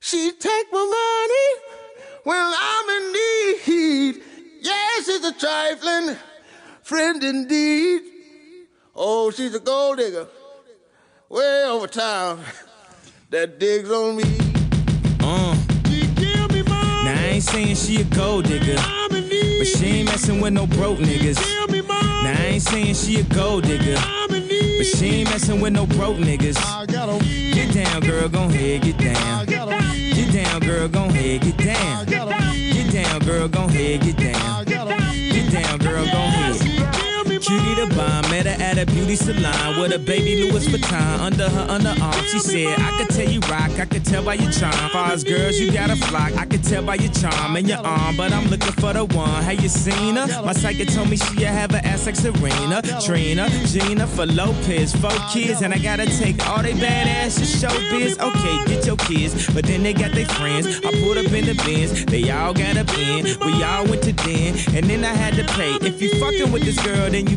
She take my money when I'm in need. Yeah, she's a trifling friend indeed. Oh, she's a gold digger way over town that digs on me. Uh, She give me money. now I ain't saying she a gold digger, I'm in need. but she ain't messing with no broke niggas. Give me money. Now I ain't saying she a gold digger, I'm in need. but she ain't messing with no broke niggas. I got a Get down, girl, gon' head, get down. got a Get down, girl, gon' head, get down. got a Get down, girl, gon' head, get down. got Get down, girl, gon' head. Cutie the bomb, met her at a beauty salon with a baby Louis Vuitton under her underarm. She said, I could tell you rock, I could tell by your charm. Far as girls, you got a flock, I could tell by your charm and your arm. But I'm looking for the one. Have you seen her? My psychic told me she have an ass like Serena, Trina, Gina, for Lopez, four kids, and I gotta take all they badass to showbiz. Okay, get your kids, but then they got their friends. I pulled up in the bins, they all got a bin. We all went to den, and then I had to pay. If you fucking with this girl, then you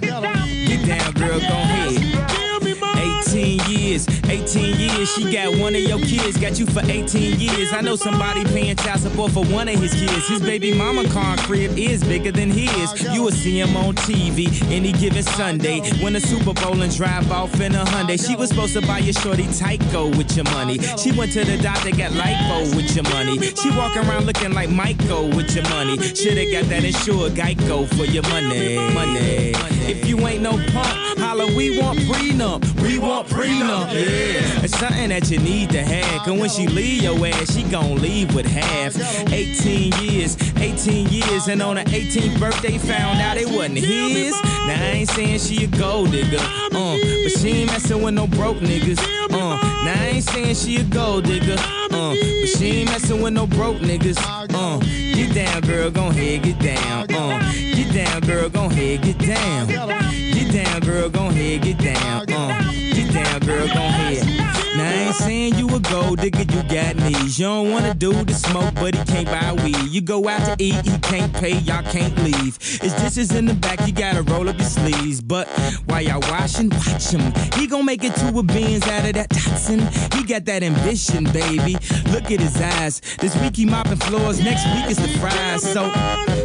Get down, girl, go ahead. 18 years, 18 years. She got one of your kids, got you for 18 years. I know somebody paying child support for one of his kids. His baby mama car crib is bigger than his. You will see him on TV any given Sunday. Win the Super Bowl and drive off in a Hyundai. She was supposed to buy your shorty Tyco with your money. She went to the doctor, got LiPo with your money. She walk around looking like Michael with your money. Shoulda got that insured Geico for your money. Money. If you ain't no punk, holla, we want prenup. We want prenup. Yeah. It's something that you need to have. And when she leave your ass, she gon' leave with half. 18 years, 18 years. And on her 18th birthday, found out it wasn't his. Now I ain't saying she a gold digger. Uh, but she ain't messing with no broke niggas. Uh, now I ain't saying she a gold digger. Uh, but she ain't messing with no broke niggas. Uh, get down, girl, gon' head, get down. Uh, get down, girl, gon' head, get down. Get down, girl, gon' head, get down. Uh, get down, girl, gon' head. Now I ain't saying you a gold digger, you got knees. You don't want a dude to smoke, but he can't buy weed. You go out to eat, he can't pay, y'all can't leave. His dishes in the back, you gotta roll up your sleeves. But while y'all washing, watch him. He gon' make it to a beans out of that toxin. He got that ambition, baby. Look at his eyes. This week he mopping floors, next week is the fries. So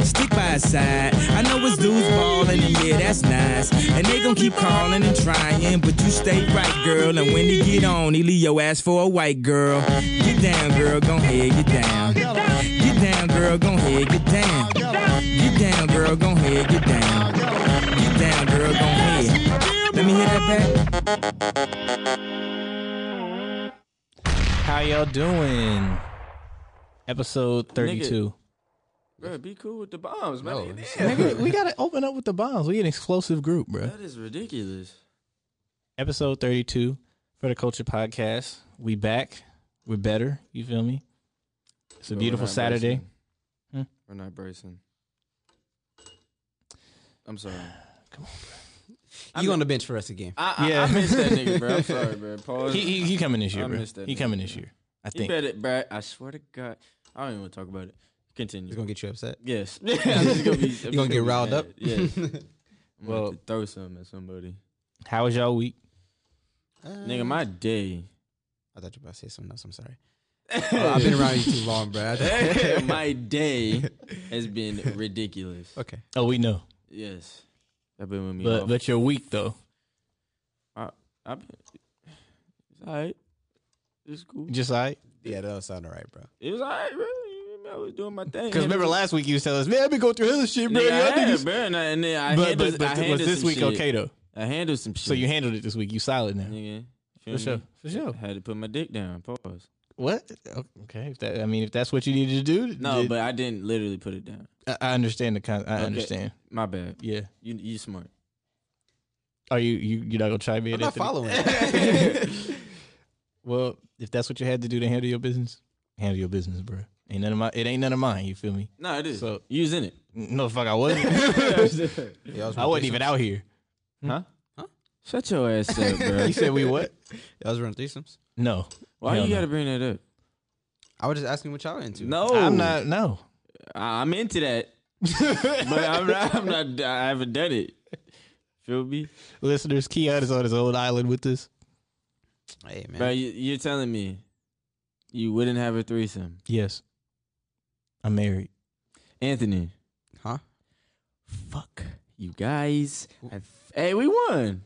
stick by his side. I know his dudes ballin', and yeah, that's nice. And they gon' keep calling and trying, but you stay right, girl. And when he get on, he leave your ass for a white girl. Get down, girl, gon' head, get down. Get down, girl, gon' head, get down. Get down, girl, gon' head, get down. Get down, girl, gon' head. Let me hear that back. How y'all doing? Episode 32. Bro, be cool with the bombs, man. Look at that. Nigga, we gotta open up with the bombs. We an explosive group, bro. that is ridiculous. Episode thirty-two for the Culture Podcast. We back. We're better. You feel me? It's a But we're beautiful not Saturday. bracing. Hmm? We're not bracing. I'm sorry. You on the bench for us again? I, I, Yeah. I miss that nigga, bro. I'm sorry, bro. Pause. He, he, he coming this year, I bro. missed that He nigga, coming this bro. year. I you think. better, bro. I swear to God, I don't even want to talk about it. Continue. He's gonna get you upset. yes. I'm just gonna be. I'm just gonna get be riled mad. up? Yes. I'm Well- well, to throw something at somebody. How was y'all week? Nigga, my day. I thought you were about to say something else. I'm sorry. Oh, I've been around you too long, bro. I just- my day has been ridiculous. okay. Oh, we know, Yes. I've been with me. but all- but your week though, I've been. It's all right. It's cool. just like Yeah, that does sound all right, bro. It was all right, bro. You feel me? I was doing my thing. because remember last week you was telling us, man, I've been going through hella shit, bro. Nigga, Y'all I had, niggas- bro, and, I, and then I But handled, but, I but handled was this some week shit. okay though? I handled some shit. So you handled it this week. You solid now. nigga, For feel sure. me? For sure. Had to put my dick down. Pause. What? Okay. If that, I mean, if that's what you needed to do, No, did- but I didn't literally put it down. I, I understand the con. I understand. My bad. Yeah. You you smart. Are you you you not gonna try me? I'm at not Anthony? following. Well, if that's what you had to do to handle your business, handle your business, bro. Ain't none of my. It ain't none of mine. You feel me? No, it is. So- you was in it. No, fuck, I wasn't. Y'all was I wasn't even out here. Huh? Shut your ass up, bro. You said we what? Y'all was running threesomes. No. Why Hell you no. gotta bring that up? I was just asking what y'all into. No, I'm not. No. I- I'm into that, but I'm not. I'm not. I haven't done it. Feel me? Listeners, Keon is on his own island with this. Hey man. Bro, you, you're telling me you wouldn't have a threesome, Yes. I'm married. Anthony? Huh? Fuck you guys. I- hey, we won.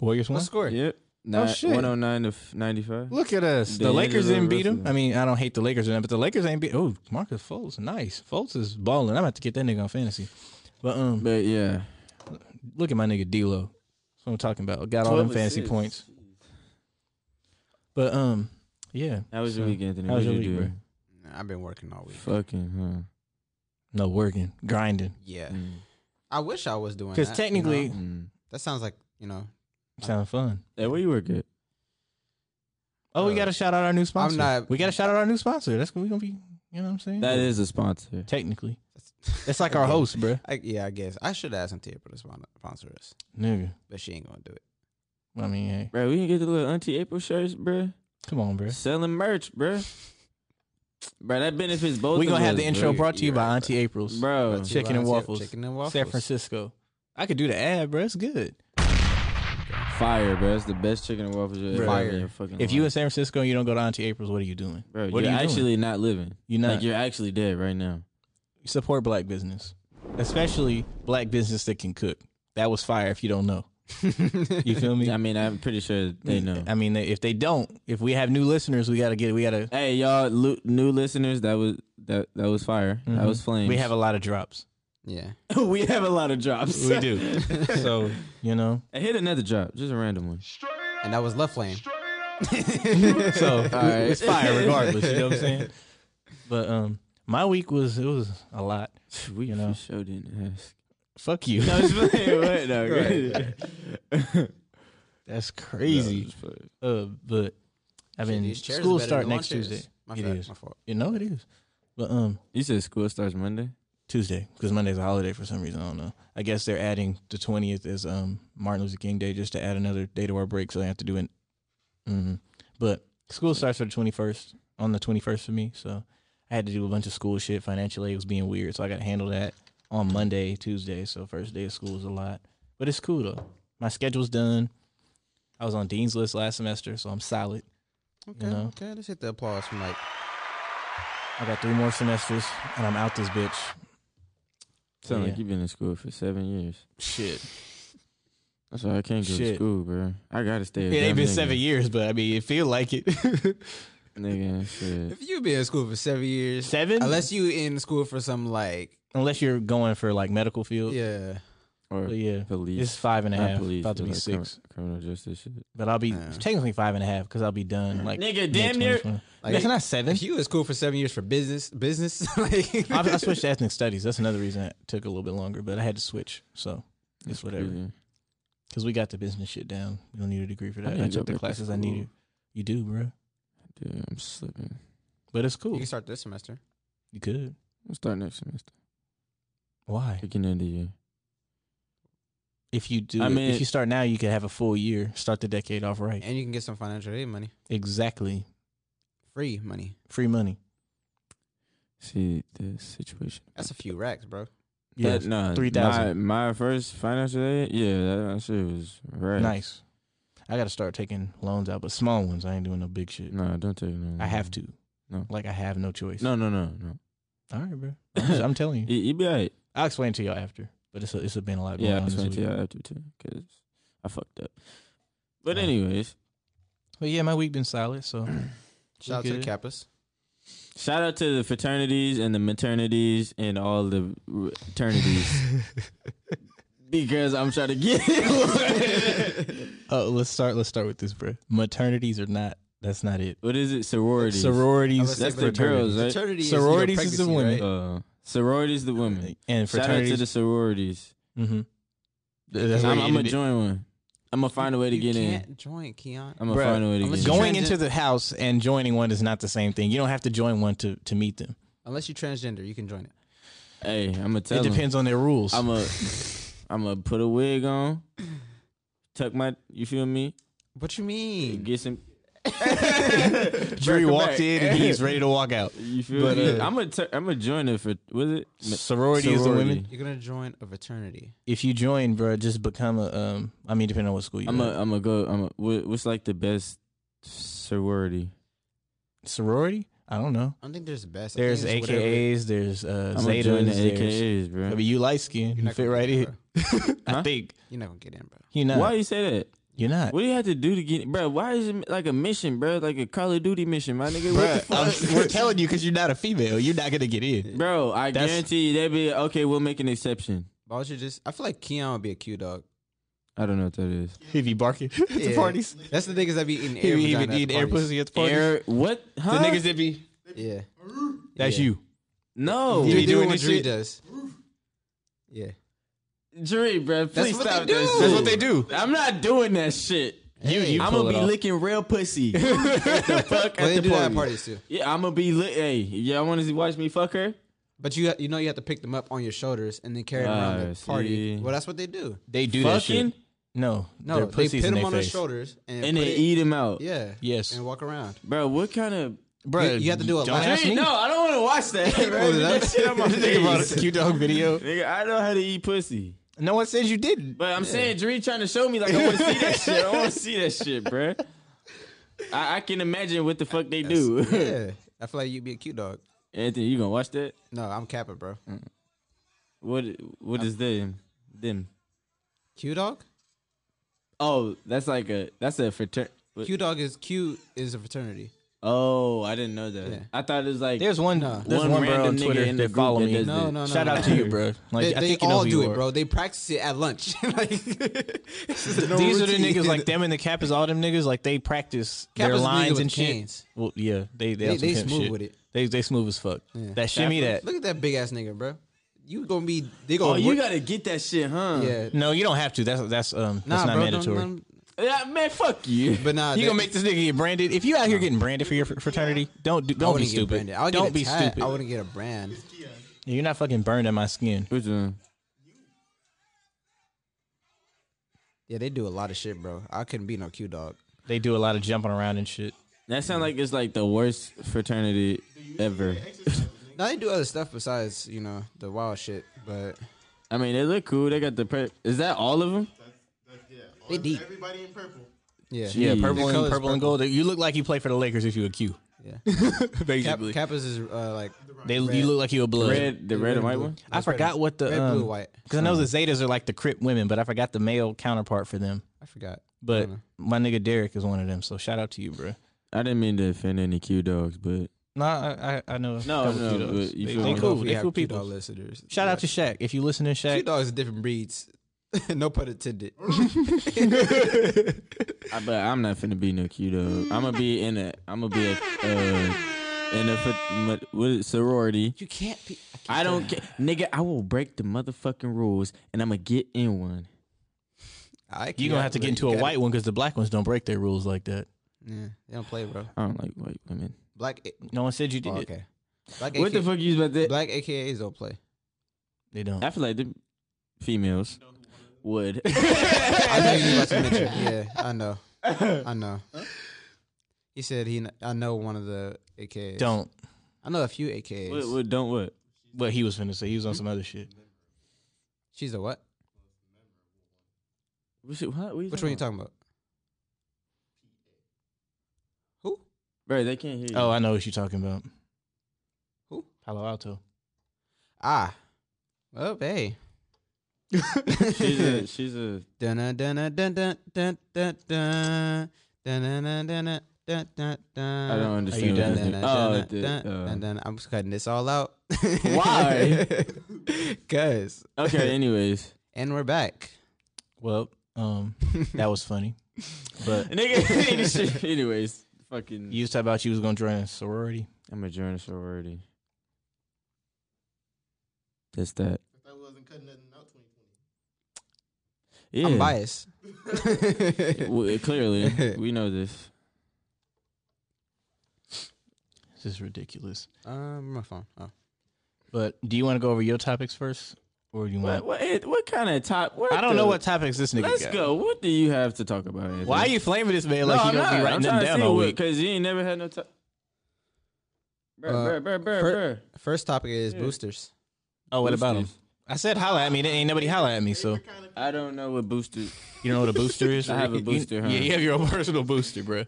Warriors won. What score? Yep. oh Nine, shit. 109 to f- 95. Look at us. The, The Lakers Yankees didn't are beat them. wrestling. I mean, I don't hate the Lakers, or nothing, but the Lakers ain't beat. Oh, Marcus Fultz, nice. Fultz is balling. I'm about to get that nigga on fantasy. But um, But yeah. look at my nigga D'Lo. That's what I'm talking about. Got all them 12 fantasy assists. points. But um, yeah. How was your So, week, Anthony? how was What'd you your do? week, Nah, I've been working all week. Fucking, No working, grinding. Yeah. huh? Mm. I wish I was doing that. Because you know? technically, Mm. that sounds like you know. sound fun. Hey, where you work at? Oh, we Uh, got to shout out our new sponsor. not- we got to shout out our new sponsor. That's we gonna be. You know what I'm saying? That is a sponsor. technically. It's like our Okay. host, bruh. I, yeah, I guess I should ask Auntie April to spon- sponsor us, Nigga. but she ain't gonna do it. I mean, hey, Bro, we can get the little Auntie April shirts, bruh. come on, bruh. Selling merch, bruh. Bro, that benefits both. We of gonna have us, the intro you're- brought to you you're by right, Auntie April's. Uh, bro. But Bro, she Chicken and buys it- waffles. Chicken and waffles. San Francisco. I could do the ad, bro. It's good. fire, bro. That's the best chicken and waffles you've ever Fire. had in your fucking If you in life. San Francisco and you don't go to Auntie April's, what are you doing? bro, what you're are you doing? actually not living. You're not. Like you're actually dead right now. Support black business, especially black business that can cook. That was fire. If you don't know, you feel me? I mean, I'm pretty sure they know. I mean, they- if they don't, if we have new listeners, we gotta get. We gotta. Hey, y'all, lu- new listeners, that was that that was fire. That was flames. Mm-hmm. We have a lot of drops. Yeah. a we have a lot of drops. We do. so you know. Hey, hit another drop, just a random one. And that was left lane. So it's fire regardless. You know what I'm saying? But um, my week was it was a lot. We You know. for sure didn't ask. Fuck you. I was playing what? No, That's crazy. Uh, but I mean, These chairs are school better start than lawn next chairs. Tuesday. My It fault, is. My fault. You know it is. But um, You said school starts Monday. Tuesday because Monday's a holiday for some reason. I don't know. I guess they're adding the twentieth as um Martin Luther King Day just to add another day to our break, so they have to do it. hmm But school starts for the twenty first on the twenty first for me, so I had to do a bunch of school shit. Financial aid was being weird, so I got to handle that on Monday, Tuesday. So first day of school is a lot, but it's cool though. My schedule's done. I was on Dean's list last semester, so I'm solid. Okay. know. Okay. Let's hit the applause from like. I got three more semesters, and I'm out this bitch. Sound yeah. like you've been in school for seven years. Shit. That's why I can't go Shit. to school, bro. I gotta stay. It ain't been seven years, but I mean, it feel like it. Nigga, shit. If you been in school for seven years, Seven? Unless you in school for some like. Unless you're going for like medical field. Yeah. Yeah. Or But yeah. police. It's five and a Not half, police, about to but be like crim- six. criminal justice shit. But I'll be Yeah. technically five and a half because I'll be done. Like Nigga, mid- damn near- 2020. Like- that's not seven. If you in school for seven years for business, business like. I, I switched to ethnic studies. That's another reason it took a little bit longer, but I had to switch. So it's whatever. Crazy. Because we got the business shit down. We don't need a degree for I that. need I, to took the go back to classes I school. needed. You do, bro. Dude, I'm slipping. But it's You cool. can start this semester. You could. We'll start next semester. Why? Beginning of the year. If you do, I it- mean- if you start now, you could have a full year. Start the decade off right. And you can get some financial aid money. Exactly. Free money. Free money. See the situation. That's a few racks, bro. Yeah. That- nah, Three thousand. My, my first financial aid. Yeah, that, that shit was right. Nice. I got to start taking loans out, but small ones. I ain't doing no big shit. No, don't take no. I have to. No. Like I have no choice. No, no, no, no. All right, bro. I'm, just- I'm telling you. You, you be alright. I'll explain to y'all after. But it's a, it's a been a lot going Yeah, on I'm this explaining to week. you after too, cause I fucked up. But Uh, anyways, But yeah, my week been solid. So Shout out to the good. Kappas. shout out to the fraternities and the maternities and all the fraternities because I'm trying to get it. uh, let's start. Let's start with this, bro. Maternities are not. That's not it. what is it? Sororities. Sororities. That's the girls, right? Fraternity is, Sororities you know, is the pregnancy, women. right? Uh, sororities, the women. and Shout out to fraternities. the sororities. mm-hmm. I'm, I'm gonna join one. I'm gonna find a way to You get in. can't join, Keon. I'm gonna Bruh, find a way to unless get you in. Going into Transgen- the house and joining one is not the same thing. You don't have to join one to, to meet them. Unless you transgender, you can join it. Hey, I'm gonna tell it them. depends on their rules. I'm a, I'm gonna put a wig on, tuck my, you feel me? What you mean? Get some, Drew Come walked back. in and he's ready to walk out. you feel But, me? uh, I'm gonna, tu- I'm gonna join it for, was it? Sorority is the women. You're gonna join a fraternity. If you join, bro, just become a. Um, I mean, depending on what school you're I'm at. gonna, I'm gonna go. I'm a, what, what's like the best sorority? sorority. I don't know. I don't think there's best. I There's think it's whatever. AKAs. There's uh, I'm gonna Zetas. join the there's, AKAs, bro. I mean, you light skin. You're You not fit gonna right get in, in. bro. I Huh? think You're not gonna get in, bro. you not. why you say that? You're not. What do you have to do to get, bro? Why is it like a mission, bro? Like a Call of Duty mission, my nigga. What the Bruh, fuck? I'm- we're telling you because you're not a female. You're not gonna get in. Bro, I That's- guarantee you, they be okay. We'll make an exception. Why would you just? I feel like Keon would be a Q dog. I don't know what that is. He be barking at the Yeah. parties. That's the niggas that be eating He air. be, he vagina be at eating the air parties. pussy at the parties. Air, what? The Huh? niggas that be. Yeah. That's Yeah. you. no, You be be doing doing what this Dree shit? does. Yeah. Dree, bro. Please what they stop do. that. That's shit. what they do. I'm not doing that shit. You, you I'm pull gonna it be off. licking real pussy. fuck Well, at they the do that at party. parties too. Yeah, I'm gonna be lit. Hey, y'all want to watch me fuck her? But you you know you have to pick them up on your shoulders and then carry them around Ah, the party. see. Well, that's what they do. They do that Fucking shit. No, No, their they pussy's put in them their on face. their shoulders and, and put they it- eat him out. Yeah. Yes. And walk around. Bro, what kind of? Bro, You- you have to do a don't lot. ask Dree, me. no, I don't want to watch that. Bro. that shit on my Nigga brought face. a cute dog video. Nigga, I know how to eat pussy. No one says you didn't. But I'm saying Dree trying to show me like I want to see that shit. I want to see that shit, bro. I, I can imagine what the fuck they do. Yeah. I feel like you'd be a Q dog. Anthony, you gonna watch that? No, I'm capping, bro. Mm. What What is them? Them? Q dog? Oh, that's like a that's a fraternity. Q dog is Q is a fraternity. Oh, I didn't know that. Yeah. I thought it was like There's one. uh, Nah. There's One one, bro random on nigga Twitter in the that group follow that me. does No, that. no, no, Shout no. out to you, bro. Like They, I they think you know all who do you it, are. bro. They practice it at lunch. like, These are the niggas like them and the Kappas. All them niggas like they practice their Kappa's the nigga lines with and shit. chains. Well, yeah, they they, They- on some they pimp smooth shit. with it. They they smooth as fuck. Yeah. That shimmy that. Look at that big ass nigga, bro. You gonna be they Oh, gonna you work- gotta get that shit, huh? yeah. No, you don't have to. That's that's um that's Nah, not bro, don't- mandatory. don't- Yeah, man, fuck you. but nah, you they- gonna make this nigga get branded? If you out here getting branded for your fr- fraternity, don't do, I don't be wouldn't get stupid. branded. I would get Don't a be tag. I stupid. wouldn't get a brand. You're not fucking burned in my skin. Which one? Yeah, they do a lot of shit, bro. I couldn't be no Q dog. They do a lot of jumping around and shit. That sound like it's like the worst fraternity ever. Now they do other stuff besides you know the wild shit, but I mean, they look cool. They got the pre- Is that all of them? Yeah, They deep. everybody in purple. yeah, Yeah, Jeez. purple The and color's purple, and gold. You look like you play for the Lakers if you a Q. yeah. Cap, Basically, Kappa's is uh, like they you look like you a blood. Red, the red and white one. Uh-huh. I forgot what the red, um, blue, white. Because I know the Zetas are like the Crip women, but I forgot the male counterpart for them. I forgot. Uh-huh. But dunno. my nigga Derek is one of them. So shout out to you, bro. I didn't mean to offend any Q dogs, but Nah, I I, I know. a No, couple no, Q dogs. but you they, feel they me? cool. We They have cool Q dog people. listeners. Shout out to Shaq. If you listen to Q Shaq, dogs are different breeds. no pun intended. I, but I'm not finna be no Q dog. I'm gonna be in a. I'm gonna be a. Uh, in a fr- ma- what is it, sorority. You can't. Be, I don't care, nigga. I will break the motherfucking rules, and I'm gonna get in one. I you're gonna have to get into a white one because the black ones don't break their rules like that. Yeah, they don't play, bro. I don't like white women. Black. A- No one said you did. oh, it. okay. Black. What the AK fuck you about that? Black AKAs don't play. They don't. I feel like the females would. I know you was about to mention. Yeah, I know. I know. He said he. kn- I know one of the AKAs. Don't. I know a few AKAs. what, what, don't what? But he was finna say he was on some other shit. She's a what? Which, Oh, what, what Which one you talking about? Who? Bro, they can't hear you. Oh, I know what you're talking about. Who? Palo Alto. Ah. Oh, hey. she's a. She's a. Dun dun dun dun dun dun dun dun dun dun dun dun dun dun. I don't understand. you what done? this Dun, means. dun, Oh, dun, the, dun, uh, dun, dun. I'm just cutting this all out. Why? Cause. okay. Anyways, And we're back. Well, um, that was funny. But nigga. anyways, fucking. you was talking about you was gonna join a sorority. I'm a join a sorority. That's that. If I wasn't cutting nothing out 2020. Yeah. I'm biased. W- clearly, we know this. This is ridiculous. um, my phone. Oh. But do you want to go over your topics first, or do you want? What what, what kind of top? What I don't the- know what topics this nigga Let's got. go. What do you have to talk about? Anthony? Why are you flaming this man No, like I'm he don't not. be I'm writing trying them to down see all what- week? Cause you ain't never had no top. Bruh, Uh, bruh, bruh, bruh, fir- bruh. First topic is boosters. Oh, what about him? Boosters. I said holla at me. Ain't nobody holla at me. So I don't know what booster. you know what a booster is? I have a You- booster, huh? Yeah, you have your own personal booster, bro.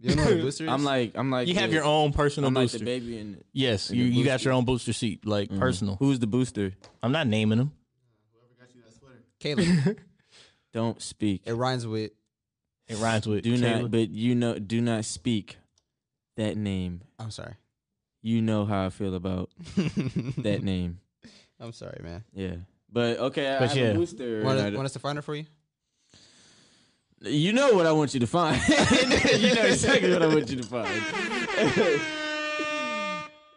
You don't know what a booster is? I'm like, I'm like. You have the- your own personal I'm like booster. the baby in it. yes, and you, the you got booster. Mm-hmm. your own booster seat, like personal. Who's the booster? I'm not naming them. Caleb. Don't speak. it rhymes with It rhymes with Do Caleb. not, but you know, do not speak that name. I'm sorry. You know how I feel about that name. I'm sorry, man. Yeah, but okay, I But have yeah. a booster. Want, and I d- want us to find it for you? you know what I want you to find. you know exactly what I want you to find.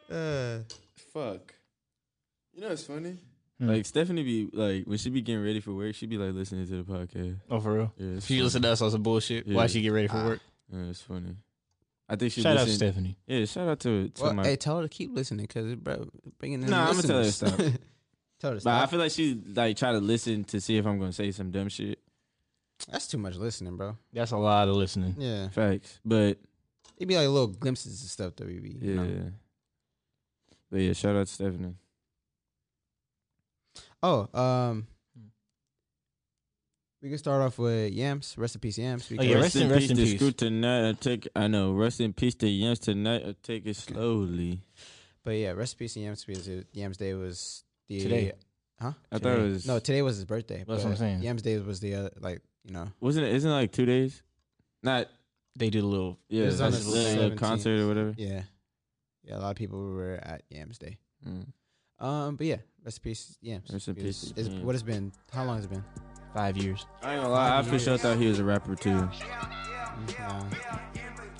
Uh, Fuck. You know it's funny. Hmm. Like Stephanie be like when she be getting ready for work, she be like listening to the podcast. Oh, for real? Yeah, it's She funny. listen to us on some bullshit. Yeah. Ah. Why she get ready for work? Yeah, it's funny. I think she Shout out listen- Stephanie. Yeah, shout out to to well, my. hey, tell her to keep listening because bro, bringing in Nah, I'ma tell her to listeners. tell her to but I stop. feel like she like try to listen to see if I'm gonna say some dumb shit. That's too much listening, bro. That's a lot of listening. Yeah, Facts, but it'd be like little glimpses of stuff that we be. yeah, You know? but yeah, shout out to Stephanie. Oh, um, Hmm. we can start off with yams. Rest in peace, yams. Oh, yeah, because- rest in- rest in to peace. Screw tonight. I take. I know. Rest in peace to Yams tonight. I take it slowly. But yeah, rest in peace, yams. Because it- yams day was the Today. I thought it Today. was No, today was his birthday. That's what but I'm saying. Yams day was the uh, like you know. Wasn't it? Isn't it like two days? Not They did a little. yeah. was on like the a little 17th. concert or whatever. Yeah, yeah. A lot of people were at yams day. Mm. Um, but yeah, rest in peace, yams. Rest in because peace, It's, Yams. What it's been? How long has it been? Five years. I ain't gonna lie. I for sure thought he was a rapper too. Nah.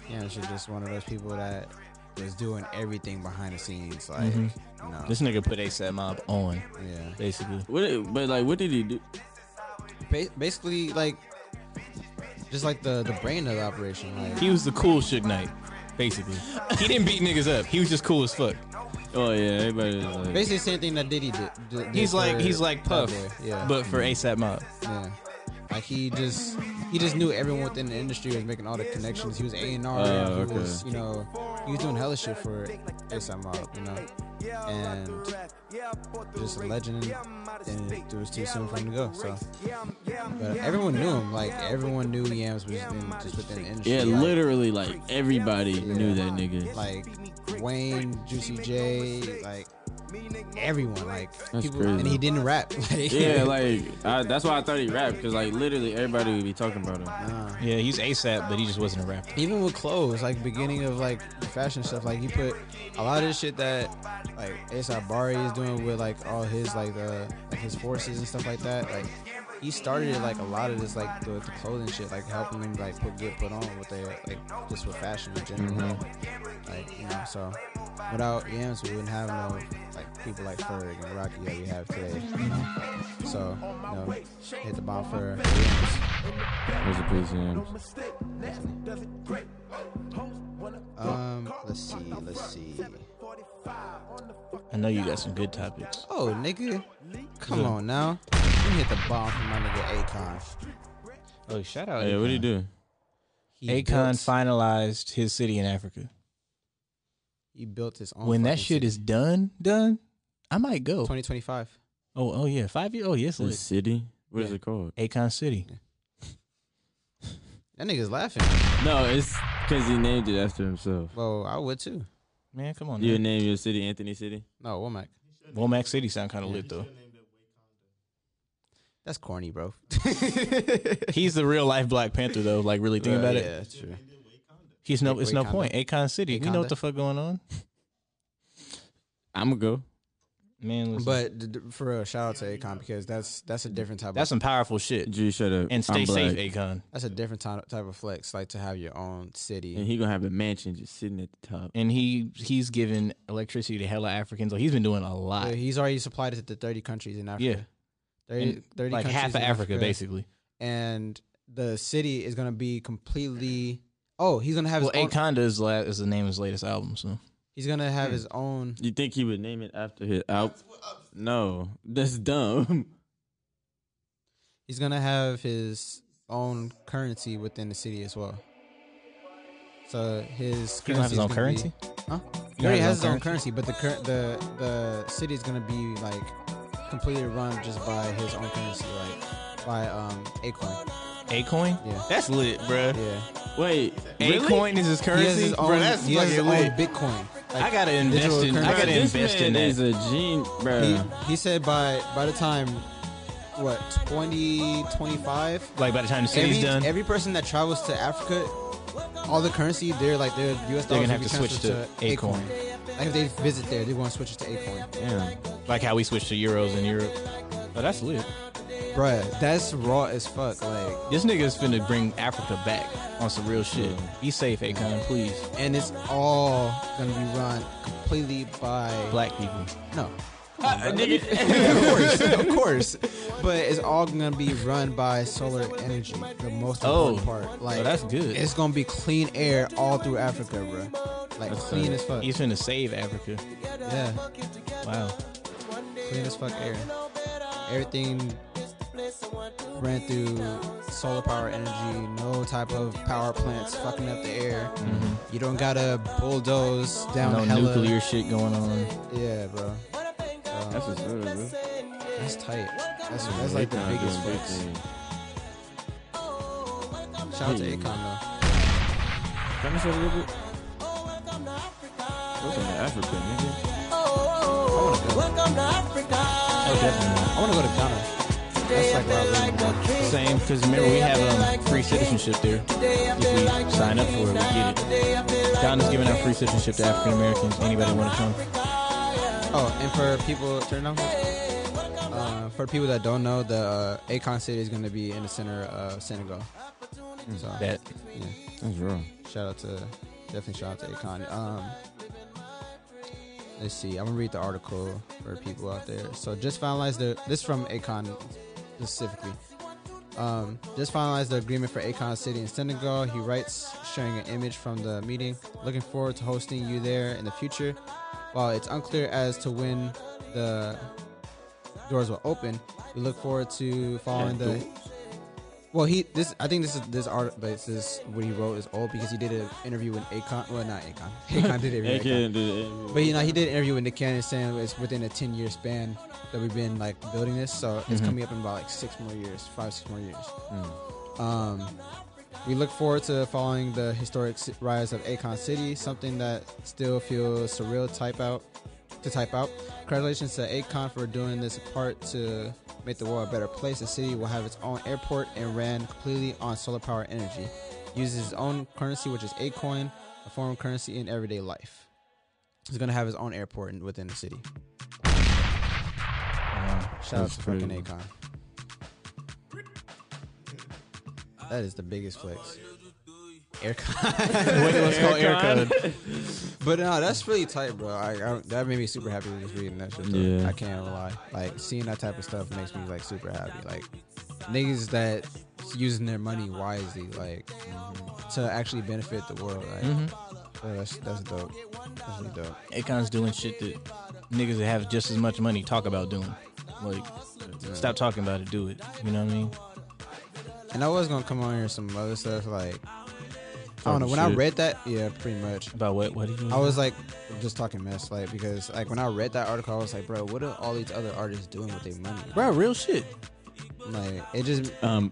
Yams is just one of those people that was doing everything behind the scenes, like you know. Mm-hmm. This nigga put ASAP Mob on, yeah. basically. What? But like, what did he do? Ba- basically, like, just like the the brain of the operation. Like, He was the cool Suge Knight, basically. He didn't beat niggas up. He was just cool as fuck. Oh yeah, everybody was like. basically the same thing that Diddy did. did- did He's like for he's like Puff, Cowboy, Yeah. Mm-hmm. but for ASAP Mob. Yeah. Like he just he just knew everyone within the industry was making all the connections. He was A and R. Oh, He okay. was you know he was doing hella shit for ASAP Mob. You know, and just a legend. And it was too soon for him to go. So, but everyone knew him. Like everyone knew Yams was in, just within the industry. Yeah, like, literally, like everybody knew that nigga. Like Wayne, Juicy J, like everyone. Like That's people, crazy. and he didn't rap. Like, yeah, like I, that's why I thought he rapped because like literally everybody would be talking about him. Yeah, he's ASAP, but he just wasn't a rapper. even with clothes, like beginning of like the fashion stuff, like he put a lot of the shit that like ASAP Bari is doing with like all his like the like his forces and stuff like that. Like he started like a lot of this like the, the clothing shit, like helping them like put get put on with their like just with fashion in general. Like you know, so without Yams, we wouldn't have no like people like Ferg and Rocky that we have today. You know? So you know, hit the bomb for Yams. Rest in peace, Yams. Um, let's see, let's see. I know you got some good topics. Oh, nigga. Come on now. You hit the bomb from my nigga Akon. Oh, shout out. Hey, what do you do? He Akon built- finalized his city in Africa. he built his own. When that Oh, fucking shit city. is done, done, I might go. 2025. Oh, oh yeah, five years. Oh yes, The lit. city? What is it called? Akon City. That nigga's laughing. No, it's because he named it after himself. Well, I would too. Man, come on. You would man. name your city Anthony City? No, Womack. Womack City sound kind of lit though. That's corny, bro. He's the real life Black Panther though. Like really think about yeah, it. that's true. He's no, it's no Wakonda. point. Akon City. We know Wakonda. what the fuck going on. I'm going to go. Man, listen. But d- d- for real, shout out to Akon because that's that's a different type. that's of, some powerful shit. G, shut up. And stay I'm safe, black. Akon. that's a different type type of flex, like to have your own city. And he gonna have a mansion just sitting at the top. And he he's given electricity to hella Africans. Like he's been doing a lot. Yeah, he's already supplied it to 30 countries in Africa. Yeah. 30, in, 30 like countries half of in Africa, basically. and the city is gonna be completely. Oh, he's gonna have Well, his own, Akonda is, la- is the name of his latest album. So he's gonna have his own. You think he would name it after his out? No, that's dumb. He's gonna have his own currency within the city as well. So his he gonna have his is own gonna be- currency. Huh? He gonna have already has his his own own currency, but the cur- the the city is gonna be like completely run just by his own currency, like by um Acorn. Acoin. Yeah. that's lit, bruh. Yeah, Wait, really? Acoin is his currency. he has his own. Bruh, that's he has his fucking lit. own Bitcoin. Like, I gotta invest digital in. I currency. gotta This invest in man that. is a gene, he, bro. he said by by the time what 2025 like by the time the city's every, done, every person that travels to africa all the currency they're like their us dollars They're gonna will have be to switch transferred to Acorn. Acorn. like if they visit there they're going to switch it to acorn Damn. like how we switched to euros in Europe. Oh, that's lit. bruh that's raw as fuck like This nigga is finna bring Africa back on some real shit. Be safe, Akon, please. and it's all gonna be run completely by Black people. no of course but it's all gonna be run by solar energy the most Oh. important part like Oh, that's good. it's gonna be clean air all through africa bruh like clean as fuck He's finna save Africa. yeah Wow. clean as fuck air. Everything ran through solar power energy. No type of power plants fucking up the air. You don't gotta bulldoze down Mm-hmm. No hella. nuclear shit going on. Yeah, bro. Um, That's what's up, bro. That's tight. That's, that's like the biggest flex. Shout out to Hey. Akon though. Can I show you a little bit? What's in Africa, nigga? Oh, definitely. I wanna go to Ghana. That's like where I really wanna go. Same, because remember we have um, free citizenship there. If we sign up for it, we get it. Ghana's giving out free citizenship to African Americans. Anybody want to come? Oh, and for people, turn it off. Uh, for people that don't know, the uh, Akon city is gonna be in the center of Senegal. So, That yeah. That's wrong. Shout out to definitely shout out to Akon. Um, let's see. I'm gonna read the article for people out there. So just finalized the this is from Akon specifically. Um, just finalized the agreement for Akon City in Senegal. He writes, sharing an image from the meeting. Looking forward to hosting you there in the future. While it's unclear as to when the doors will open, we look forward to following the well, he this I think this is this art, but this is what he wrote is old because he did an interview with Akon. Well, not Akon. Akon did it. Akon. Aka the- But you know, he did an interview with Nick Cannon saying it's within a ten year span that we've been like building this, so it's coming up in about like six more years, five six more years. Um, we look forward to following the historic ci- rise of Akon City, something that still feels surreal. Type out to type out. Congratulations to Akon for doing this part to make the world a better place. The city will have its own airport and ran completely on solar power energy. Uses its own currency, which is Acoin, a form of currency in everyday life. He's gonna have his own airport in, within the city. Shout out That's to fucking crazy. Akon. That is the biggest flex. Aircon. let's call air code. But no, that's really tight, bro. I, I, that made me super happy just reading that shit. Though. Yeah. I can't lie. Like seeing that type of stuff makes me like super happy. Like niggas that using their money wisely, like to actually benefit the world. Like, so that's that's dope. That's really dope. Akon's doing shit that niggas that have just as much money talk about doing. Like, stop talking about it, do it. You know what I mean? And I was gonna come on here some other stuff. Like I don't know. When I shit. read that, yeah, pretty much. About what? What do you? I was like just talking mess, like because like when I read that article, I was like, bro, what are all these other artists doing with their money? bro, real shit. Like it just Um,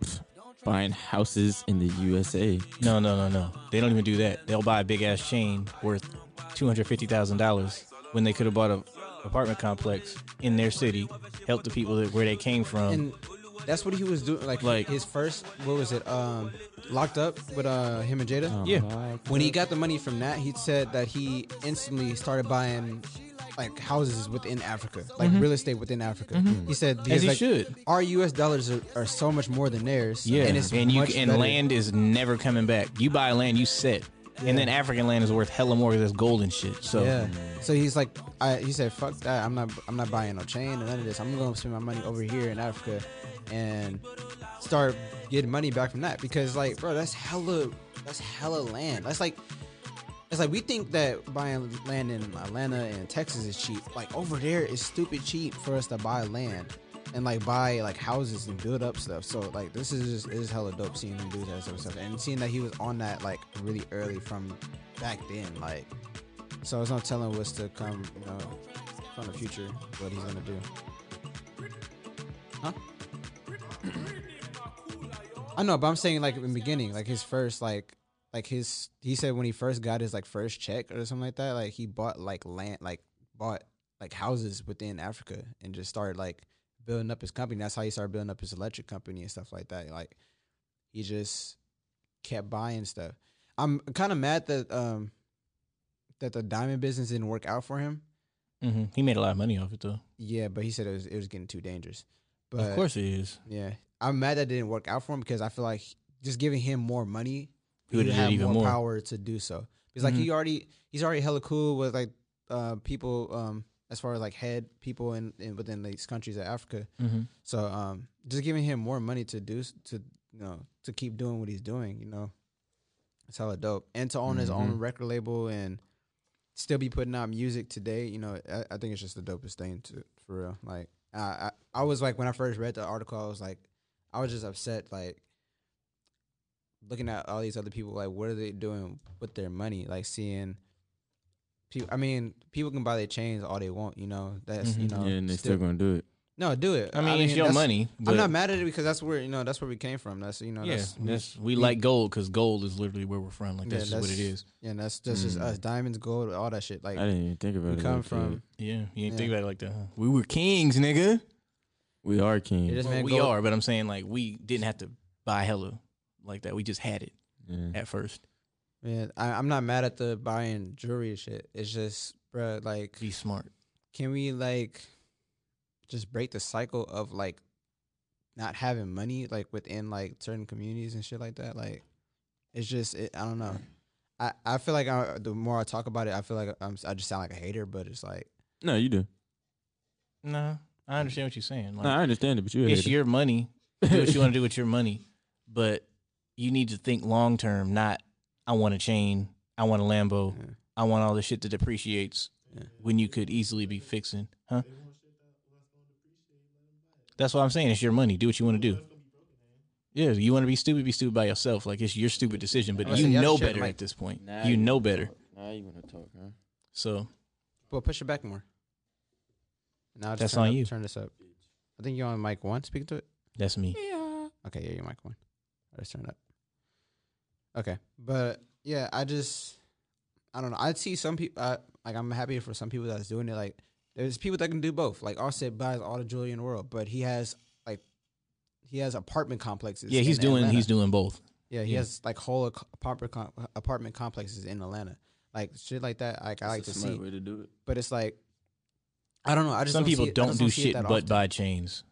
buying houses in the USA. No, no, no, no. They don't even do that. They'll buy a big ass chain worth two hundred fifty thousand dollars when they could have bought a apartment complex in their city, help the people that, where they came from. and that's what he was doing. Like, Um, Like- his first, what was it? Um, locked up with uh him and Jada. yeah, When he got the money from that, he said that he instantly started buying like houses within Africa, like real estate within Africa. He said, Mm-hmm. because, he like, should. Our U.S. dollars are, are so much more than theirs. yeah. and it's and you much and better. land is never coming back. You buy land, you set. And then African land is worth hella more because it's gold and shit. So Yeah. So he's like, I, he said, "Fuck that! I'm not, I'm not buying no chain or none of this. I'm gonna spend my money over here in Africa, and start getting money back from that because, like, bro, that's hella, that's hella land. That's like, it's like we think that buying land in Atlanta and Texas is cheap. Like over there, it's stupid cheap for us to buy land and like buy like houses and build up stuff. So like, this is just it is hella dope seeing him do that sort of stuff and seeing that he was on that like really early from back then, like. So there's no telling what's to come, you know, from the future, what he's gonna do. Huh? I know, but I'm saying like in the beginning, like his first like like his he said when he first got his like first check or something like that, like he bought like land like bought like houses within Africa and just started like building up his company. That's how he started building up his electric company and stuff like that. Like he just kept buying stuff. I'm kinda mad that um that the diamond business didn't work out for him. hmm he made a lot of money off it though. Yeah, but he said it was it was getting too dangerous. But of course he is. yeah, I'm mad that didn't work out for him because I feel like just giving him more money, He he would've would did have even more, more. Mm-hmm. power to do so. Because like he already he's already hella cool with like uh people um as far as like head people in, in within these countries of Africa. So um just giving him more money to do s- to you know to keep doing what he's doing, you know. It's hella dope. And to own his own record label and still be putting out music today, you know, I, I think it's just the dopest thing to for real. Like I, I I was like when I first read the article, I was like I was just upset like looking at all these other people like what are they doing with their money? Like seeing people I mean, people can buy their chains all they want, you know. That's Mm-hmm. you know yeah, and they still gonna do it. No, do it. I mean, it's your that's- money. but- I'm not mad at it because that's where you know that's where we came from. That's you know Yeah, that's that's, we like gold because gold is literally where we're from. Like yeah, that's, just what it is. Mm. Yeah, that's that's just us. Diamonds, gold, all that shit. Like I didn't even think about we it. come like that. from. Yeah, you ain't Yeah. think about it like that. Huh? We were kings, nigga. We are It kings. is Well, man, we gold- are, but I'm saying like we didn't have to buy hella like that. We just had it Yeah. at first. Yeah, I, I'm not mad at the buying jewelry and shit. It's just, bruh, like, Be smart. can we like just break the cycle of like not having money like within like certain communities and shit like that? Like, it's just, it, I don't know. I, I feel like I, the more I talk about it, I feel like I'm I just sound like a hater, but it's like No, you do. No, I understand what you're saying. Like, No, I understand it, but you. a it's hater. your money. Do what you want to do with your money, but you need to think long term. Not I want a chain. I want a Lambo. Yeah. I want all the shit that depreciates Yeah. when you could easily be fixing, huh? That's what I'm saying. It's your money. Do what you want to do. Yeah, you want to be stupid, be stupid by yourself. Like it's your stupid decision, but Unless you the other know shit better might- at this point. Nah, You you- know better. Now you wanna talk, huh? So Well, push it back more. Now just That's turn on up- you. Turn this up. I think you're on mic one. Speak to it. that's me. Okay, yeah, you're mic one. I just turned it up. Okay, but yeah, I just I don't know. I see some people. I Like I'm happy for some people that's doing it. Like there's people that can do both. Like Offset buys all the jewelry in the world, but he has like he has apartment complexes. Yeah, he's in doing Atlanta. he's doing both. Yeah, he Yeah. has like whole ac- apartment com- apartment complexes in Atlanta. Like shit like that. Like I like to see, way to do it. but it's like. I don't know. I just Some don't see people it- I don't just do see it shit that but often. buy chains.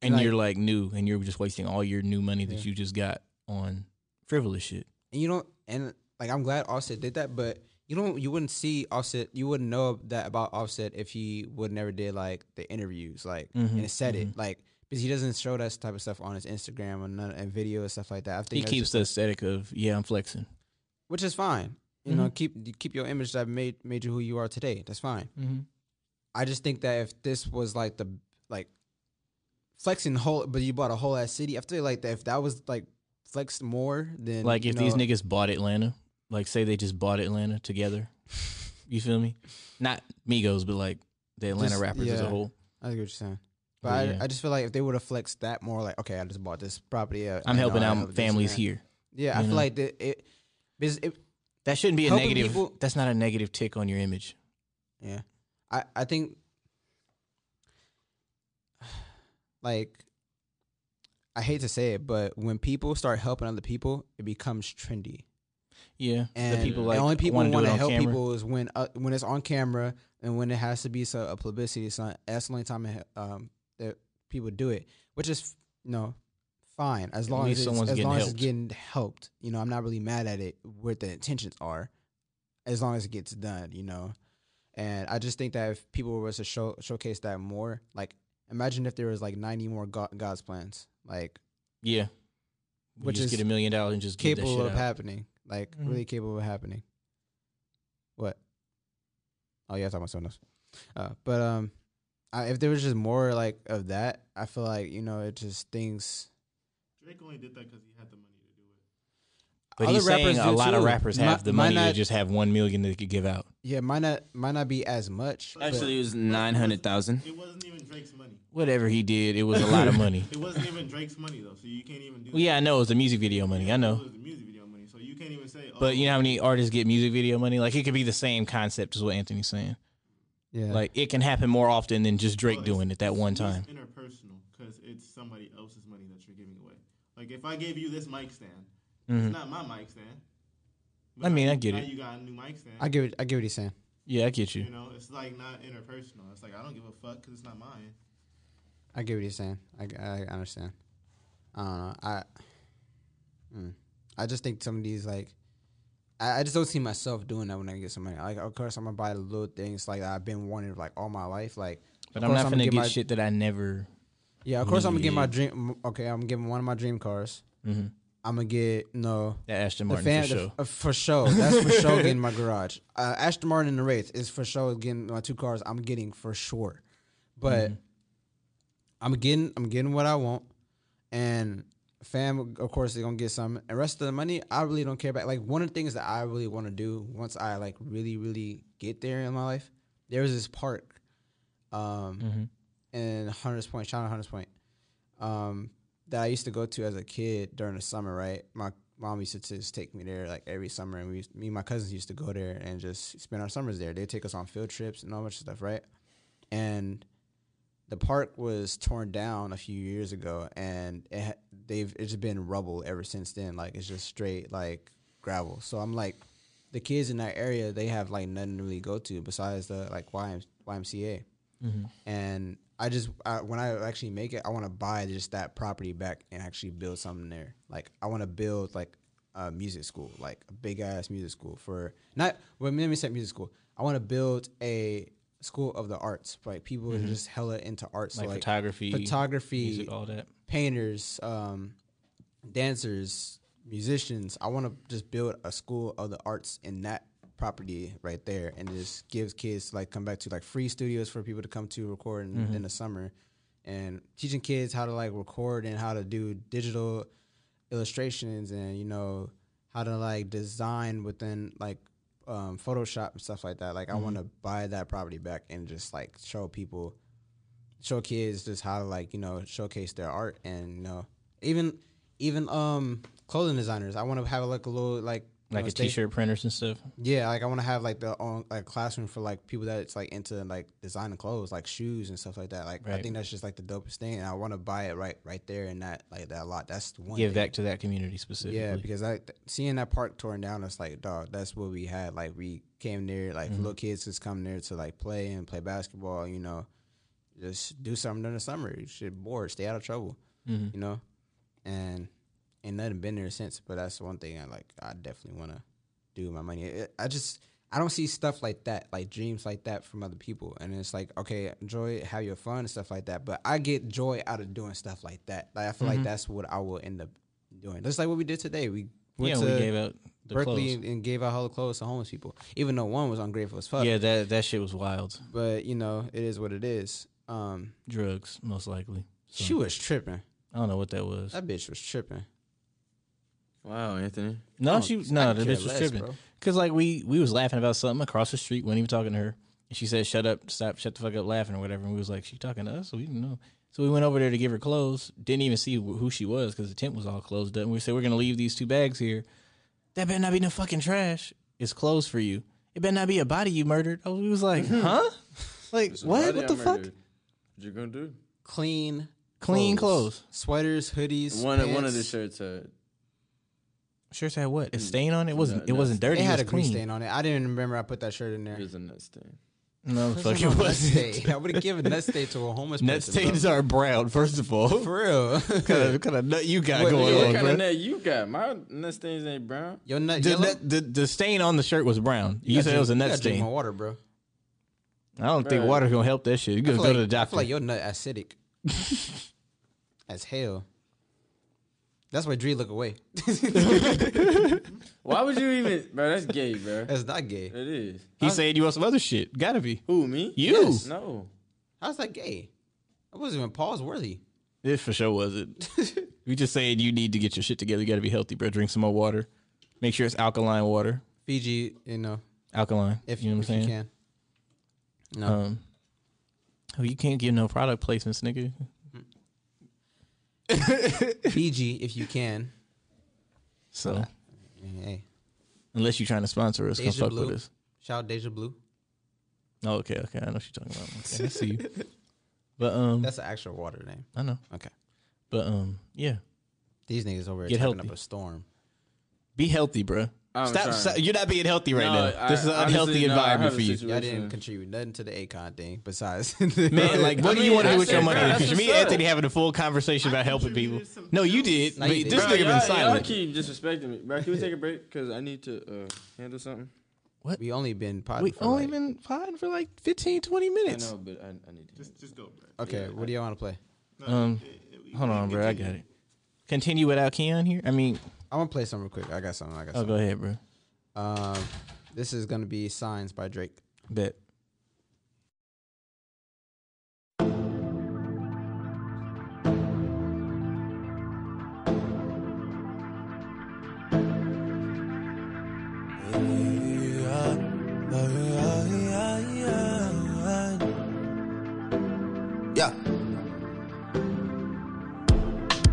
And Like- you're like new and you're just wasting all your new money that Yeah. you just got on frivolous shit. and you don't and like I'm glad Offset did that, but you don't you wouldn't see Offset you wouldn't know that about Offset if he would never did like the interviews like Mm-hmm, and said it like because he doesn't show that type of stuff on his Instagram and none and video and stuff like that. I think He that's keeps just- the aesthetic of yeah, I'm flexing. which is fine. You Mm-hmm. know, keep keep your image that made made you who you are today. That's fine. Mhm. I just think that if this was like the like flexing whole, but you bought a whole ass city. I feel like that if that was like flexed more, then Like you if these know, niggas bought Atlanta, like say they just bought Atlanta together. You feel me? Not Migos, but like the Atlanta Just- rappers as a yeah. whole. I get what you're saying. But But I, yeah. I just feel like if they would have flexed that more, like, okay, I just bought this property. uh, I'm I know helping I out have this families and that. here. Yeah, I you feel know? like that it, because it, That shouldn't be a Helping negative. people- That's not a negative tick on your image. yeah, I, I think, like, I hate to say it, but when people start helping other people, it becomes trendy. Yeah, And the people the like only people who want to to help camera. people is when uh, when it's on camera and when it has to be so a publicity stunt. That's the only time it, um, that people do it, which is you know fine as At long least as it's, someone's as getting long as helped. it's getting helped. You know, I'm not really mad at it what the intentions are, as long as it gets done. You know, and I just think that if people were to show, showcase that more, like imagine if there was like 90 more God, God's plans, like Yeah. Which Which just is get a million dollars and just get that capable shit of out. happening, like Mhm. really capable of happening. What? Oh yeah, I'm talking about someone else. Uh, but um, I, if there was just more like of that, I feel like you know it just things. Drake only did that because he had the money to do it. but other he's rappers saying a do lot of too. rappers Mi- have the might money to not- just have one million they could give out. Yeah, might not might not be as much. but- Actually, it was nine hundred thousand. It wasn't even Drake's money. Whatever he did, it was a lot of money. It wasn't even Drake's money though, so you can't even do. Well, yeah, I know it was the music video money. I It know. was the music video money, so you can't even say. Oh, But you know how many artists get music video money? Like it could be the same concept as what Anthony's saying. yeah, Like it can happen more often than just Drake Well, it's- doing it that one Oh, it's time. interpersonal because it's somebody else's money that you're giving away. Like if I gave you this mic stand, Mhm. it's not my mic stand. I mean, now I you- get now it. You got a new mic stand. I get what, I get what he's saying. Yeah, I get you. You know, it's like not interpersonal. It's like I don't give a fuck because it's not mine. I get what he's saying. I, I understand. I don't know. I mm. I just think some of these like I, I just don't see myself doing that when I get some money. Like of course I'm gonna buy the little things like that I've been wanting like all my life. Like But of I'm course not gonna get, my, shit that I never. Yeah, of course I'm gonna get my dream. Okay, I'm giving one of my dream cars. Mhm. I'm gonna get no. That Ashton The Martin fan, for the- sure. uh, for sure. That's for sure getting my garage. Uh, Aston Martin and the Wraith is for sure getting my two cars. I'm getting for sure, Mm-hmm. but I'm getting I'm getting what I want, and fam of course they're gonna get some. And rest of the money I really don't care about. Like one of the things that I really want to do once I like really really get there in my life, there was this park, um, Mm-hmm. in Hunters Point, shout out Hunters Point, um, that I used to go to as a kid during the summer. Right, my mom used to just take me there like every summer, and we, used, me and my cousins used to go there and just spend our summers there. They would take us on field trips and all much stuff, right? And the park was torn down a few years ago, and it ha- they've it's been rubble ever since then. Like it's just straight like gravel. So I'm like, the kids in that area they have like nothing to really go to besides the like YM- YMCA and I just I, when I actually make it, I want to buy just that property back and actually build something there. Like I want to build like a music school, like a big ass music school for not. Well, let me say music school. I want to build a school of the arts, like people who are just hella into arts, so, Mm-hmm. Like photography, photography, music, all that. painters, um, dancers, musicians. I want to just build a school of the arts in that property right there, and just gives kids like come back to like free studios for people to come to record in, in the summer, and teaching kids how to like record and how to do digital illustrations and you know how to like design within like um, Photoshop and stuff like that. Like I want Mm-hmm. to buy that property back and just like show people show kids just how to like you know showcase their art and you know even even um clothing designers i want to have like a little like you Like know, a sta- t-shirt printers and stuff. yeah like i want to have like the own like classroom for like people that's like into like designing clothes like shoes and stuff like that like i Right. think that's just like the dopest thing and i want to buy it right right there in that like that lot that's the one Give thing. back to that community specifically. Yeah, because I th- seeing that park torn down, it's like, dog, that's what we had. Like we came there, like little kids just come there to like play and play basketball. You know, just do something during the summer. You should bored, stay out of trouble. You know, and and nothing been there since. But that's one thing I like. I definitely want to do with my money. It- I just I don't see stuff like that, like dreams like that from other people. And it's like, okay, enjoy, it, have your fun and stuff like that. But I get joy out of doing stuff like that. Like I feel Mm-hmm. like that's what I will end up doing. That's like what we did today. We went yeah, to we gave out the Berkeley clothes. and, and gave out hella clothes to homeless people, even though one was ungrateful as fuck. Yeah, that that shit was wild. But you know, it is what it is. Um, Drugs, most likely. So, she was tripping. I don't know what that was. That bitch was tripping. Wow, Anthony. No, don't- she I no, could the care bitch was less, tripping. bro. Cause like we we was laughing about something across the street. wasn't even talking to her, and she said, "Shut up, stop, shut the fuck up, laughing or whatever." And we was like, "She talking to us?" So we didn't know. So we went over there to give her clothes. Didn't even see wh- who she was because the tent was all closed up. And we said, "We're gonna leave these two bags here. That better not be no fucking trash. It's clothes for you. It better not be a body you murdered." Oh, we was like, "Huh? Like what? What the fuck? What you gonna do? Clean, Clean clothes. sweaters, hoodies. One of one of the pants. shirts. Uh, Shirts had what? A stain on it? It wasn't No, it no, wasn't dirty? Hmm. It It, had a was clean. grease stain on it. I didn't remember I put that shirt in there. here's a nuts thing. No, the fuck it Nuts wasn't. Day. I would have given Nut Day to a homeless Nut person. bro. stains are brown, first of all. For real. kind of, kind of nut you got What- going what on, kind bro. of nut you got? My nut stains ain't brown. Your nut The, yellow? nut- the, the stain on the shirt was brown. You, gotta said it drink- was a you nut gotta drink stain. more water, bro. I don't think Bruh. water's gonna help that shit. You I gotta feel go like, to the I doctor. feel like your nut acidic. As hell. That's why Dree look away. Why would you even, bro? That's gay, bro. That's not gay. It is. He's saying you want some other shit. Gotta be. Who me? You. No. How's that gay? I wasn't even Paul's worthy. It for sure wasn't. we just saying you need to get your shit together. You gotta be healthy, bro. Drink some more water. Make sure it's alkaline water. Fiji, you know, Alkaline. if you know what I'm if saying. you can. No, Um, oh, you can't give no product placements, nigga. Fiji, if you can. So Hey, unless you're trying to sponsor us, come Deja fuck Blue. with us. Shout out Deja Blue. Oh, okay, okay. I know what you're talking about. Oh, Okay, I see you. But um, That's an actual water name. I know. Okay. But um, yeah. These niggas over here Get talking healthy. up a storm. Be healthy, bro. I'm Stop, trying. stop. You're not being healthy right No, now. this I- is an honestly, unhealthy no, I have environment a for you. situation. Y'all didn't Listen. contribute nothing to the Akon thing besides. Man, like, what I do you mean, want to I do with your said, money? bro, Because that's me and what's Anthony up. having a full conversation about helping people. contributed some No, you jokes. did. No, but you this didn't. Bro, nigga y'all- been Y'all silent. keep disrespecting me. Bro, can we take a break? Cause I need to uh, handle something. we only been potting we for only like- been potting for like 15, 20 I minutes. Oh, know, but I, I need to. Just, just go, bro. Okay, what do y'all want to play? Um, Hold on, bro. I got it. Continue without Keon here. I mean, I'm gonna play some real quick. I got something. I got oh, something. go ahead, bro. Um, this is gonna be Signs by Drake. Bet. Yeah.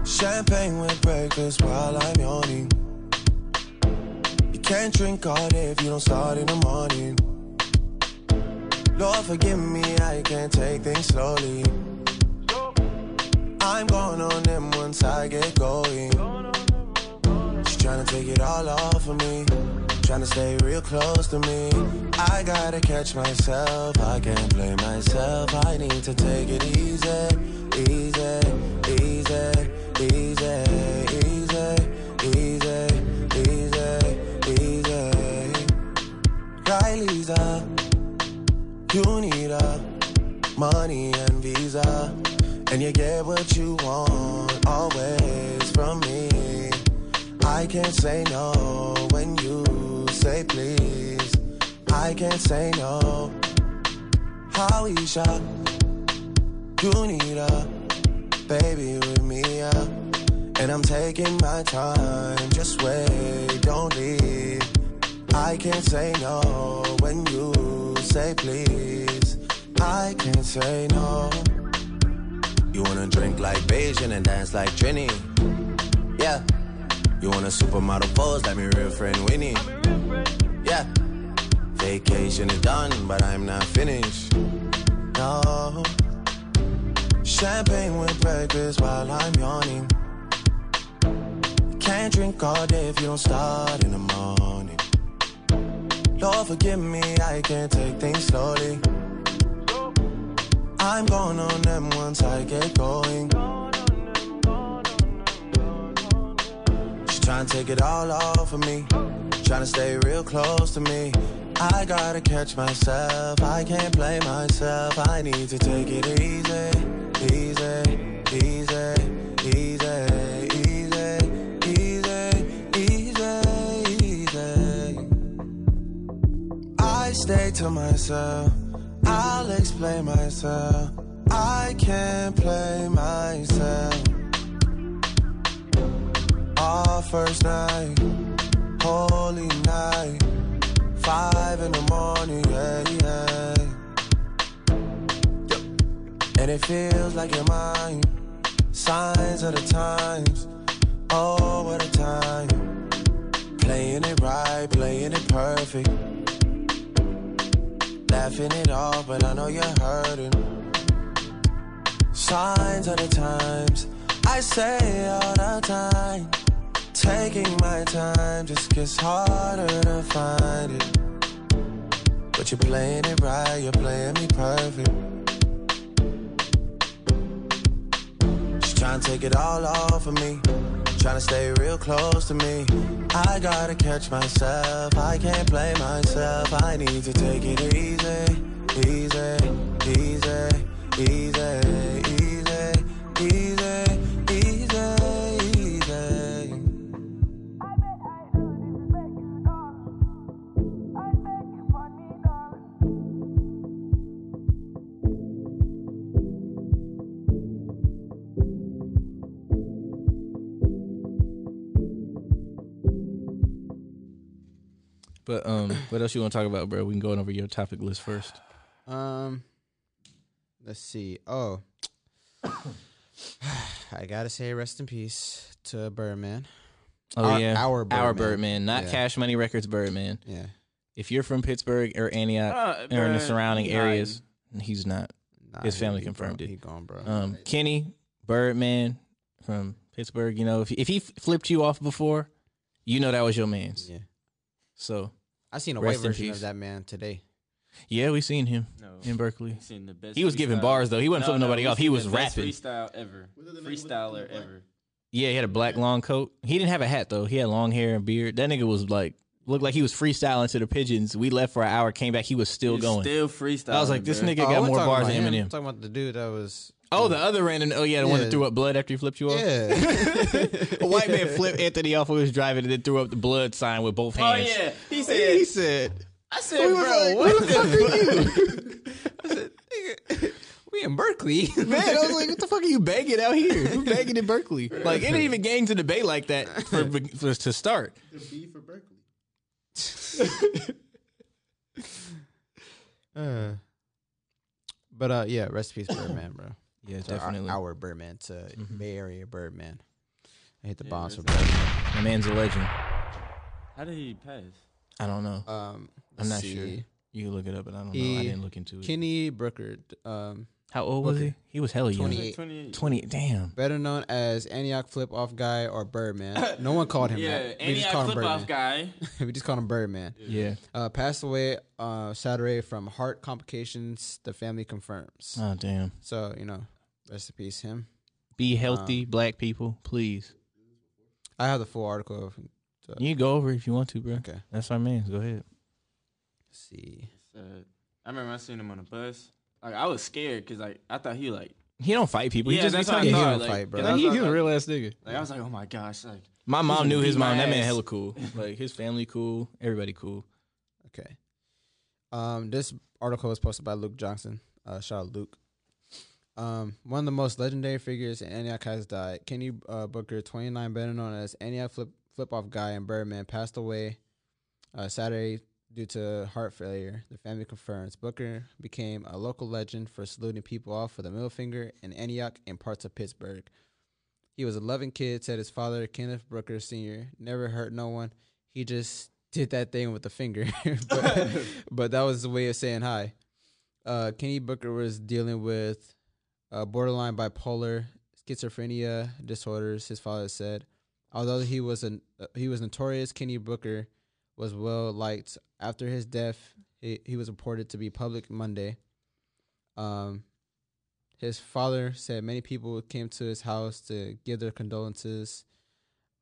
Champagne with breakfast while I'm yawning. You can't drink all day if you don't start in the morning. Lord, forgive me, I can't take things slowly. I'm going on them once I get going. She's tryna take it all off of me. Tryna stay real close to me. I gotta catch myself. I can't blame myself. I need to take it easy, easy, easy, easy, easy, easy, easy, easy. Right, Lisa? You need a money and visa, and you get what you want always from me. I can't say no when you say please. I can't say no. How Isha, you need a baby with me, yeah. and I'm taking my time. Just wait, don't leave. I can't say no when you say please. I can't say no. You wanna drink like Beijing and dance like Trini? Yeah. You wanna supermodel pose like my real friend Winnie? Yeah. Vacation is done, but I'm not finished. No. Champagne with breakfast while I'm yawning. Can't drink all day if you don't start in the morning. Lord, forgive me, I can't take things slowly. I'm going on them once I get going. She tryna take it all off of me. Tryna stay real close to me. I gotta catch myself. I can't blame myself. I need to take it easy, easy, easy, easy, easy, easy, easy, easy. I stay to myself. I'll explain myself. I can't play myself. Our first night, holy night, five in the morning, yeah, yeah. And it feels like you're mine. Signs of the times, oh, what a time. Playing it right, playing it perfect. Laughing it off, but I know you're hurting. Signs of the times, I say all the time. Taking my time just gets harder to find it. But But you're playing it right, you're playing me perfect. She's trying to take it all off of me, trying to stay real close to me. I gotta catch myself, I can't play myself. I need to take it easy, easy, easy, easy, easy, easy, easy, easy. But um, what else you want to talk about, bro? We can go on over your topic list first. Um, let's see. Oh, I gotta say, rest in peace to Birdman. Oh Our- yeah, our our Birdman. Birdman, not Yeah. Cash Money Records Birdman. Yeah, If you're from Pittsburgh or Antioch Uh, or in the bruh, surrounding nah, areas, he's not. Nah, His he- family he confirmed gone- it. He gone, bro. Um, Kenny Birdman from Pittsburgh. You know, if if he flipped you off before, you know that was your man's. yeah, So I seen a Rest white in version peace. of that man today. yeah, we seen him No. in Berkeley. Seen the best He was giving freestyle- bars though. He wasn't Uh, No, flipping no, nobody we off. He seen was the best rapping. Freestyle ever. What other nigga was- Freestyler what? ever. Yeah, he had a black long coat. He didn't have a hat though. He had long hair and beard. That nigga was like looked like he was freestyling to the pigeons. We left for an hour, came back. He was still He's going. Still freestyle. I was like, this nigga Oh, I got wasn't more talking bars about than him. Eminem. I'm talking about the dude that was. Oh, the other random. Oh yeah, the one that Yeah. threw up blood after he flipped you off. Yeah, A white man flipped Anthony off when he was driving and then threw up the blood sign with both Oh hands. yeah, he he said. said, I said, bro, like, what the "We in Berkeley." Man, I was like, what the fuck are you begging out here? Who begging in Berkeley? Like, it ain't even gangs in the Bay like that for, for to start. The B for Berkeley. Uh, but uh, yeah, rest in peace, Birdman, bro. Yeah, To our- Our, Birdman to Bay Area Birdman. I hit the bombs for that's Birdman. My man's a legend. How did he pass? I don't know. Um, I'm let's not see. sure. You can look it up, but I don't know. I He- didn't look into it. Kenny Brooker, d- um, How old was he? He was hella young. 28. 28. 20. Damn. better known as Antioch Flip Off Guy or Birdman. No one called him Yeah, that. We any just called him flip off Birdman. guy. we just called him Birdman. Yeah. Uh, passed away uh, Saturday from heart complications. The family confirms. Oh, damn. So you know, rest in peace, him. Um, Be healthy, black people, please. I have the full article. Of, uh, You can go over if you want to, bro. Okay. That's our man. Go ahead. Let's see. Uh, I remember I seen him on a bus. Like I was scared because like I thought he like He don't fight people. He yeah, just be that's what I talking. he thought. don't like, fight, bro. and I was He's like- a real ass nigga. Like I was like, oh my gosh, like My mom gonna knew beat his mom. my That man ass. hella cool. Like his family cool. Everybody cool. Okay. Um, this article was posted by Luke Johnson. Uh, shout out Luke. Um, one of the most legendary figures in Antioch has died. Kenny uh, Booker, 29, better known as Antioch Flip Flip Off Guy and Birdman, passed away uh, Saturday due to heart failure. The family confirms Booker became a local legend for saluting people off with a middle finger in Antioch and parts of Pittsburgh. He was a loving kid, said his father, Kenneth Brooker Sr. Never hurt no one. He just did that thing with the finger. but, but that was the way of saying hi. Uh, Kenny Booker was dealing with uh, borderline bipolar, schizophrenia disorders, his father said. Although he was an, uh, he was notorious, Kenny Booker was well liked. After his death, he, he was reported to be public Monday. Um, his father said many people came to his house to give their condolences.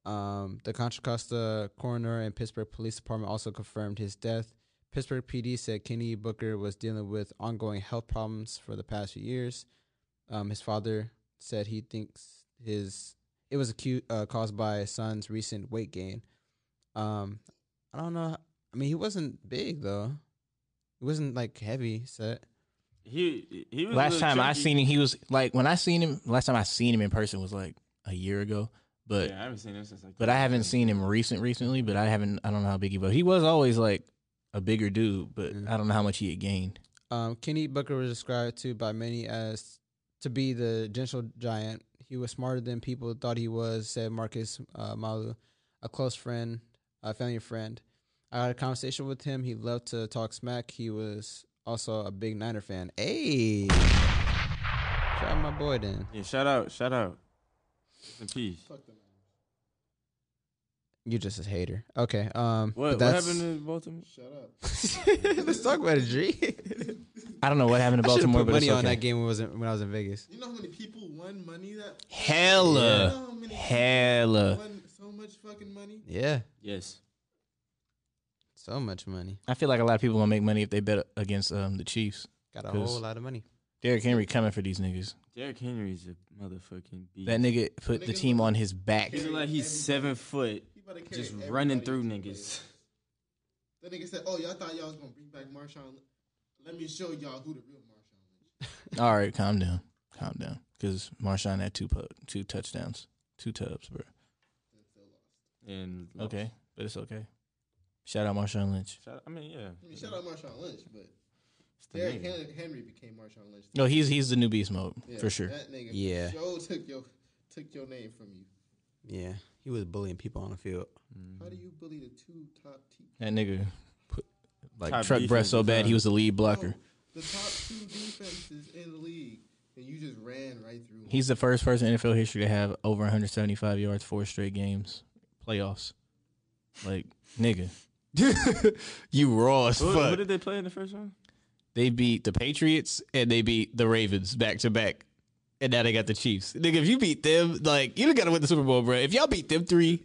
Um, the Contra Costa coroner and Pittsburgh Police Department also confirmed his death. Pittsburgh PD said Kenny Booker was dealing with ongoing health problems for the past few years. Um, his father said he thinks his it was acute uh, caused by his son's recent weight gain. Um, I don't know. I mean, he wasn't big though. He wasn't like heavy set. he he was. a Last little time I chunky. seen him, he was like when I seen him. Last time I seen him in person was like a year ago. But Yeah, I haven't seen him since like. but I haven't seen him recent recently. But I haven't. I don't know how big he was. He was always like a bigger dude, but I don't know how much he had gained. Um, Kenny Booker was described to by many as to be the gentle giant. He was smarter than people thought he was, said Marcus uh, Malu, a close friend, a family friend. I had a conversation with him. He loved to talk smack. He was also a big Niner fan. Hey, shout out my boy then. Yeah, shout out, shout out. Rest in peace. You just a hater. Okay. Um. but What, what that's- happened to both of them? Let's talk about it, G. I don't know what happened to I should Baltimore, put but it's money on okay. that game when I was in, when I was in Vegas. You know how many people won money that Hella, how many hella. won so much fucking money? Yeah. Yes. So much money. I feel like a lot of people gonna make money if they bet against um, the Chiefs. Got a 'Cause- whole lot of money. Derrick Henry coming for these niggas. Derrick Henry's a motherfucking beast. That nigga put the team on his back. He's like he's seven foot, He about to carry just everybody running through to the niggas. play. That nigga said, "Oh, y'all thought y'all was gonna bring back Marshawn. Lynch. Let me show y'all who the real Marshawn Lynch." is." All right, calm down, calm down. Because Marshawn had two po- two touchdowns, two tubs, bro. And Okay, but it's okay. Shout out Marshawn Lynch. Shout- I mean, yeah. I mean, shout out Marshawn Lynch, but It's the Derrick nigga. Hen- Henry became Marshawn Lynch. No, he's he's the new beast mode Yeah, for sure. That nigga, Yeah. sure took your took your name from you. Yeah. He was bullying people on the field. Mm-hmm. How do you bully the two top te- That nigga put like Top truck breath so defensive bad he line. was the lead Oh, blocker. the top two defenses in the league, and you just ran right through? 'em? He's the first person in NFL history to have over 175 yards four straight games, playoffs. Like nigga, you raw as Who, who Oh, fuck. did they play in the first round? They beat the Patriots and they beat the Ravens back to back. And now they got the Chiefs. Nigga, if you beat them, like you don't gotta win the Super Bowl, bro. If y'all beat them three,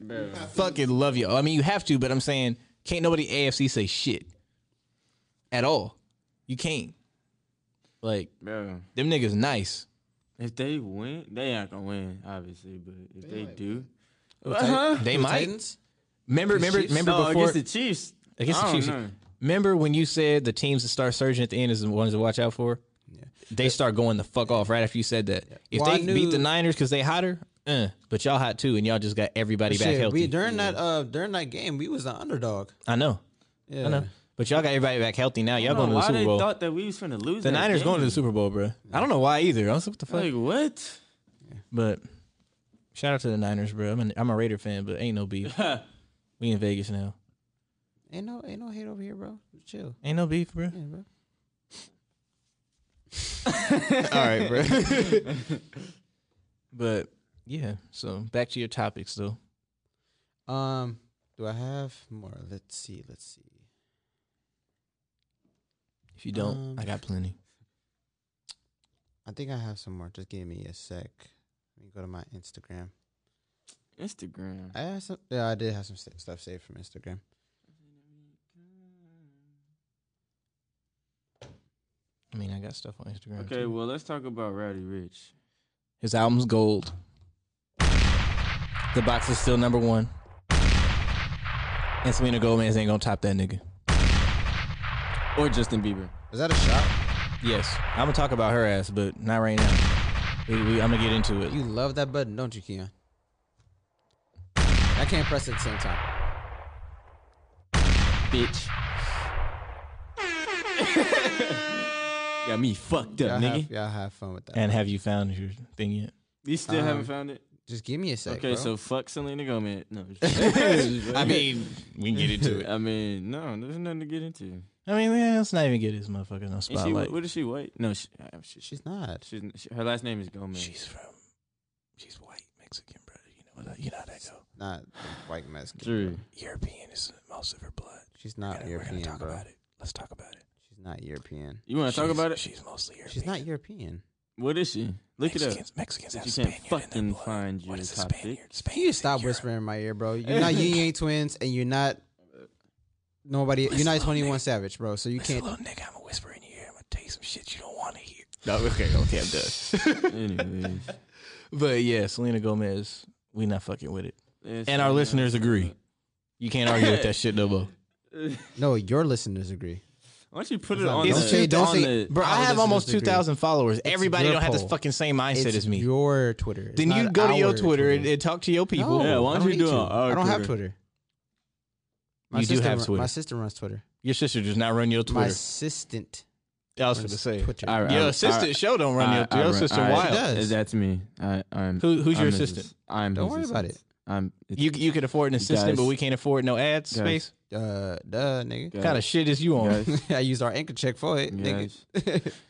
fucking love y'all. I mean, you have to, but I'm saying can't nobody AFC say shit at all. You can't. Like Bro, them niggas nice. if they win, they ain't gonna win, obviously. But if they, do, Uh-huh. They The might. Titans? Remember, remember, Chiefs? remember no, before against Oh, the Chiefs, against the I don't Chiefs. know. Remember when you said the teams that start surging at the end is the ones to watch out for? Yeah. They start going the fuck off right after you said that. If Well, I they knew- beat the Niners because they hotter, uh, but y'all hot too, and y'all just got everybody back Shit, healthy. we during that uh during that game we was the underdog. I know, Yeah. I know. But y'all got everybody back healthy now. I Y'all don't going to know the why Super they Bowl. thought that we was finna lose. the that Niners going to the game. Super Bowl, bro. I don't know why either. I was like, what the fuck? Like what? but shout out to the Niners, bro. I'm, an, I'm a Raider fan, but ain't no beef. we in Vegas now. Ain't no ain't no hate over here, bro. Chill. Ain't no beef, bro. Yeah, bro. All right, bro. but yeah, so back to your topics though. Um, do I have more? Let's see. Let's see. If you don't, Um, I got plenty. I think I have some more. Just give me a sec. Let me go to my Instagram. Instagram. I have some. Yeah, I did have some st- stuff saved from Instagram. I mean, I got stuff on Instagram. Okay, too. well let's talk about Rowdy Rich. his album's gold. The box is still number one, and Selena Gomez ain't gonna top that nigga. Or Justin Bieber. Was that a shot? Yes, I'm gonna talk about her ass, but not right now. We, we, I'm gonna get into it. You love that button, don't you, Keon? I can't press it at the same time. Bitch. Got me fucked Y'all up, have, nigga. y'all have fun with that. And have you found your thing yet? You still Um, haven't found it? Just give me a sec. bro. Okay, so fuck Selena Gomez. No. I mean, we can get into it. I mean, no, there's nothing to get into. I mean, yeah, let's not even get this motherfucker no Is she, spotlight. what is she white? No, she, uh, she, she, she's not. she's, she, her last name is Gomez. She's from. She's white Mexican, brother. You know what? I- You know how that go. Not white Mexican. Drew. European is most of her blood. She's We're not gonna- we're gonna European, talk bro. about it. Let's talk about it. She's not European. You want to talk She's- about it? She's mostly European. She's not European. What is she? Look it up. Mexicans, Mexicans have you can't Spaniard in their fucking blood. find What your is a topic. Spaniard? Can you Spaniard's stop in Europe. whispering in my ear, bro? You're not Yin Yang twins, and you're not. Nobody, you're not 21 Savage, bro. So you Listen, can't. little nigga, I'm gonna whisper in your ear. I'm gonna tell you some shit you don't want to hear. No, okay, okay, I'm done. Anyways. But yeah, Selena Gomez, we not fucking with it, It's- and our listeners agree. You can't argue with that shit no more. No, your listeners agree. Why don't you put it on It's the... Don't say- don't on say- the- bro. our I have listeners almost agree. two thousand followers. Everybody your don't have this poll. fucking same mindset It's as me. your Twitter. It's then you not go to your our Twitter and, and talk to your people. No, Yeah, why I don't you need do it to. on our I don't have Twitter? Twitter. My You do sister have run- Twitter. My sister runs Twitter. Your sister does not run your My Twitter. assistant I was runs gonna say. Twitter. All right, all Your right, assistant all right. show don't run your, I- I your run- sister I- She wild. does. Is That's me. I, I'm. Who- who's your I'm his- assistant? I'm. Don't his worry about assistant. I'm. it's- You you could afford an assistant, Guys. but we can't afford no ad Guys. space. Uh, duh, nigga. Guys. Kind of shit is you on? Guys. I used our anchor check for it, nigga. Yes.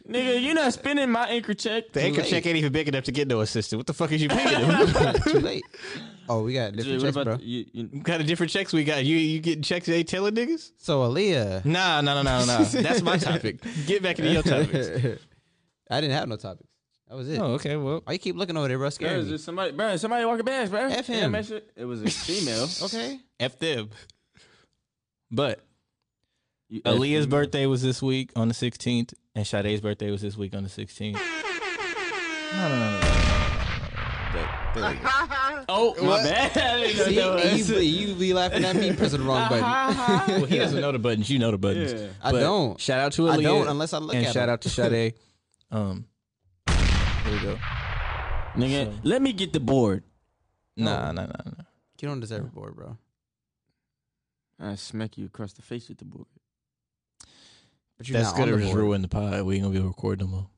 nigga, you're not spending my anchor check. The anchor late. check ain't even big enough to get no assistant. What the fuck is you paying him? Too late. Oh, we got different What checks, about bro. you- you- What kind of different checks we got? You you getting checks they telling niggas? So Aaliyah, Nah, nah, nah, nah, nah. That's my topic. Get back into your topics. I didn't have no topics. That was it. Oh, okay. Well, Why you keep looking over there, bro? Bro, Scaring is me. there somebody, bro, somebody walking past, bro. F Yeah, him. that shit- It was a female. Okay. f them. But You- Aaliyah's birthday was this week on the 16th, and Sade's birthday was this week on the 16th. No, no, no, no. Oh, my bad. I didn't know See, that and was- you, be- you be laughing at me pressing the wrong button. Well, he doesn't know the buttons. You know the buttons. Yeah. I But don't. Shout out to Aaliyah. I don't unless I look and at shout him. out to Sade. Um, there we go. Nigga, let me get the board. Nah, nah, nah, nah. You don't deserve a board, bro. I smack you across the face with the board. But you're That's not on gonna the just board. ruin the pod. We ain't gonna be able to record no more.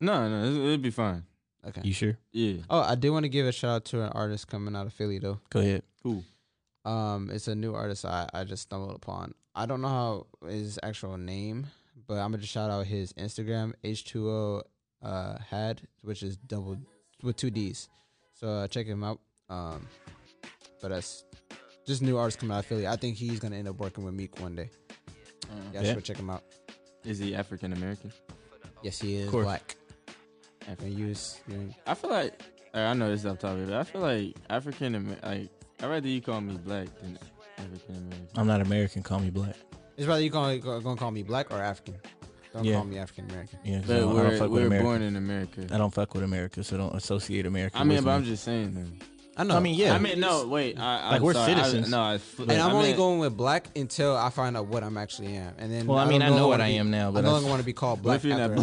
No, no, it- it'd be fine. Okay. You sure? Yeah. Oh, I do want to give a shout out to an artist coming out of Philly though. Go ahead. Um, it's a new artist I, I just stumbled upon. I don't know how his actual name, but I'm gonna just shout out his Instagram H2O uh had, which is double with two D's. So uh, check him out. Um, but that's just new artist coming out of Philly. I think he's gonna end up working with Meek one day. yeah, Yeah. so check him out. Is he African American? Yes, he is course. black. And you, was- you I feel like uh, I know this is off topic, but I feel like African Amer- like I'd rather you call me black than African American. I'm not American. Call me black. it's rather you gonna gonna call me black or African. Don't Yeah. call me African American. Yeah, 'cause I don't, But I don't we're, fuck with we're America. born in America. I don't fuck with America, so don't associate America. I mean, with but me. I'm just saying. Then. I know. I mean, yeah. I mean, no, wait. I, I'm Like, we're sorry. I- citizens. no, I, fl- And I'm I only meant- going with black until I find out what I'm actually am, and then Well, I mean, don't I know what wanna I be- am now, I but no that's- longer want to be called What black. if you're not after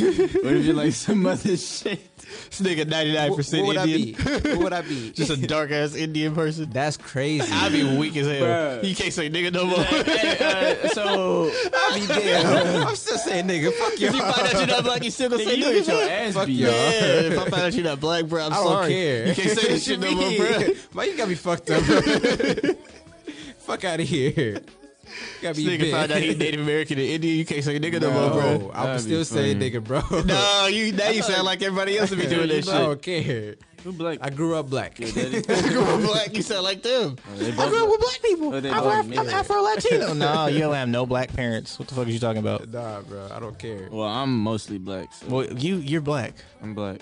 that. black? what if you're like some other shit? this nigga 99 What, what percent would I be? Indian. What would I be? just a dark ass Indian person. That's crazy. I'd be weak as hell. Bruh. You can't say nigga no more. Hey, uh, so I be dead. I'm still saying nigga. Fuck you. if you find out you're not black, you still gonna nigga, say you nigga. get your ass Fuck beat. you. Yeah, if I find out you're not black, bro, I'm I don't sorry. care. You can't say this shit no more, bro. Why you got me fucked up? bro? Fuck out of here. Got me This nigga bent. found out he Native American in India. You can't say nigga no, more, bro. No, I'm That'd still be saying funny. nigga, bro. No, Oh, you now you sound like everybody else to be doing that I shit. don't care. Who black? I grew up black. You grew up black, you sound like them. Oh, they I both- grew up with black people. Oh, they I'm, both Af- I'm mixed. Afro Latino. no, you don't have no black parents. What the fuck are you talking about? nah, bro. I don't care. Well, I'm mostly black. So Well, you you're black. I'm black.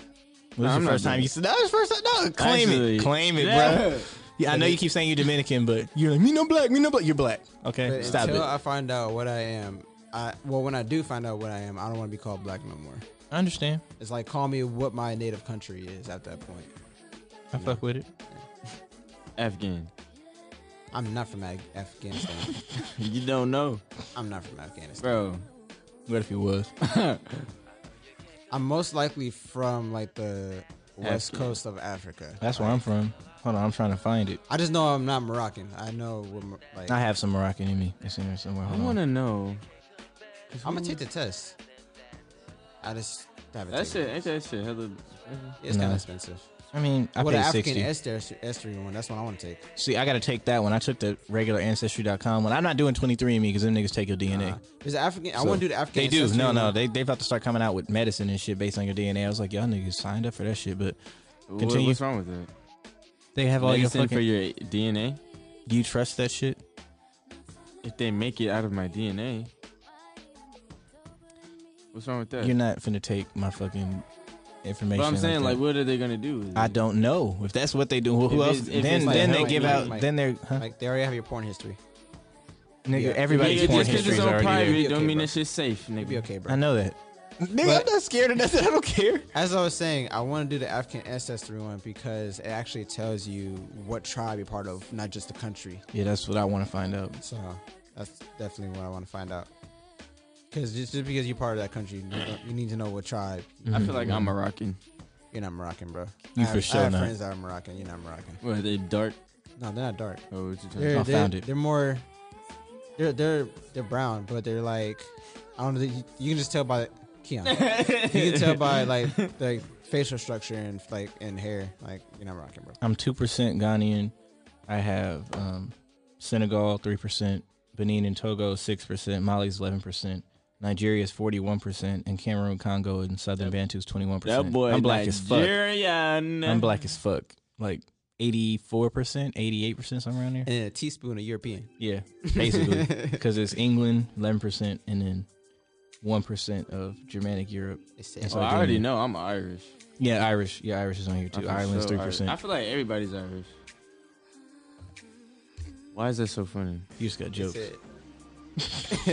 This is I'm the not first time black. you said that. Was the first time. No, claim Actually, it, claim it, yeah. bro. Yeah, I know you keep saying you're Dominican, but you're like me no black, me no black. You're black. Okay, But stop until it. I find out what I am, I well, when I do find out what I am, I don't want to be called black no more. I understand. It's like call me what my native country is at that point. I fuck with it. Afghan. I'm not from Af- Afghanistan. You don't know, I'm not from Afghanistan. bro. What if he was? I'm most likely from like the west Afghan. coast of Africa. That's where I'm from. Hold on, I'm trying to find it. I just know I'm not Moroccan. I know what, Mor- like I have some Moroccan in me. It's in here somewhere. I Hold want on. to know. I'm gonna take the test. I just haven't That taken shit, ain't that shit hella? it. It's kind Nah. of expensive. I mean, I what an paid African sixty. ester- estuary one. That's what I want to take. See, I got to take that one. I took the regular ancestry.com one. I'm not doing 23andMe because them niggas take your DNA. Uh, there's an African. I So, want to do the African. They do. ancestry No, no. one. They they about to start coming out with medicine and shit based on your DNA. I was like, y'all niggas signed up for that shit, but Continue. What's wrong with it? they have all Medicine your fucking. for your DNA. do you trust that shit? If they make it out of my DNA, what's wrong with that? You're not finna take my fucking information. but I'm saying, like, that. what are they gonna do? with I it? don't know if that's what they do. Who, who If else? it's- if then it's like then they health, give like- out. like- then they're huh? Like they already have your porn history. nigga. yeah. Everybody's Nigga, porn just 'cause history it's is on already private, there. It'd be don't okay, mean bro. that shit's safe, nigga. It'd be okay, bro. I know that. Nigga, But- I'm not scared of nothing. I don't care. As I was saying, I want to do the African ancestry one because it actually tells you what tribe you're part of, not just the country. Yeah, that's what I want to find out. So that's definitely what I want to find out. Because just, just because you're part of that country, you, don't- you need to know what tribe. I feel like I'm Moroccan. You're not Moroccan, bro. Mm-hmm. You I for have, sure I have not. friends that are Moroccan. You're not Moroccan. What are they dark? No, they're not dark. Oh, what you talking They're, I about? they're, found it. they're more. They're they're they're brown, but they're like I don't know. You, you can just tell by Keon. you can tell by like like facial structure and like and hair. Like you're not Moroccan, bro. I'm two percent Ghanaian. I have um, Senegal three percent, Benin and Togo six percent, Mali's eleven percent, Nigeria is forty one percent, and Cameroon, Congo, and Southern Bantu is twenty one percent. That boy, I'm black as fuck. Nigerian. I'm black as fuck. Like 84 percent, 88 percent, somewhere around there. and a teaspoon of European. Yeah, basically, because it's England 11 percent, and then one percent of Germanic Europe. It's And Oh, I already Sardinia. know I'm Irish. Yeah, Irish. Yeah, Irish is on here I too. feel Ireland's so three Irish. percent. I feel like everybody's Irish. Why is that so funny? You just got jokes.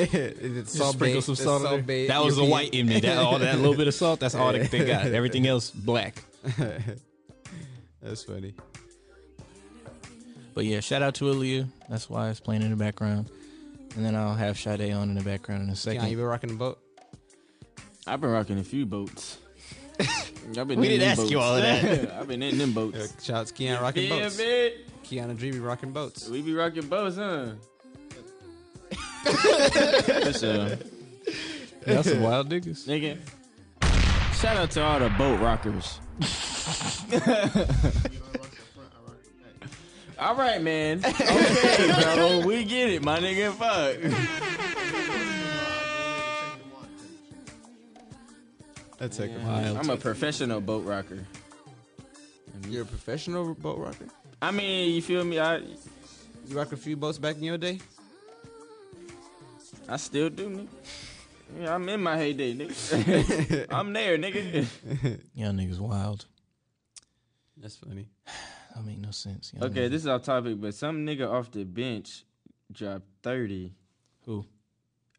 it's salt sprinkle bae- some the salt on there. bae That was the European. white in me. That all that little bit of salt. That's all that they got. Everything else black. That's funny. But yeah, shout out to Aaliyah. That's why it's playing in the background. And then I'll have Sade on in the background in a Keon, you second. been rocking the boat? I've been rocking a few boats. I've been We in didn't them ask you boats. all of that. I've been in them boats. Shout out to Keon rocking Yeah, boats. man. Keon Dreamy rocking boats. We be rocking boats, huh? That's uh, That's some wild niggas. nigga. Shout out to all the boat rockers. You know, I rock the front, I rock the back. All right, man. Okay, bro. We get it, my nigga. Fuck. Check the water. That's heck I'm a professional boat rocker. You're a professional boat rocker? I mean, you feel me? I You rocked a few boats back in your day? I still do, nigga. Yeah, I'm in my heyday, nigga. I'm there, nigga. Y'all niggas wild. That's funny. That make no sense. Y'all Okay, niggas- this is off topic, but some nigga off the bench dropped 30. Who?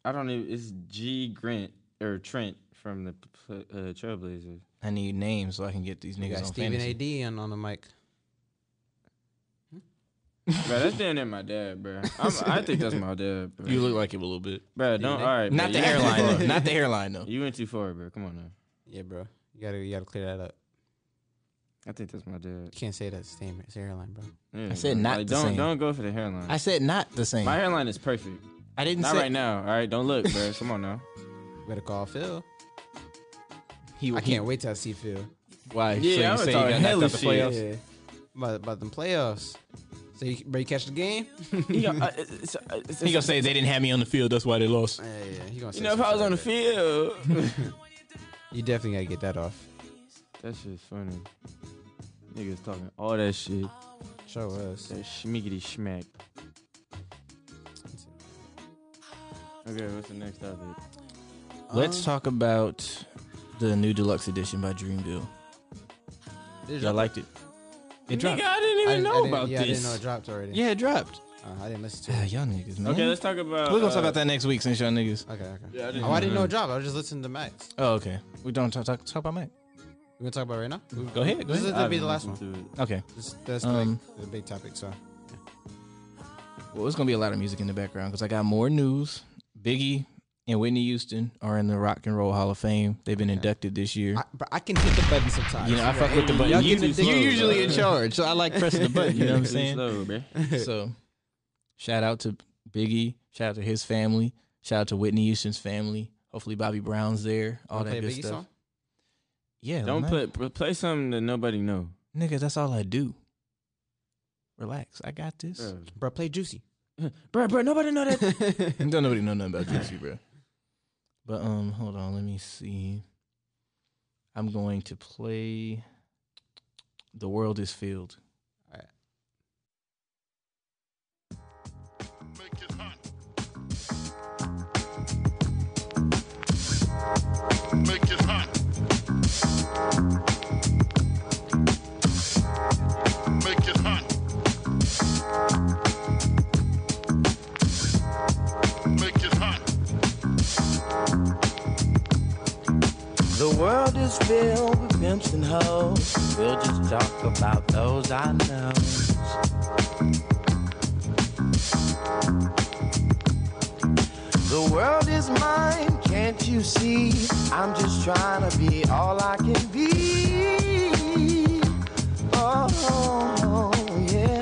I don't know. It's G. Grant or Trent from the uh, Trailblazers. I need names so I can get these You niggas got on Steven fantasy. AD on, on the mic. Hmm? bro, that's damn near my dad, bro. I'm, I think that's my dad, bro. You look like him a little bit. bro, don't. All right, Not the bro, you went too hairline far. though. Not the hairline though. You went too far, bro. Come on now. Yeah, bro. You gotta you gotta clear that up. I think that's my dad. You can't say that's the same it's airline, bro. Yeah, I said bro. not the don't same. don't go for the hairline. I said not the same. my hairline is perfect. I didn't Not say right now. All right, don't look, bro. Come on now. Better call Phil. He, I he- can't wait till I see Phil. Why? Yeah, I was so you say talking you got knocked hella out the shit. playoffs? Yeah. About, about them playoffs. So you, bro, you catch the game? yeah, He gonna, uh, it's- uh, it's- He gonna say they didn't have me on the field. That's why they lost. yeah. He gonna say you know, if I was on the field, You definitely gotta get that off. that shit's funny. Niggas talking all that shit, Show us. that schmiggity schmack. Okay, what's the next topic? Um, Let's um, talk about the new deluxe edition by Dreamville. Y'all liked it? It Nigga, dropped. I didn't even I, know I didn't- about yeah, I this. didn't know it dropped already. Yeah, it dropped. Uh, I didn't listen to Ah, it. y'all niggas, man. Okay, let's talk about. We're gonna talk uh, about that next week since y'all niggas. Okay, okay. Yeah, I didn't oh, I know didn't know that. it dropped. I was just listening to Max. Oh, okay. We don't talk talk, talk about Mac. We're gonna talk about it right now. Go ahead. Go This is ahead. gonna be haven't the last one. listened to it. Okay. This, that's Um, the, big, the big topic. So Well, it's gonna be a lot of music in the background because I got more news. Biggie and Whitney Houston are in the Rock and Roll Hall of Fame. They've been inducted this year. I, but I can hit the button sometimes. you know, I fuck with the Y'all button. You, getting you addicted. usually in charge, so I like pressing the button. You know what I'm Too saying? Slow, bro. so shout out to Biggie. Shout out to his family. Shout out to Whitney Houston's family. Hopefully Bobby Brown's there. All Wanna that play a good Biggie stuff. song? Yeah, Don't man. put pl- play something that nobody know. nigga. That's all I do. Relax, I got this. Bro, Bro, play Juicy. bro, bro nobody know that. Don't nobody know nothing about Juicy, bro. But um, hold on, let me see. I'm going to play. The world is filled. Alright. The world is filled with pimps and hoes. We'll just talk about those I know. The world is mine, can't you see? I'm just trying to be all I can be. Oh, yeah.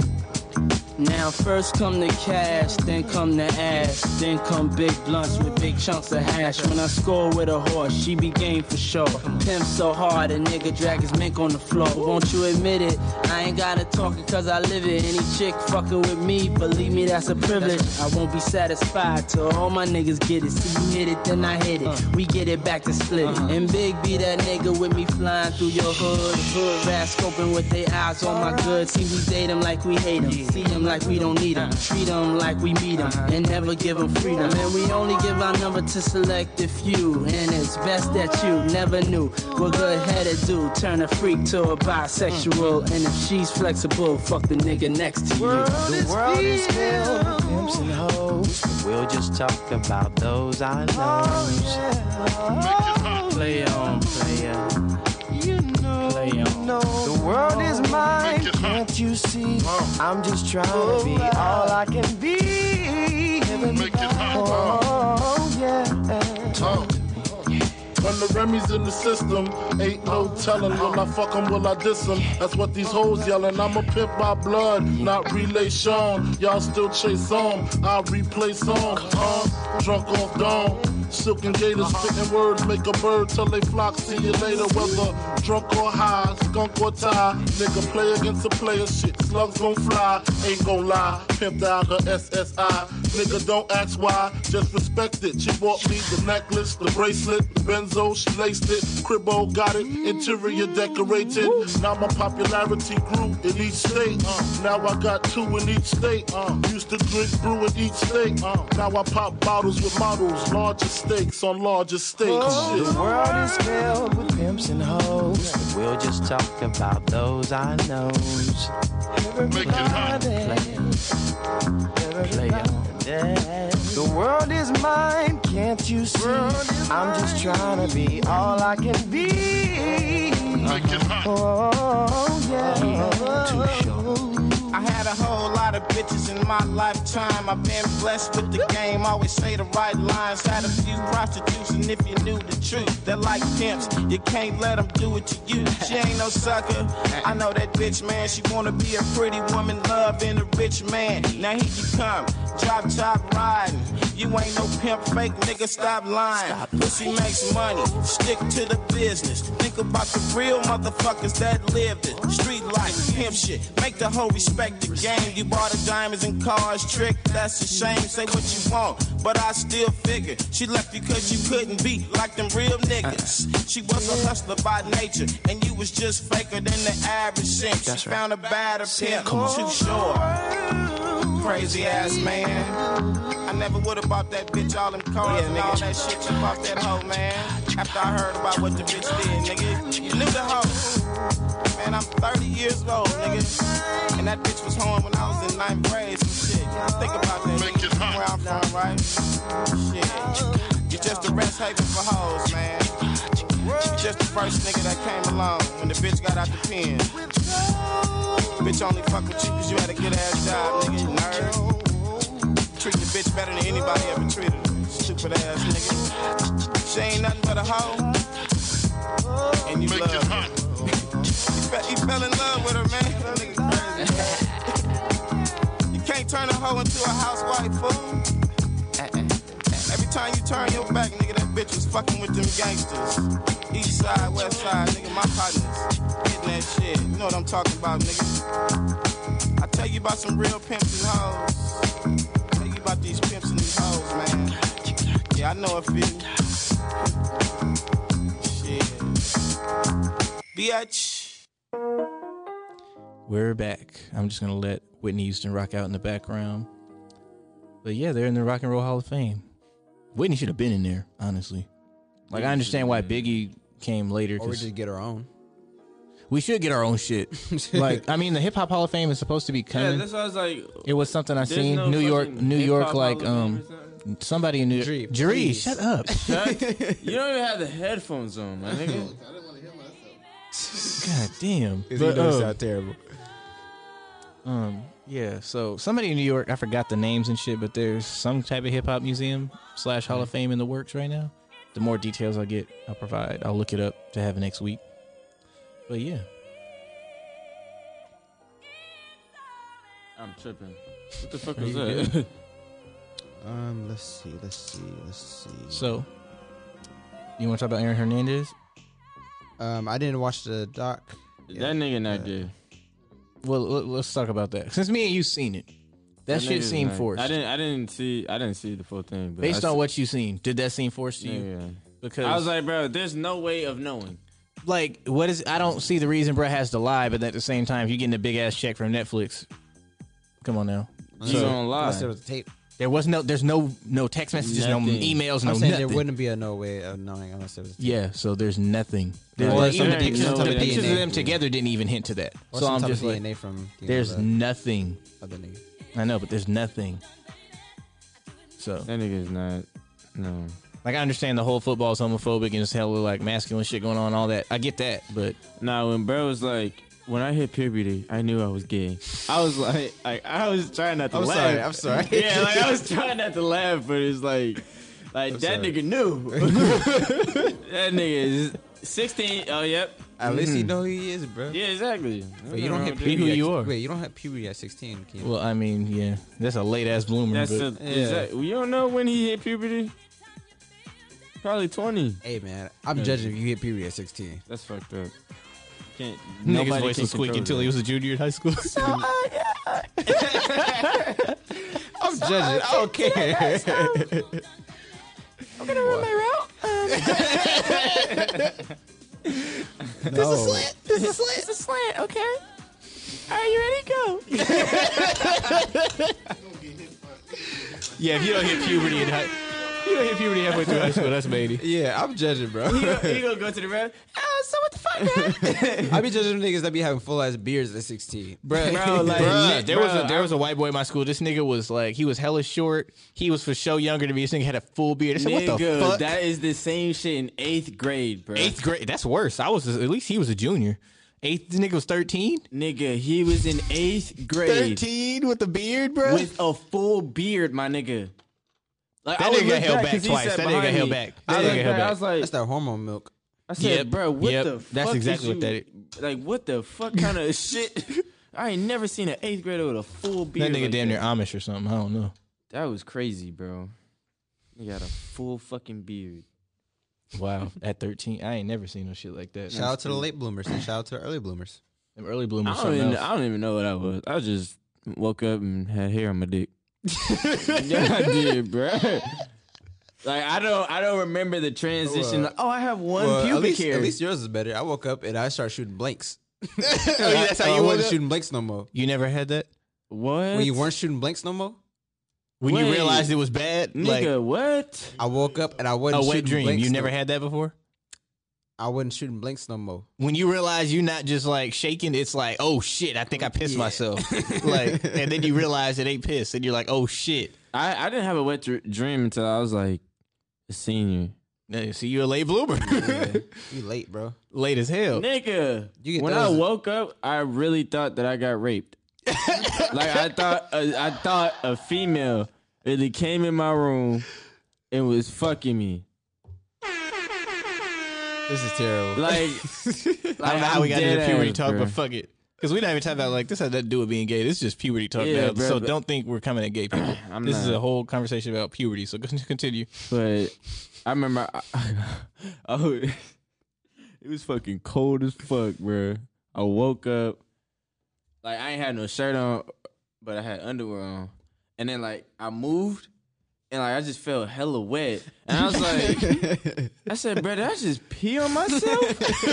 Now first come the cash, then come the ass, then come big blunts with big chunks of hash. When I score with a horse, she be game for sure. Pimp so hard, a nigga drag his mink on the floor. Won't you admit it? I ain't gotta talk it cause I live it. Any chick fucking with me, believe me, that's a privilege. I won't be satisfied till all my niggas get it. See, you hit it, then I hit it. We get it back to split it. And Big be that nigga with me flying through your hood. Hood rats scoping with their eyes on my goods. See, we date them like we hate them. See them like we don't need them. Uh-huh. Treat them like we meet them. And never give them freedom. And we only give our number to select a few. And it's best that you never knew what good headed do. Turn a freak to a bisexual. And if she's flexible, fuck the nigga next to you. The Mm. world is filled with pimps and hoes. We'll just talk about those I know. Oh, Play on, player. You know, Play on. know the world is mine. Can't you see? I'm just trying to Oh, be all I can be. Oh, yeah. When the Remy's in the system, ain't no telling. Will I fuck 'em, will I diss 'em? That's what these hoes yelling. I'm a pimp by blood, not relation. Y'all still chase on, I replay song. Uh, drunk off dawn. Silk and gators spitting words, make a bird till they flock. See you later, whether drunk or high, skunk or tie. Nigga play against a player, shit. Slugs gon' fly, ain't gon' lie. Pimped out her SSI. Nigga, don't ask why, just respect it. She bought me the necklace, the bracelet, the benzo, she laced it. Cribbo got it, interior decorated. Now my popularity grew in each state. Uh, now I got two in each state. Uh, used to drink brew in each state. Uh, now I pop bottles with models, larger stakes on larger stakes. Shit. Oh. The world is filled with pimps and hoes. We'll just talk about those I knows. Everybody, The world is mine, can't you see? I'm just trying to be all I can be. Oh, yeah. I had a whole lot of bitches in my lifetime. I've been blessed with the game, always say the right lines. Had a few prostitutes, and if you knew the truth, they're like pimps. You can't let them do it to you. She ain't no sucker. I know that bitch, man. She wanna be a pretty woman, loving a rich man. Now here you come, drop top riding. You ain't no pimp fake, nigga, stop lying. Pussy makes money, stick to the business. Think about the real motherfuckers that lived it. Street life, pimp shit, make the whole respect the game. You bought the diamonds and cars, trick, that's a shame. Say what you want, but I still figure she left you cause you couldn't be like them real niggas. She was a hustler by nature, and you was just faker than the average simp. She That's right. found a badder pimp, too short. Crazy ass man. I never would have bought that bitch all them cars and all that shit you bought that hoe, man. After I heard about what the bitch did, nigga. You knew the hoe. Man, I'm 30 years old, nigga. And that bitch was home when I was in ninth grade and shit. You know, think about that, nigga. Where I'm from, right? Shit. You just the rest haven for hoes, man. You just the first nigga that came along when the bitch got out the pen. Bitch only fuck with you cause you had a good ass job, nigga. Nerd. Treat the bitch better than anybody ever treated her. Stupid ass nigga. She ain't nothing but a hoe. And you love her. He fe- He fell in love with her, man. That nigga crazy. you can't turn a hoe into a housewife, fool. Uh, Every time you turn your back, nigga, that bitch was fucking with them gangsters. East side, west side, nigga, my partners. Hitting that shit. You know what I'm talking about, nigga. I tell you about some real pimps and hoes. Tell you about these pimps and these hoes, man. Yeah, I know a few. Shit. Bitch. We're back. I'm just gonna let Whitney Houston rock out in the background. But yeah, they're in the Rock and Roll Hall of Fame. Whitney should have been in there, honestly. Like I understand why Biggie came later Or we 'cause just get our own. we should get our own shit. like I mean, the Hip Hop Hall of Fame is supposed to be Yeah, coming. that's why I was like, it was something I there's seen. no New York, fucking New York, hip-hop like Hall of um Fame or something. somebody in New Dree, York. Jeree, please. shut up. You don't even have the headphones on, my nigga. God damn. Because But, he knows um, it's not terrible. Um, yeah, so somebody in New York, I forgot the names and shit, but there's some type of hip hop museum slash Hall of Mm-hmm. Fame in the works right now. The more details I get, I'll provide. I'll look it up to have it next week. But yeah, All I'm tripping. What the fuck Are was you that? good? Um, let's see, let's see, let's see. So, you want to talk about Aaron Hernandez? Um, I didn't watch the doc. That nigga not good. Well, let, let's talk about that since me and you seen it. That, shit nigga's seemed not- forced. I didn't. I didn't see. I didn't see the full thing. But Based I on se- what you seen, did that seem forced to you? Yeah. Because I was like, bro, there's no way of knowing. like, what is? I don't see the reason Brett has to lie, but at the same time, you're getting a big ass check from Netflix. Come on now, You gonna lie. Unless there was a tape. There was no, there's no, no text messages, no Nothing. emails, no I'm saying nothing. there wouldn't be a no way of knowing unless there was. Yeah, so there's nothing. There's Or like, some even the type of pictures, DNA the pictures of them proof. together didn't even hint to that. Or so some I'm type just of like, DNA from, you know, there's the nothing. other nigga. I know, but there's nothing. So that nigga's not. No. Like I understand the whole football is homophobic and it's hella like masculine shit going on, and all that. I get that, but Nah, when bro was like, when I hit puberty, I knew I was gay. I was like, like I was trying not to I'm laugh. sorry, I'm sorry. yeah, like I was trying not to laugh, but it's like, like that sorry. nigga knew. that nigga is 16. Oh, yep. At least you Mhm. know who he is, bro. Yeah, exactly. But you don't hit Be puberty. who at- you are. Wait, you don't have puberty at 16, Keenan. well, I mean, yeah, that's a late ass bloomer. That's the but- exact- You don't know when he hit puberty. Probably Hmm. 20. Hey man, I'm judging if you hit puberty at 16. That's fucked up. Can't. Nigga's voice was squeaky until he was a junior in high school. I'm judging. I don't care. I'm gonna run my Um, route. There's a slant. There's a slant. There's a slant. Okay. All right, you ready? Go. yeah, if you don't hit puberty in high, you don't hit puberty halfway through high school. That's baby. Yeah, I'm judging, bro. Oh, He gonna, he gonna go to the ref. Oh, so what the fuck, man? I be judging them niggas that be having full ass beards at 16. Bruh, Bruh, there was a, there was a white boy in my school. This nigga was like, he was hella short. He was for show younger than me. This nigga had a full beard. I said, what the Nigga, fuck? that is the same shit in eighth grade, bro. Eighth grade. That's worse. I was at least he was a junior. Eighth this nigga was thirteen. Nigga, he was in eighth grade. Thirteen with a beard, bro. With a full beard, my nigga. Like, That would nigga look held back 'cause he twice. sat That nigga behind held me. back. I That looked nigga held I back. was like, That's that hormone milk. I said, Yep, bro, what yep, the fuck? that's is exactly what you- that is. Like, what the fuck kind of shit? I ain't never seen an eighth grader with a full That beard. nigga like damn near that. Amish or something. I don't know. That was crazy, bro. He got a full fucking beard. Wow. At thirteen, I ain't never seen no shit like that. Shout out to the late bloomers and shout out to the early bloomers. Them early I bloomers. don't, something even, else. I don't even know what I was. I just woke up and had hair on my dick. yeah, I did, bro. Like I don't, I don't remember the transition. Well, Like, oh, I have one Well, pubic at least, hair. Oh, At least yours is better. I woke up and I started shooting blanks. yeah, that's how you I woke wasn't up? shooting blanks no more. You never had that what? When you weren't shooting blanks no more, when you Wait. realized it was bad. nigga, Like what? I woke up and I wasn't a wet shooting dream. blanks You never no, had that before. I wasn't shooting blanks no more. when you realize you're not just like shaking, it's like, oh shit, I think I pissed myself. like, and then you realize it ain't piss, and you're like, oh shit. I, I didn't have a wet dr- dream until I was like a senior. Now, see, you're a late bloomer, You late, bro. late as hell. Nigga, You get when I those- woke up, I really thought that I got raped. like I thought, uh, I thought a female really came in my room and was fucking me. This is terrible. Like, I don't know how we got into puberty talk, bro. but fuck it, because we not even talking about like this has nothing to do with being gay. This is just puberty talk Yeah, now. bro, so but- don't think we're coming at gay people. I'm this is not. a whole conversation about puberty. So continue. But I remember, I, oh, it was fucking cold as fuck, bro. I woke up, like I ain't had no shirt on, but I had underwear on, and then like I moved, and like I just felt hella wet, and I was like, I said, bro, did I just pee on myself?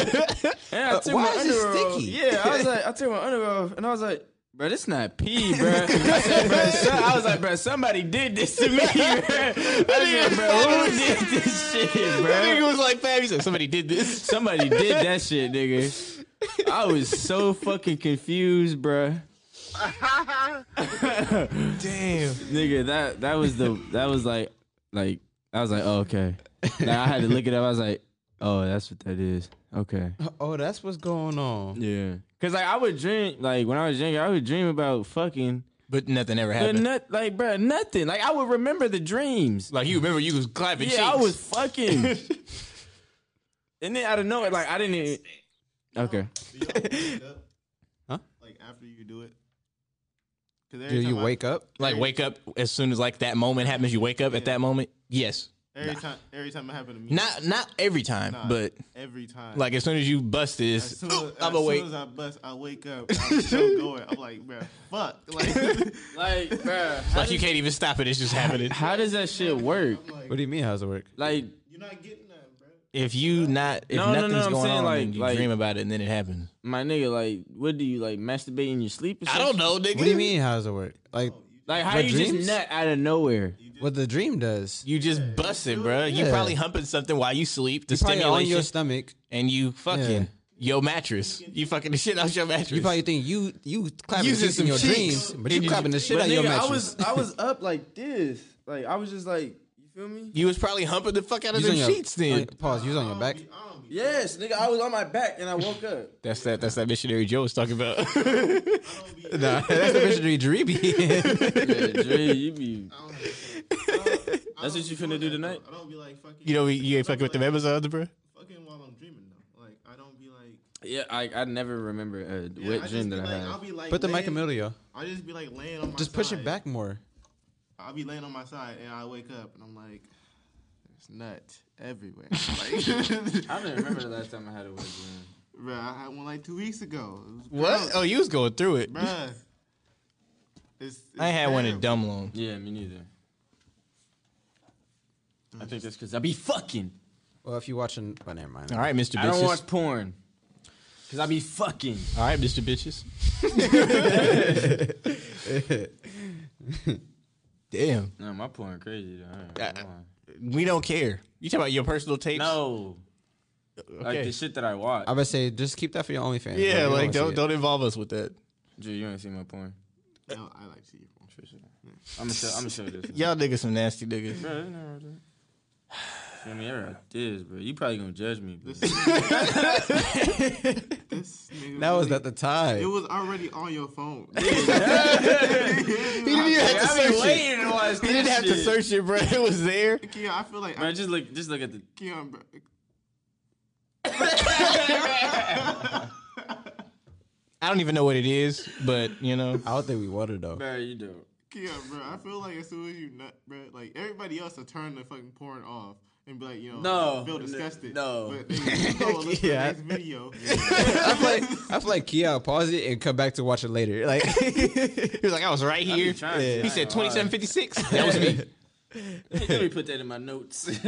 and I Uh, took why my is it underwear off. sticky? Yeah, I was like, I took my underwear off, and I was like. Bro, this not pee, bro. I, said, bro so, I was like, bro, somebody did this to me, bro. I said, bro, who did this shit, That bro? nigga was like, "Fab," he said, somebody did this. Somebody did that shit, nigga. I was so fucking confused, bruh. Damn. Nigga, that that was the that was like like I was like, oh, okay. Now I had to look it up. I was like, oh, that's what that is. Okay. Oh, that's what's going on. Yeah. Cause like I would dream like when I was younger, I would dream about fucking But nothing ever but happened. not like bruh, nothing. Like I would remember the dreams. like you remember, you was clapping. yeah, I cheeks. was fucking And then out of nowhere, like I didn't even Okay. Do y'all wake up? Huh? Like after you do it, 'Cause every Do time you I- wake up? Like every- wake up as soon as like that moment happens. You wake up at that moment. Yes. Every time, every time it happened to me. Not not every time, Nah, but every time. Like as soon as you bust As this, soon as, I'm as, awake. soon as I bust, I wake up. I'm still going. I'm like, bruh, fuck. Like, like, bruh. Like you can't even stop it. It's just happening. How does that shit work? What do you mean? How's it work? Like If you not if No, no, no, nothing's I'm going saying, on, like- then you like- dream about it and then it happens. my nigga, like, what do you like masturbate in your sleep? Or I don't know, nigga. What do you mean? How does it work? Like, Like how What, you dreams? just nut out of nowhere? what the dream does? You just bust it, bro. You Yeah. probably humping something while you sleep. The You probably on stimulation your stomach. and you fucking Yeah. your mattress. You fucking the shit out your mattress. You probably think you you clapping Using cheeks some in your cheeks. dreams, but And you you- clapping the shit But out of your nigga, mattress. I was I was up like this. Like I was just like, you feel me? You was probably humping the fuck out of Use them on your- sheets then. on- pause. You was on your back. Yes, nigga, I was on my back and I woke up. That's that. That's that missionary Joe was talking about. nah, that's the visionary dreamy. yeah, Dre, you be. That's what you finna do tonight? I don't be like fucking, you know, you ain't fucking with them Amazons, bro. fucking while I'm dreaming though. Like, I don't be like. Yeah, I I never remember a Yeah, I wet just dream be that I like, had. I'll be like. Put the mic in the laying- middle, yo. I'll just be like laying on Oh my. Just push side. it back more. I'll be laying on my side and I wake up and I'm like, there's nut everywhere. Like, I don't remember the last time I had a wet dream. bruh, I had one like two weeks ago. It was What? Oh, you was going through it. gross, Bruh. It's, it's I had one in terrible. dumb loan. Yeah, me neither. I think that's because I be fucking. Well, if you watching, but never mind. All right, Mister I don't Bitches. watch porn. Cause I be fucking. All right, Mister Bitches. Damn, No, my porn crazy. Though. I ain't Yeah. gonna lie. we don't care. You talking about your personal tapes? Uh, No, like Okay. the shit that I watch. I would say just keep that for your OnlyFans. bro. yeah, You like wanna don't see don't involve us with that. Drew, you ain't seen my porn. No, I like to see you. I'm gonna show. I'm gonna show you this. Y'all niggas some nasty niggas. Bro, there's nothing wrong with that. I mean, everybody did, bro. You probably gonna judge me. But This nigga That was really- at the time. It was already on your phone. He didn't even have to I've been search it. waiting to watch He didn't have to search it, bro. It was there. Keon, I feel like Man, I, just look, just look at the. Keon, bro. I don't even know what it is, but you know, I don't think we water though. Bro, you do. Keon, bro. I feel like as soon as you nut, bro, like everybody else will turn the fucking porn off and be like, you know, No, feel n- disgusted. no. But they go and look for the Yeah. next video. I feel like I feel like Kia pause it and come back to watch it later. Like he was like, I was right here. trying to. I He ain't said gonna lie. twenty-seven fifty-six. That was me. Let me put that in my notes. This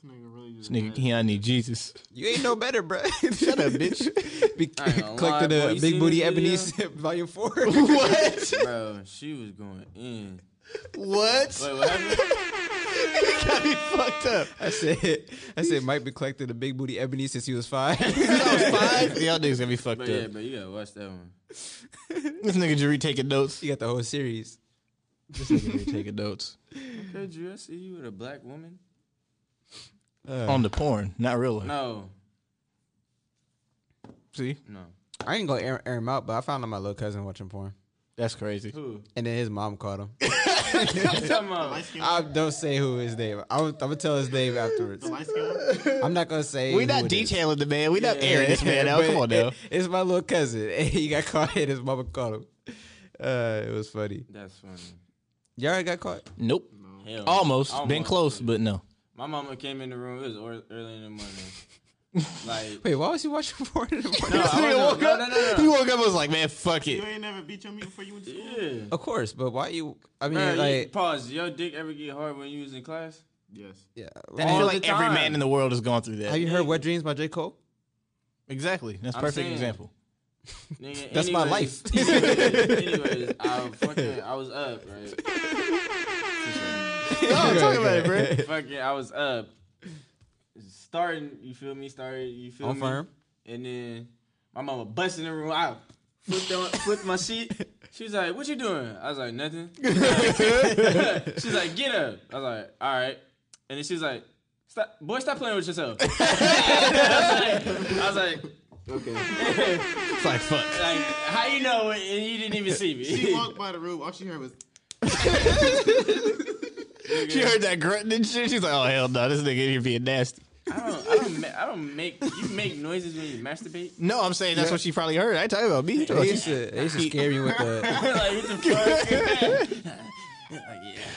nigga really just. Nigga, Keon need Jesus. you ain't no better, bro. Shut up, bitch. Be- I ain't gonna click lie, to boy, the you big seen booty this video? Ebenezer volume four. what? bro, she was going in. What? Wait, what happened? Fucked up. I said I said Mike been collecting the big booty Ebony since he was five. I was five. Y'all niggas gonna be fucked But up. yeah, but you gotta watch that one. This nigga Jerry taking notes. you got the whole series. This nigga Jerry taking notes Okay, Drew, I see you with a black woman. Uh. on the porn, not real life. No, See, no. I ain't gonna air, air him out, but I found out my little cousin watching porn, that's crazy. Who? and then his mom caught him. I'm talking about. I don't say who his name. I'm, I'm gonna tell his name afterwards. Light skin. I'm not gonna say. We who not it is. detailing the man. We not Yeah. airing this man out. But Come on now. it- it's my little cousin. And he got caught and his mama caught him. Uh, it was funny. That's funny. Y'all already got caught. Nope. Hell, Almost. Been almost. close, but no. My mama came in the room. It was ear- early in the morning. Like, Wait, why was he watching porn in the morning? no, This I nigga wasn't- woke no, up. no, no, no. He woke up and was like, man, fuck You it. ain't never beat your meat before you went to school. Yeah. Of course, but why you? I mean, Bro, you- like, pause. Your dick ever get hard when you was in class? Yes. yeah. I all feel the like every time. man in the world has gone through that. have you heard "Wet Dreams" by J. Cole? Exactly. That's I'm perfect saying- example. Nigga, That's my anyways- life. anyways, anyways, I fucking I was up, right? No, talk about it, bro. fucking I was up. Starting, you feel me? Started, you feel On me? firm. And then my mama busted in the room. I flipped on, flipped my sheet. She was like, "What you doing?" I was like, "Nothing." She's like, "Get up." I was like, "All right." And then she was like, "Stop, boy, stop playing with yourself." I was like, I was like "Okay." It's like, fuck. like, how you know? And you didn't even see me. She walked by the room. All she heard was, She heard that grunting and shit. She's like, oh, hell no. This nigga in here being nasty. I don't, I don't, ma- I don't make. You make noises when you masturbate. No, I'm saying that's Yeah. what she probably heard. I ain't talking about me. They used to- they used to scare me with the- like what the fuck? Like, yeah.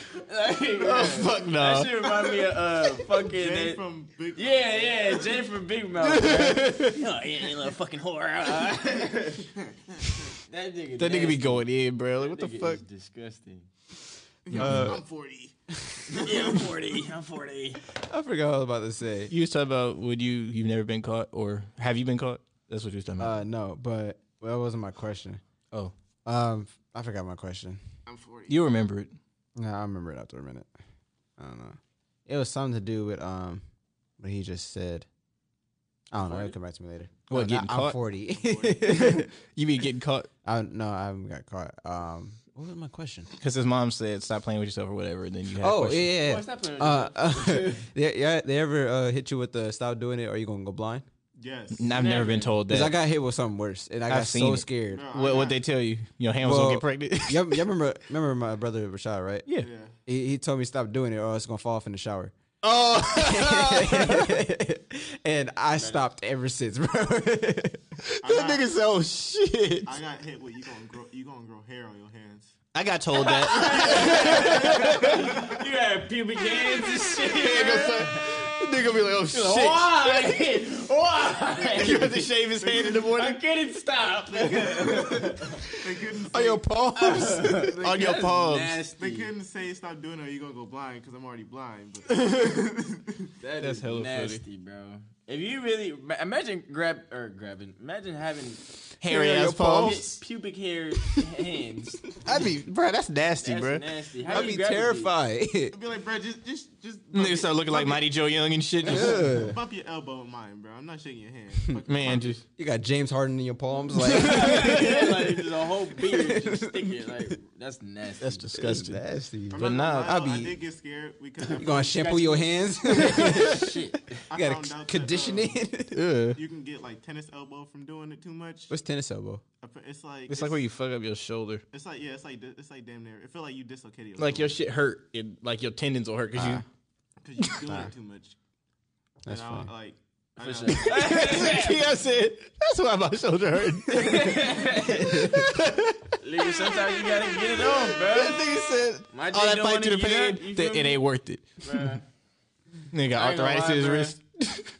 Oh, fuck no. That shit remind me of uh, fucking. Jay from Big Yeah, yeah, Jay from Big Mouth. bruh. no, yeah, you little fucking whore. Uh, that nigga. That nigga be nasty. going in, bro. Like, what the Nigga fuck? Is disgusting. Uh, I'm 40. yeah, I'm 40. I'm 40. I forgot what I was about to say. You was talking about would you you've never been caught or have you been caught? That's what you was talking about. Uh, no, but well, that wasn't my question. Oh, um, I forgot my question. I'm 40. You remember it? No, I remember it after a minute. I don't know. It was something to do with um, what he just said. I don't know. It'll come back to me later. What, No, getting not- I'm caught? forty. you mean getting caught? I no, I haven't got caught. Um, what was my question? Because his mom said stop playing with yourself or whatever, and then you had a Oh question. yeah, yeah. Well, yeah. it's not playing uh, with they, yeah, they ever uh, hit you with the stop doing it or you gonna go blind? Yes. I've never, been told that. 'Cause I got hit with something worse, and I I've got seen so it. scared. What what they tell you? Your hands don't get pregnant. y'all, y'all remember remember my brother Rashad, right? Yeah. He, he told me stop doing it or it's gonna fall off in the shower. Oh, and I stopped ever since, bro. that nigga said, "Oh shit." I got hit with you gonna grow you gonna grow hair on your hands. I got told that. You had pubic hands and shit. nigga be like, oh You're like, Why? Why? You have to shave his hand in the morning. I couldn't stop. On your palms. On your That's palms. They couldn't say stop doing it or you gonna go blind because I'm already blind. But That That's is hella funny. nasty, bro. If you really ma- imagine grab or grabbing, imagine having Hairy hair ass on your palms, palms. pubic hair hands. I be, bro, that's nasty, That's bro. nasty. How I'd you be gravitate? I'd be like, bro, just just just bump your- Nigga start looking like Mighty Joe Young and shit. bump your elbow in mine, bro. I'm not shaking your hand. Man, just you got James Harden in your palms, like Yeah, like there's a whole beard just sticking. Like that's nasty. that's disgusting. nasty. But nah, I I, I be did get scared because I You gonna found- shampoo your hands? you shit. I gotta found c- out condition that, uh, it. Ugh. You can get like tennis elbow from doing it too much. What's tennis elbow? I put- It's like It's like where you fuck up your shoulder. It's like yeah, it's like di- it's like damn near. It feel like you dislocated. Like your shit hurt. It, like your tendons will hurt because you. because you doing it too Ah. much. That's and I, funny. like I For got- sure. See, I said that's why my shoulder hurt. Oh, Nigga, sometimes you gotta get it on, bro. that nigga said My dick all Oh, that don't fight to the wanna get pain. up, you that- feel it me? ain't worth it. Bruh. Nigga got I ain't gonna arthritis in his lie, bruh. wrist.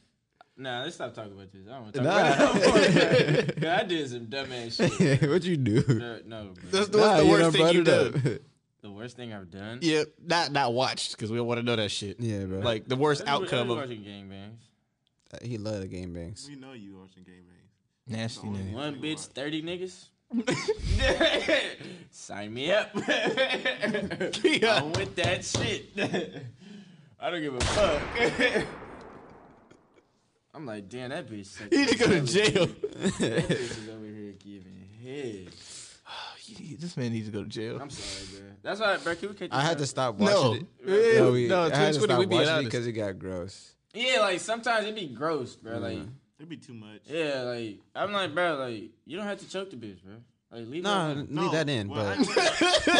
Nah, let's stop talking about this. I don't want to talk about it. no more, bruh. I did some dumb ass shit. What'd you do? Bruh, No, bruh. That's the, what's the you worst done thing you brought it done. up. the worst thing I've done. Yep, not not watched because we don't want to know that shit. Yeah, bro. Like the worst Everybody- outcome everybody of watching gangbangs. Uh, He loved the game bangs. we know you watching game man. nasty nigga. One bitch, thirty niggas. Sign me up. I'm with that shit. I don't give a fuck. I'm like, damn, that bitch. such a He need to go to savage. jail. That bitch is over here giving head. He- this man needs to go to jail. I'm sorry, bro. That's why, bro. Can we catch I had to this stop No. watching it. No, we, no, I had to 2020, we stop being watching it honest. because it got gross. up? Yeah, like sometimes it be gross, bro. Like, It'd be too much. yeah, like I'm like, bro, like you don't have to choke the bitch, bro. Like, leave. No, her alone. leave that in. Well, but I,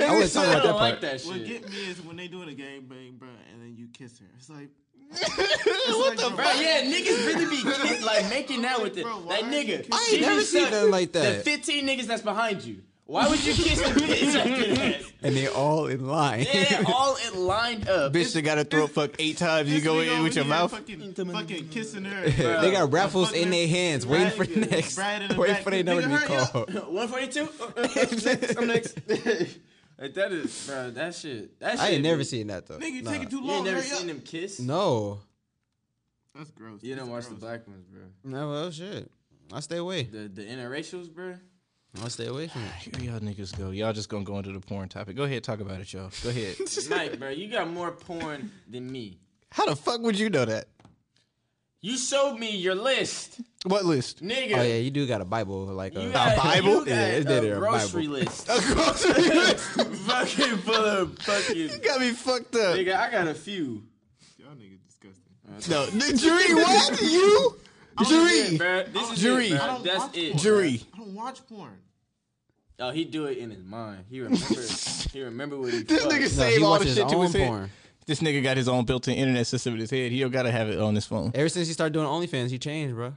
I wasn't I talking about don't that like part. that what shit. get me is when they doing a game bang, bro, and then you kiss her. It's like what the bro, Bro, yeah, niggas really be kid, like making out with it. Bro, why Like are you nigga, kissing- I ain't she never just seen sucked nothing like that. The fifteen niggas that's behind you. Why would you kiss the bitch after that? and they all in line. Yeah, they're Oh, all it lined up. Bitch that got a throat fuck eight times. You this go nigga in over with your here mouth. Fucking, fucking kissing her. they got raffles fucking in their hands, waiting for Brad- next, Brad in the waiting back, for their nigga, number to be hurry up. called. One forty two. I'm next. like that is, bro. That shit. That shit. I ain't never be- seen that though. Nigga, you Nah. taking too You long. ain't never hurry seen up. them kiss. No, That's gross. You That's didn't watch the gross. black ones, bro. no, well, shit. I stay away. The the interracials, bro. I stay away from it. Here y'all niggas go. Y'all just gonna go into the porn topic. Go ahead, talk about it, y'all. Go ahead. Mike, bro, you got more porn than me. How the fuck would you know that? You showed me your list, What list? nigga. Oh yeah, you do got a Bible, like You a, got- Bible? you got Yeah, it's there, a a grocery Bible. list. A grocery list. fucking full of fucking. Got me fucked up. Nigga, I got a few. Uh, Y'all niggas disgusting. No, Jeree, what you? Yeah, Jeree, bro, this is Jury. it, I bro. don't watch That's it. porn. Jury. I don't watch porn. Oh, he do it in his mind. He remember. he remember what he. This fucked. nigga No, save he all the watches his shit to own his head. porn. This nigga got his own built-in internet system in his head. He don't gotta have it on his phone. Ever since he started doing OnlyFans, he changed, bro.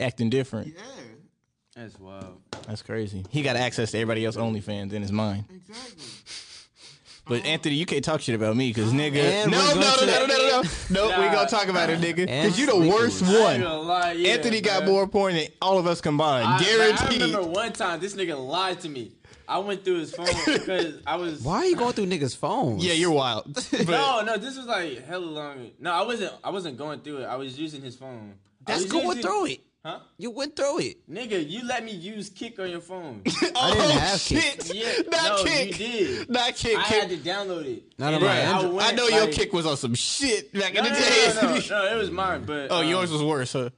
Acting different. That's wild. That's crazy. He got access to everybody else OnlyFans in his mind. Exactly. But Anthony, you can't talk shit about me Oh, because nigga. And No, we're no, no, going no, no, to- no, no, no. Nope, we Nah. gonna talk about it, nigga. And Because you the sleepers. worst I ain't one. gonna lie, yeah, Anthony got bro. more porn than all of us combined. I, I Guaranteed. remember one time this nigga lied to me. I went through his phone because I was. Why are you going through niggas' phones? yeah, you're wild. But No, no, this was like hella long. No, I wasn't. I wasn't going through it. I was using his phone. I That's was going using- through it. huh? You went through it. Nigga, you let me use Kick on your phone. I didn't have kick. Oh, shit. Yeah, Not no, kick. you did. Not kick. I kick. had to download it. Not And on my then Android. I went, know your like- kick was on some shit back No, in the no, no, days. no, no, no, it was mine, but Oh, um, yours was worse, huh?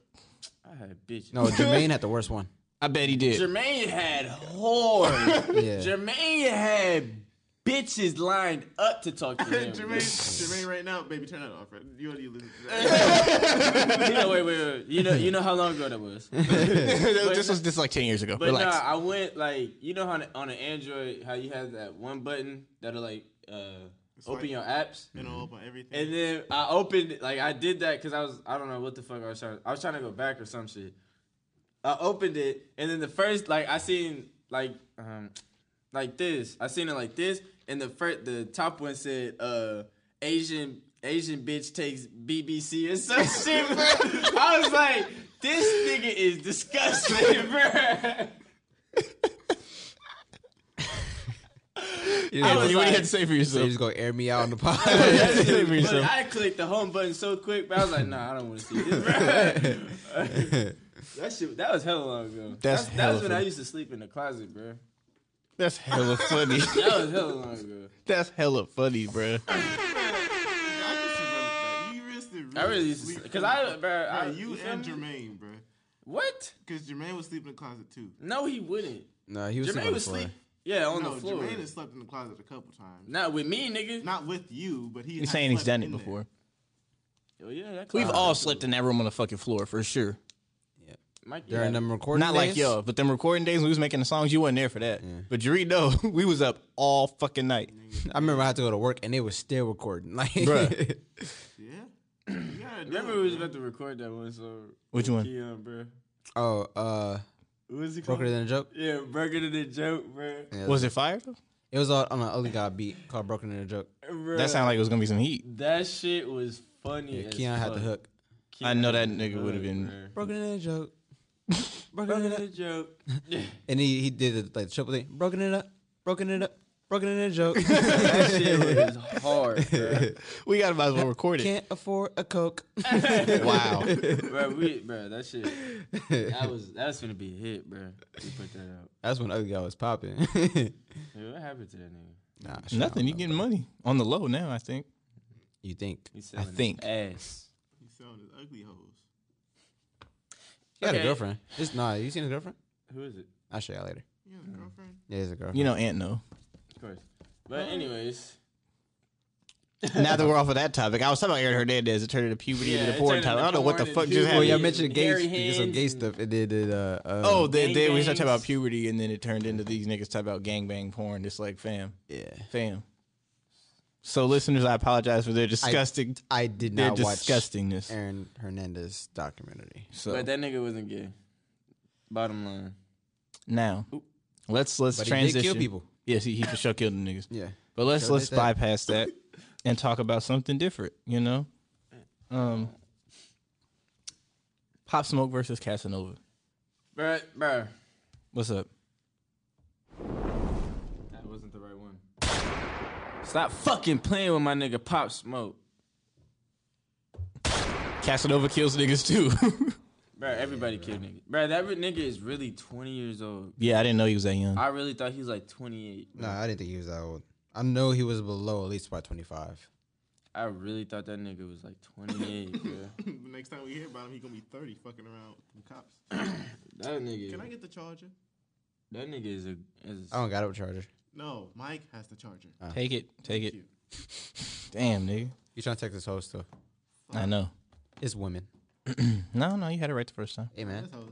I had a bitch. No, Jermaine had the worst one. I bet he did. Jermaine had whores. Yeah. Jermaine had bitches lined up to talk to him. Jermaine, Jermaine, right now, baby, turn that off. Right? You already losing. Right? you know, wait, wait, wait. You know, you know how long ago that was. this was this was like ten years ago. But Relax. nah, I went like you know how on, on an Android how you have that one button that'll like uh, open your apps. and all about everything. And then I opened like I did that because I was I don't know what the fuck I was trying I was trying to go back or some shit. I opened it and then the first like I seen like um like this I seen it like this and the first the top one said uh Asian Asian bitch takes BBC or some shit. Bro. I was like this nigga is disgusting, bro. I was you like- had to say for They yourself. just gonna air me out on the pod. Save But yourself. I clicked the home button so quick, but I was like, nah, I don't want to see this. bruh. that shit, that was hella long ago. That's that hella was when I funny. used to sleep in the closet, bro. That's hella funny. That was hella long ago. That's hella funny, bruh. I just remember that. You really, I really used to, cause I, bro, I, you, feel and me? Jermaine, bro. What? Because Jermaine was sleeping in the closet too. No, he wouldn't. no, he was sleeping Jermaine on the was floor. sleep. Yeah, on no, the floor. Jermaine has slept in the closet a couple times. Not with me, nigga. Not with you, but he. He's has saying he's slept done it in there. before. Oh, yeah, that We've closet. all slept in that room on the fucking floor for sure. Mike, you During got- them recording Not like days? yo, but them recording days when we was making the songs, you wasn't there for that. But Jeree, no, we was up all fucking night. I remember I had to go to work and they was still recording. Like, Bruh. Yeah. You gotta do Remember it, we was bro. about to record that one song. Which one? Keon, bro. oh, uh, What was it called? broker than a joke. Yeah, Burger Than a Joke, bro. Yeah. Was it fire? though? It was all on an ugly guy beat called broken than a joke. That sounded like it was gonna be some heat. That shit was funny. Yeah, as Keon had the fuck. hook. I know that Keon nigga had the would've hook, been- bruh. Broken than a joke. broken Broken than a the joke. And he, he did it like triple thing. Broken it up. Broken it up. Broken it a joke. that shit was hard, bro. We gotta might as well record it. Can't afford a coke. Wow. bro, we, bro, that shit. That was that's gonna be a hit, bro. We put that out. That's when ugly guy was popping. Dude, what happened to that nigga? nah, shit, I Nothing. don't You know. getting money on the low now? I think. You think? He's selling his think. ass. He selling his ugly hoes. He had a Okay. girlfriend. It's nah. You seen his girlfriend? Who is it? I'll show y'all later. You have a girlfriend? Yeah, he's a girlfriend. You know, Ant know. Of course. But anyways, now that we're off of that topic, I was talking about Aaron Hernandez. It turned into puberty Yeah, into it porn turned time. into I don't know what the porn fuck and just happened. Oh, puberty. y'all yeah, mentioned gay, Hairy you did some hands gay and- stuff, and then did uh, uh Oh, then, then we Gang started talking about bangs. puberty, and then it turned into these niggas talking about gangbang porn. It's like, fam, yeah. fam. So, listeners, I apologize for their disgusting, I did their not watch disgustingness. Aaron Hernandez documentary. So but that nigga wasn't gay. Bottom line. now, let's let's But he did kill transition. people. Yes, he, he for sure killed the niggas. Yeah, But let's Sure let's did that. bypass that and talk about something different. You know, um, Pop Smoke versus Casanova. Bro, bro. What's up? That wasn't the right one. Stop fucking playing with my nigga Pop Smoke. Casanova kills niggas too. Bro, everybody killed nigga. Bro, that nigga is really 20 years old. yeah, I didn't know he was that young. I really thought he was like 28. no, I didn't think he was that old. I know he was below at least about twenty five. I really thought that nigga was like 28, bro. the next time we hear about him, he gonna be thirty fucking around with the cops. That nigga, Can I get the charger? that nigga is a is I don't got it with Charger. No, Mike has the charger. Take it, take it. Damn, nigga. You trying to text this host still? I know. It's women. No, no, you had it right the first time. Hey man, That's hoes.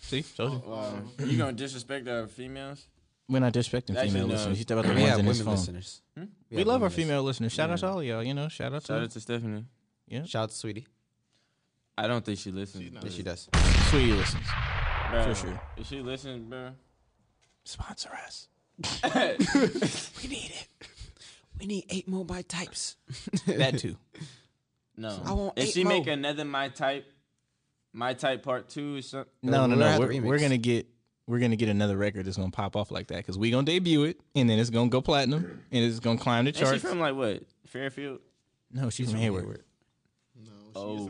See, told you. wow. You gonna disrespect our females? We're not disrespecting Actually, female no. listeners. You talk about the we ones have in women his phone. listeners. We we love our female listeners. Shout out to all of y'all. You know, shout out Hmm? Shout to out to Stephanie. Yeah. Shout out to Sweetie. I don't think she listens. Yeah, she does. Sweetie listens Bruh, for sure. If she listens, bro. Sponsor us. we need it. We need eight more by types. That too. No. I want if eight she make more. another my type, my type part two or something. No, no, no. We're, we're gonna get we're gonna get another record that's gonna pop off like that because we gonna debut it and then it's gonna go platinum and it's gonna climb the Ain't she charts. from like what? Fairfield? no, she's from Hayward. Oh.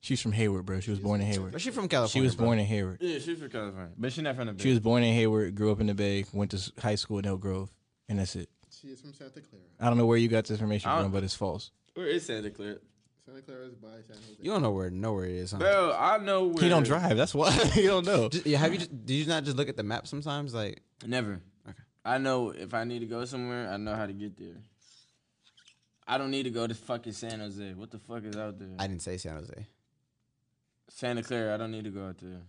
She's from Hayward, bro. She was born in Hayward. Is she from She California, was bro? born in Hayward. Yeah, she's from California. But she's not from the Bay. She was born in Hayward, grew up in the Bay, went to s- high school in Elk Grove, and that's it. She is from Santa Clara. I don't know where you got this information I don't- from, but it's false. Where is Santa Clara? Santa Clara is by San Jose. You don't know where nowhere it is, huh? Bro, I know where. He don't drive. That's why he don't know. Just- yeah, have you? Just, did you not just look at the map sometimes? Like, Never. Okay. I know if I need to go somewhere, I know how to get there. I don't need to go to fucking San Jose. What the fuck is out there? I didn't say San Jose. Santa Clara. I don't need to go out there.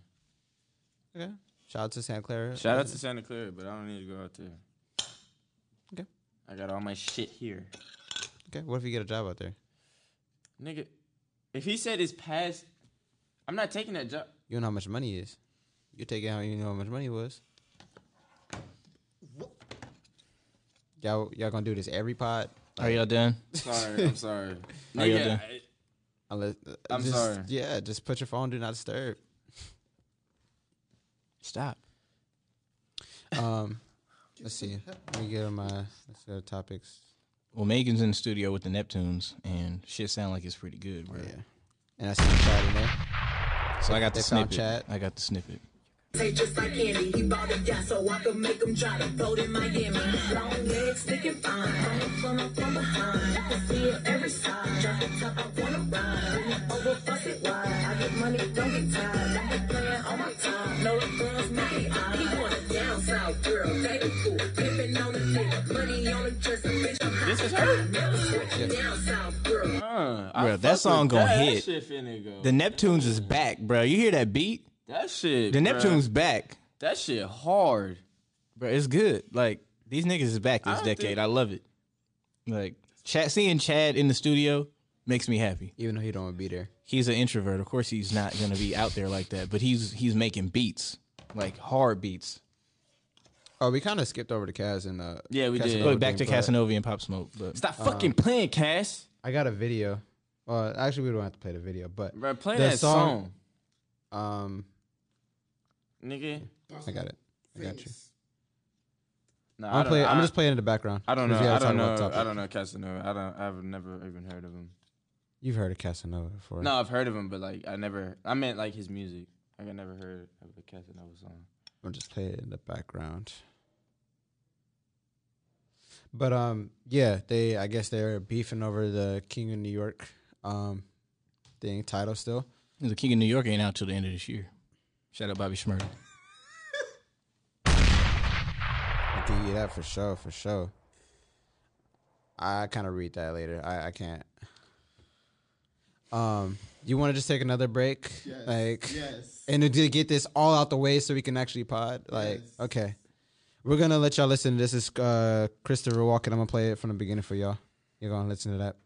Okay. Shout out to Santa Clara. Uh, Shout out to Santa Clara, but I don't need to go out there. Okay. I got all my shit here. Okay, what if you get a job out there? Nigga, if he said it's past, I'm not taking that job. You don't know how much money it is. You take it how you know how much money it was. Y'all, y'all gonna do this every pod? Are y'all done? Sorry, I'm sorry. Are y'all Nigga, done? I- Unless, uh, I'm just- sorry. Yeah, just put your phone. Do not disturb. Stop. Um, let's see. Let me get on my let's go to topics. Well, Megan's in the studio with the Neptunes, and shit sound like it's pretty good, bro. And I see the chat in there. So I got the They found snippet. chat. I got the snippet. Taste just like candy. He bought a yacht so I could make him drop it. Boat in Miami. Long legs, thick and fine. From the front up from behind. I can see it every side. Drop the top, I wanna ride. Bring it over, bust it wide. I get money, don't get tired. I be playing all my time. No funds, make it odd. He want a down south girl, baby cool. Pimpin' on the dick, money on the dresser, bitch. I'm This is hot. her? Never switch. Down south girl. Uh, I Bro, fuck that with song gonna that. hit. That shit finna go. The Neptunes is back, bro. You hear that beat? that shit. The bruh. Neptunes back, That shit hard. bro. It's good. Like these niggas is back I this don't decade. think- I love it. Like Chad, seeing Chad in the studio makes me happy. Even though he don't want to be there. He's an introvert. Of course, he's not gonna be out there like that. But he's he's making beats, like hard beats. Oh, we kind of skipped over to Cas and uh. Yeah, we did. Casanova But back to thing, but Casanova and Pop Smoke. But Stop fucking playing, Cass. Uh-huh. I got a video. Well, actually, we don't have to play the video, but Bro, play the that song, Um, nigga. I got it. I got you. Nah, I I'm don't- play. I'm I- just playing in the background. I don't know. because we I gotta don't talk about know. topic. I don't know Casanova. I don't. I've never even heard of him. You've heard of Casanova before. No, I've heard of him, but like I never. I meant like his music. Like, I never heard of a Casanova song. I'll just play it in the background. But um, yeah, they I guess they're beefing over the King of New York um thing title still. the King of New York ain't out till the end of this year. Shout out Bobby Schmurda. I give you that for sure, for sure. I kind of read that later. I I can't. Um, you want to just take another break, Yes, like, yes. and to get this all out the way so we can actually pod, like, okay. We're gonna let y'all listen. This is uh, Christopher Walken. I'm gonna play it from the beginning for y'all. You're gonna listen to that.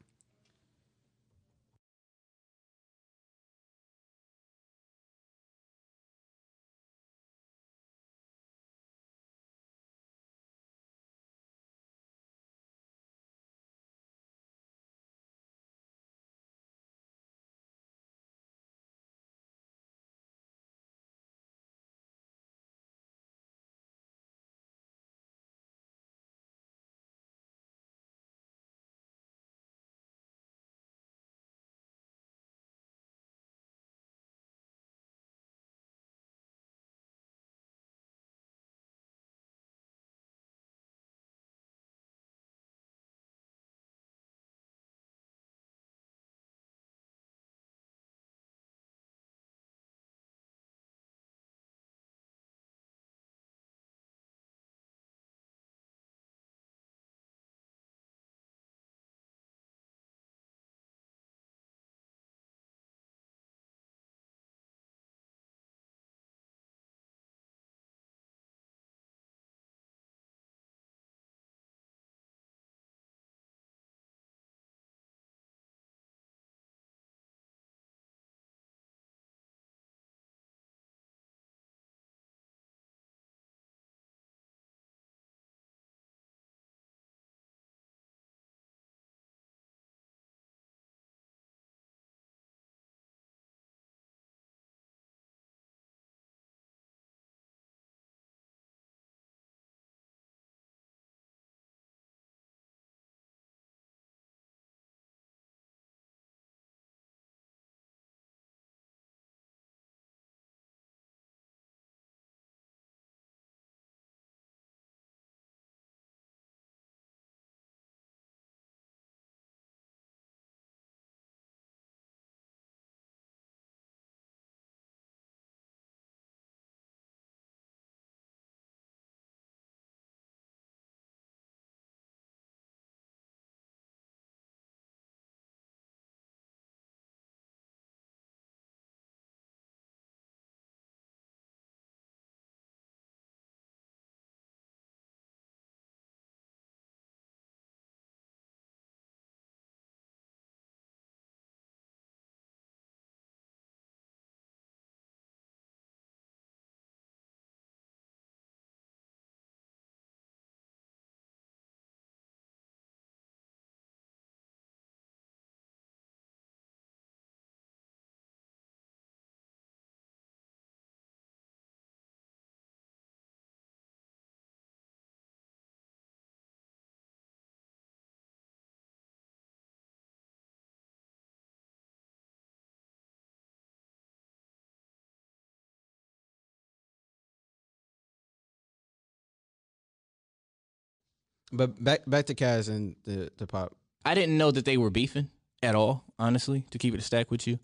But back back to Kaz and the the pop. I didn't know that they were beefing at all, honestly, to keep it a stack with you.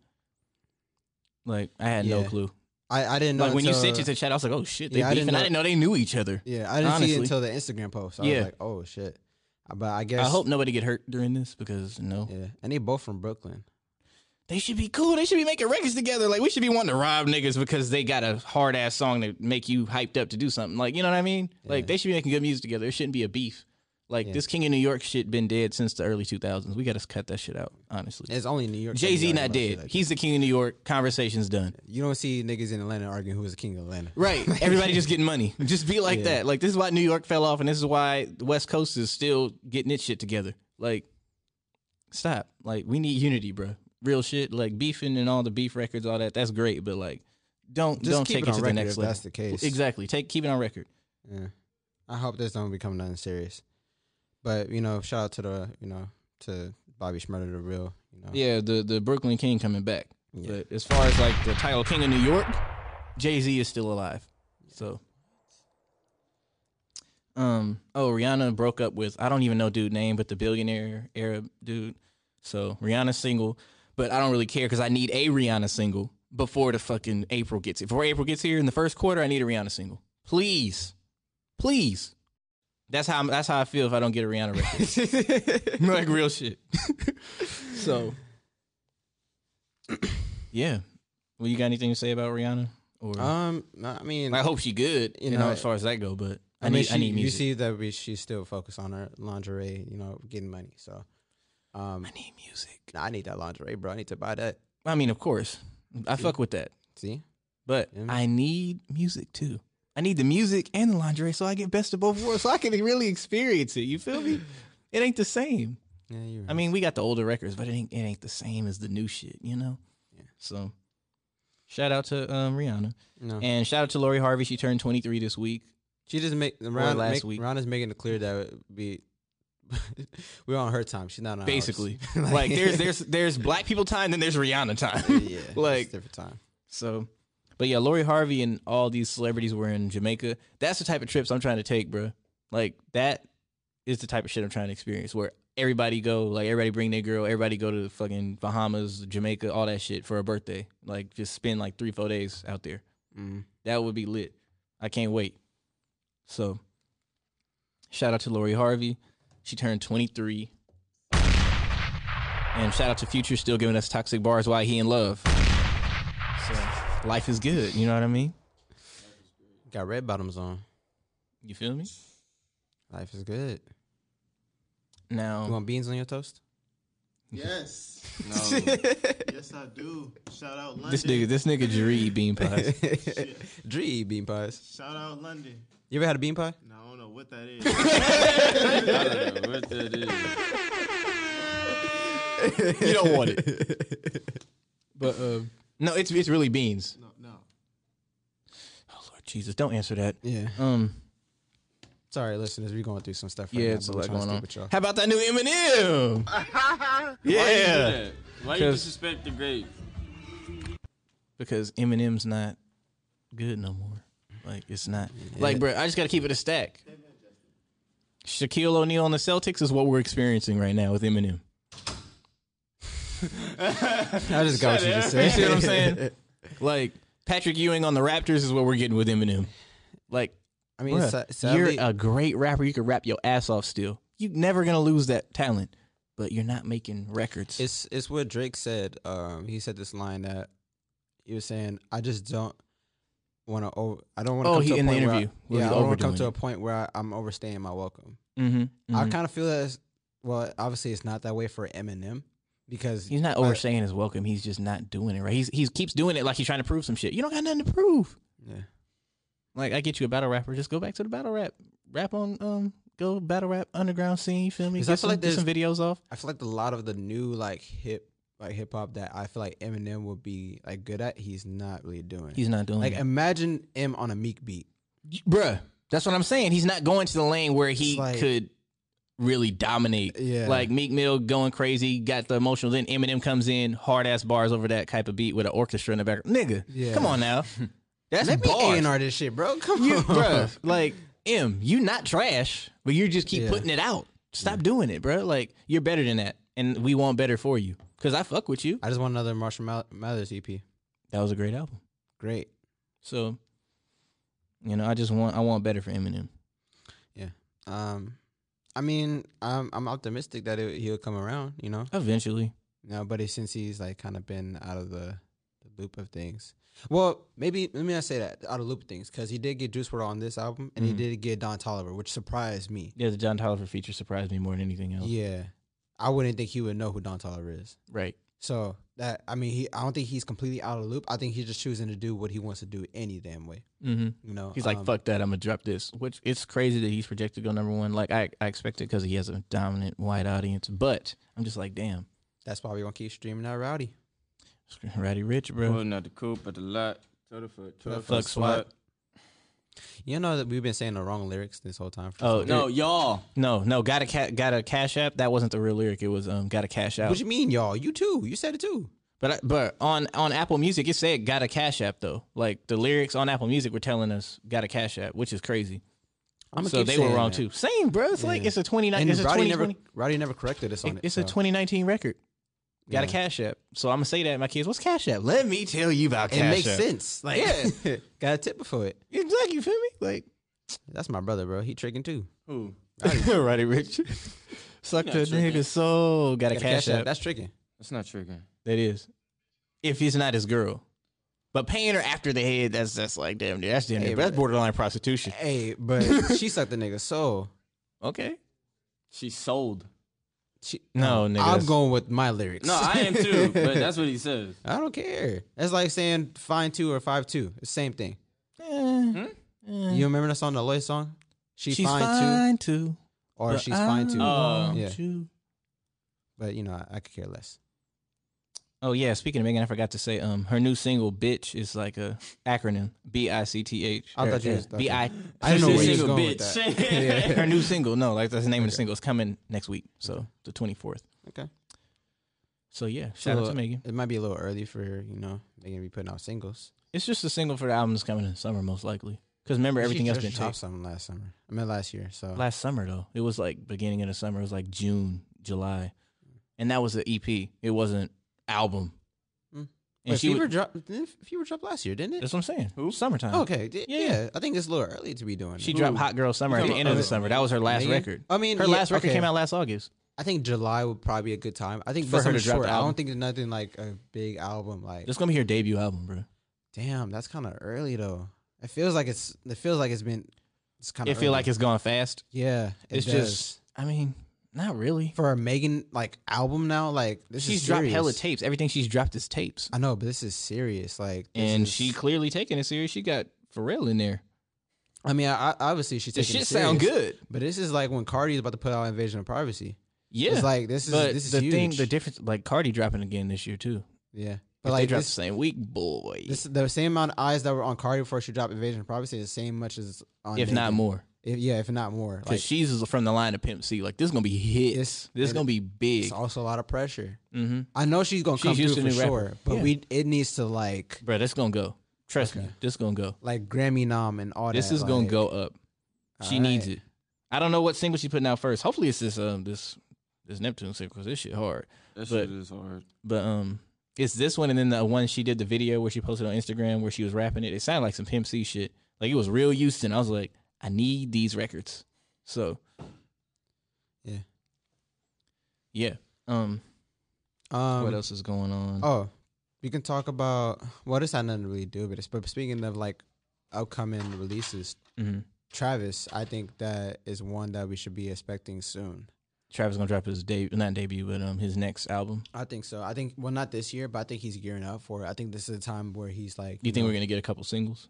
Like, I had no Yeah. clue. I, I didn't know Like, when you until- sent it to chat, I was like, oh shit, they Yeah, I beefing. didn't know- I didn't know they knew each other. Yeah, I didn't see it honestly. until the Instagram post. I Yeah. was like, oh shit. But I guess I hope nobody get hurt during this because no. Yeah, and they both from Brooklyn. They should be cool. They should be making records together. Like we should be wanting to rob niggas because they got a hard ass song to make you hyped up to do something. Like you know what I mean? Like they should be making good music together. It shouldn't be a beef. Like Yeah. this King of New York shit been dead since the early 2000s. We got to cut that shit out. Honestly, It's only New York. that Jay Z you argue not about shit dead. like He's the King of New York. Conversation's done. that. you don't see niggas in Atlanta arguing who was the king of Atlanta. Right. Everybody just getting money. Just be like Yeah. that. Like this is why New York fell off, and this is why the West Coast is still getting its shit together. Like, stop. Like we need unity, bro. Real shit. Like beefing and all the beef records, all that. That's great, but like, don't Just don't keep take it it, on to the record next if level. that's the case. Exactly. Take keep it on record. Yeah. I hope this don't become nothing serious. But you know, shout out to the you know to Bobby Schmurder, the real. You know, Yeah, the the Brooklyn King coming back. But as far as like the title King of New York, Jay Z is still alive. So, um, oh Rihanna broke up with I don't even know dude name, but the billionaire Arab dude. So Rihanna's single, but I don't really care because I need a Rihanna single before the fucking April gets here. Before April gets here in the first quarter, I need a Rihanna single. Please, please. That's how that's how I feel if I don't get a Rihanna record. like real shit. so yeah. Well, you got anything to say about Rihanna? Or Um, no, I mean, I hope she good. You, you know, know, as far as that go, but I, I, mean, need I she- need music. You see that we, she's still focused on her lingerie, you know, getting money. So, um, I need music. I need that lingerie, bro. I need to buy that. I mean, of course, I fuck with that. See, but I need music too. I need the music and the lingerie, so I get best of both worlds, so I can really experience it. You feel me? It ain't the same. Yeah, you're I mean, we got the older records, but it ain't it ain't the same as the new shit, you know. So, shout out to um, Rihanna, No. and shout out to Lori Harvey. She turned twenty three this week. She just make Or Ron, last make, week. Ron is making it clear that we we're on her time. She's not on ours. basically. like, there's there's there's black people time, then there's Rihanna time. yeah, like different time. So, but yeah, Lori Harvey and all these celebrities were in Jamaica. That's the type of trips I'm trying to take, bro. Like that is the type of shit I'm trying to experience where everybody go, like everybody bring their girl, everybody go to the fucking Bahamas, Jamaica, all that shit for a birthday. Like just spend like three, four days out there. Mm. That would be lit. I can't wait. So, shout out to Lori Harvey. She turned 23. And shout out to Future still giving us toxic bars while he in love. So life is good, you know what I mean? Got red bottoms on. You feel me? Life is good. Now Um, You want beans on your toast? Yes. No. yes, I do. Shout out London. this nigga this nigga Jeree eat bean pies. Dree eat bean pies. Shout out London. You ever had a bean pie? No, I don't know what that is. don't know what that is. you don't want it. But um no, it's it's really beans. No, no. Oh Lord Jesus, don't answer that. Yeah. Um Sorry, listeners, we're going through some stuff. Right yeah, now, it's a but we're lot trying to going on. stick with y'all. How about that new Eminem? Why you do yeah. that? Why you Because- disrespect the great? because Eminem's not good no more. Like it's not. Like, bro, I just gotta keep it a stack. Shaquille O'Neal on the Celtics is what we're experiencing right now with Eminem. I just got what you just said. You see what I'm saying? like Patrick Ewing on the Raptors is what we're getting with Eminem. Like, I mean, bruh, sa- sadly- you're a great rapper. You could rap your ass off still. You're never gonna lose that talent, but you're not making records. It's it's what Drake said. Um, he said this line that he was saying, "I just don't want to over. I don't want Oh, come he- to a in the point where I- interview, where yeah, he I don't want to come overdoing to it. a point where I, I'm overstaying my welcome. Mhm, I mhm. kind of feel as well. Obviously, it's not that way for Eminem because He's not but- overstaying his welcome. He's just not doing it right. He's he keeps doing it like he's trying to prove some shit. You don't got nothing to prove. Yeah. Like I get you a battle rapper, just go back to the battle rap, rap on um, go battle rap underground scene. You feel me? Because Get some, get some videos off. I feel like a lot of the new like hip like hip hop that I feel like Eminem would be like good at. He's not really doing. He's not doing Like it. imagine M on a Meek beat. bruh. That's what I'm saying. He's not going to the lane where he It's like- could really dominate. Yeah. Like Meek Mill going crazy, got the emotional. Then Eminem comes in, hard ass bars over that type of beat with an orchestra in the background. Nigga, Yeah. come on now. That's Let me bars. A&R this shit, bro. Come You, on, bruh, like M, you not trash, but you just keep Yeah. putting it out. Stop doing it, bro. Like you're better than that, and we want better for you. Cause I fuck with you. I just want another Marshall Mal- Mathers E EP. That was a great album. Great. So, you know, I just want I want better for Eminem. Yeah. Um, I mean, I'm I'm optimistic that it, he'll come around. You know, eventually. No, but he- since he's like kind of been out of the, the loop of things, well, maybe let me not say that out of loop of things because he did get Juice WRLD on this album and Mhm. he did get Don Tolliver, which surprised me. Yeah, the John Tolliver feature surprised me more than anything else. Yeah, I wouldn't think he would know who Don Tolliver is. Right. So that I mean, he I don't think he's completely out of the loop. I think he's just choosing to do what he wants to do any damn way. Mhm. You know, he's like, um, "Fuck that! I'm gonna drop this." Which it's crazy that he's projected to go number one. Like I, I expect it because he has a dominant white audience. But I'm just like, damn, That's why we gonna keep streaming that Rowdy. Ratty Rich, bro. Pulling out the coupe at the lot. Total for total Fuck for swat. You know that we've been saying the wrong lyrics this whole time. Oh No, y'all. No, no, got a ca- got a cash app. That wasn't the real lyric. It was um, got a cash out. What you mean, y'all? You too. You said it too. But I, but on on Apple Music, it said got a cash app though. Like the lyrics on Apple Music were telling us got a cash app, which is crazy. I'ma so keep they were saying wrong that. too. Same, bro. It's like Yeah. it's a 29. And It's a Roddy never 2020 Roddy never corrected us on it. It's a so. 2019 record. Got a Yeah. Cash App. So I'm gonna say that to my kids. What's Cash App? Let me tell you about It Cash makes App. sense. Like, yeah, got a tip for it. exactly. You feel me? Like That's my brother, bro. He tricking too. Who? Roddy Rich. Suck You're the not tricking. nigga soul. Got a Got a Cash Cash App. App. That's tricking. That's not tricking. That is. If he's not his girl. But paying her after the head, that's that's like damn near that's damn Hey, near that's borderline prostitution. Hey, but she sucked the nigga soul. Okay. She sold. She, No, nigga, I'm that's- going with my lyrics. No, I am too. but that's what he says. I don't care. That's like saying fine two or five two. It's the same thing. Hmm? You remember that song, the Lois song? She She's fine, fine too. too. Or but she's fine I too. Oh. want yeah. you. But you know, I, I could care less. Oh yeah, speaking of Megan, I forgot to say um her new single bitch is like a acronym. B I C T H. I thought you Or, was- uh, B I I didn't know Her where new you was single, going with bitch. that. Yeah. Her new single, no, like that's the name of the single. It's coming next week. So the twenty fourth. Okay. So yeah, shout out So, to Megan. It might be a little early for, you know, Megan to be putting out singles. It's just a single for the album that's coming in the summer, most likely. Because remember, She everything else just been dropped taped. something last summer. I mean last year. So Last summer, though, it was like beginning of the summer. It was like June, July, and that was an EP. It wasn't album. Mm. And Wait, she Fever would, dropped. Didn't Fever dropped last year, didn't it? that's what I'm saying. Summertime. Oh, okay. D- Yeah, yeah, yeah. I think it's a little early to be doing. She it. dropped Hot Girl Summer at the Talking end of about the other- summer. That was her last Megan? record. I mean, her yeah, last record okay. came out last August. I think July would probably be a good time. I think For for her her to drop the I album. don't think there's nothing like a big album. Like, That's gonna be her debut album, bro. damn, that's kind of early though. It feels like it's. It feels like it's been. It's kind It of. feel like it's gone fast. Yeah, it it's does. just, I mean, not really. for a Megan like album now. Like this is she's dropped hella serious. tapes. Everything she's dropped is tapes, I know, but this is serious. Like, this and is- she clearly taking it serious. She got Pharrell in there. I mean, I, I, obviously she's The taking shit it serious, sound good. But this is like when Cardi is about to put out Invasion of Privacy. Yeah, it's like this is but this is the huge. thing. The difference, like Cardi dropping again this year too. yeah, But but like they like dropped this, the same week, boy. this the same amount of eyes that were on Cardi before she dropped Invasion of Privacy is the same much as on if Megan. not more, If, yeah, if not more. because Like she's from the line of Pimp C. Like this is gonna be hits. It's- this is and gonna be big. it's also a lot of pressure. Mm-hmm. I know she's gonna She's come used through to for new sure, rappers. but Yeah. we it needs to like Bro, this gonna go. Trust me, Okay. this gonna go. like Grammy nom and all This Oh, that. is gonna like- go up. She All needs right. it. I don't know what single she's putting out first. Hopefully it's this um this this Neptune single because this shit hard. That But- shit is hard. But um it's this one and then the one she did the video where she posted on Instagram where she was rapping it. It sounded like some Pimp C shit. Like it was real Houston. I was like, I need these records. So Yeah. yeah. Um, Um, what else is going on? Oh, we can talk about well, this had nothing to really do with this. But speaking of like upcoming releases, Mhm. Travis, I think that is one that we should be expecting soon. Travis gonna drop his debut, not debut, but um his next album. I think so. I think well, not this year, but I think he's gearing up for it. I think this is a time where he's like, You think know, we're gonna get a couple singles?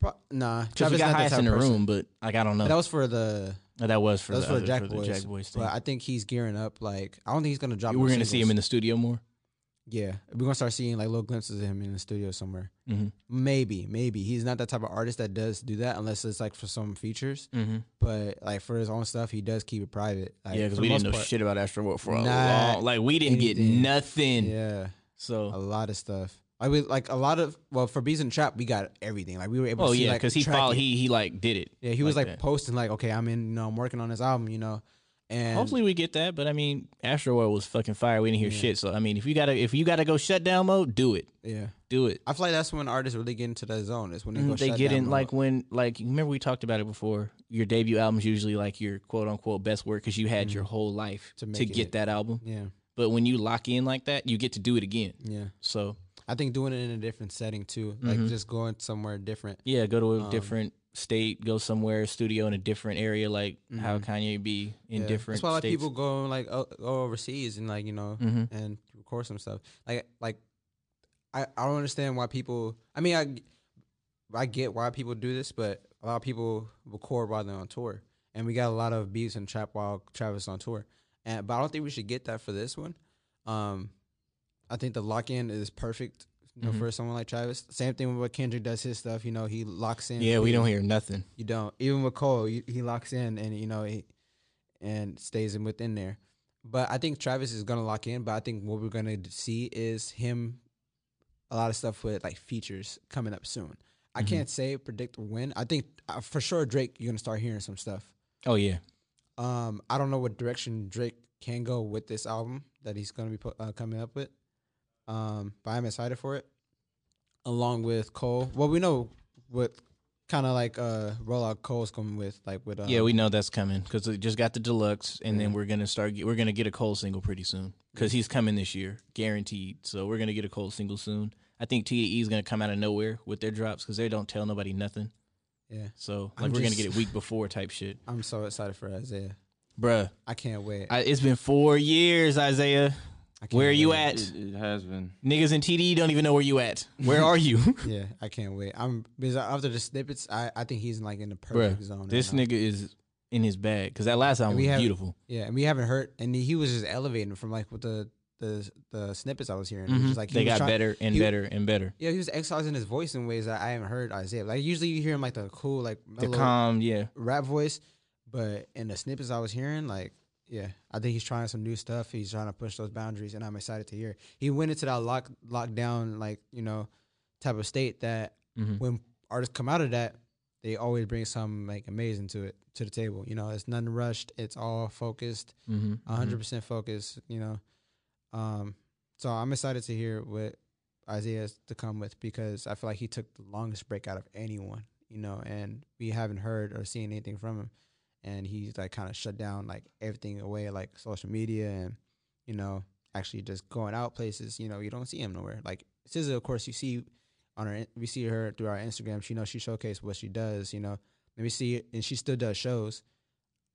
pro- nah? Because we Travis got not that highest type in the of person. room, but like I don't know. But that was for the Oh, that was for that was the, for other- Jack, for the Boys. Jack Boys thing. But I think he's gearing up. Like I don't think he's gonna drop. We're gonna see him in the studio more. Yeah, we're gonna start seeing like little glimpses of him in the studio somewhere. Mm-hmm. Maybe, maybe he's not that type of artist that does do that unless it's like for some features. Mhm. But like for his own stuff, he does keep it private. Like, yeah, because for we the didn't know most part. shit about Astro World for a Not long. Like we didn't get anything. nothing. Yeah, a So lot of stuff. Like we like a lot of well for Beats and Trap we got everything. Like we were able. Oh to see, yeah, like, because he track followed. it. He he like did it. Yeah, he was like that. posting like, okay, I'm in. You know, I'm working on this album. You know, and Hopefully we get that, but I mean, Astro World was fucking fire. We didn't hear shit. So I mean, if you gotta if you gotta go shut down mode, do it. Yeah, do it. I feel like that's when artists really get into that zone. It's when they, Mm, go they shut get down in mode. like when like you remember we talked about it before. Your debut album's usually like your quote unquote best work because you had your whole life to, Mm. make get it. that album. Yeah. But when you lock in like that, you get to do it again. Yeah. So I think doing it in a different setting too, like Mhm. just going somewhere different. yeah, go to a Um, different state, go somewhere studio in a different area, like how Mhm. Kanye be in Yeah. different. That's why like states. people go like o- go overseas and like you know Mhm. and record some stuff. Like like I I don't understand why people. I mean I I get why people do this, but a lot of people record while they're on tour, and we got a lot of beats and trap while Travis on tour. And but I don't think we should get that for this one. Um, I think the lock in is perfect. You know, Mhm. for someone like Travis, same thing with what Kendrick does his stuff. You know, he locks in. Yeah, we don't hear nothing. You don't. Even with Cole, you, he locks in and you know he and stays in within there. But I think Travis is gonna lock in. But I think what we're gonna d- see is him a lot of stuff with like features coming up soon. I Mhm. can't say predict when. I think uh, for sure Drake, you're gonna start hearing some stuff. Oh yeah. Um, I don't know what direction Drake can go with this album that he's gonna be pu- uh, coming up with. Um, but I'm excited for it. Along with Cole, well, we know what kind of like uh rollout Cole's coming with, like with um, yeah, we know that's coming because we just got the deluxe, and then we're gonna start. Get, we're gonna get a Cole single pretty soon because he's coming this year, guaranteed. So we're gonna get a Cole single soon. I think TDE is gonna come out of nowhere with their drops because they don't tell nobody nothing. Yeah. So like I'm we're just- gonna get it week before type shit, I'm so excited for Isaiah. bruh. I can't wait. I, it's been four years, Isaiah. Where are you wait. at? It, it has been. Niggas in TDE don't even know where you at. Where are you? yeah, I can't wait. I'm because after the snippets, I, I think he's like in the perfect zone. Bruh, right this now. nigga is in his bag because that last And album was haven't- beautiful. Yeah, and we haven't heard, and he was just elevating from like with the the the snippets I was hearing. It was Mhm. just like he They was got try- better and he- better and better. Yeah, he was excising his voice in ways that I haven't heard Isaiah. Like usually you hear him like the cool like The mellow calm, yeah. rap voice, but in the snippets I was hearing, like yeah, I think he's trying some new stuff. He's trying to push those boundaries, and I'm excited to hear. He went into that lock lockdown like you know type of state that Mhm. when artists come out of that, they always bring something like amazing to it to the table. You know, it's nothing rushed. It's all focused, Mhm, a hundred percent focused. You know, um, so I'm excited to hear what Isaiah is to come with because I feel like he took the longest break out of anyone. You know, and we haven't heard or seen anything from him, and he's like kind of shut down like everything away, like social media and you know actually just going out places. You know, you don't see him nowhere. Like SZA, of course, you see on her we see her through our Instagram. She knows she showcased what she does, you know. And we see and she still does shows.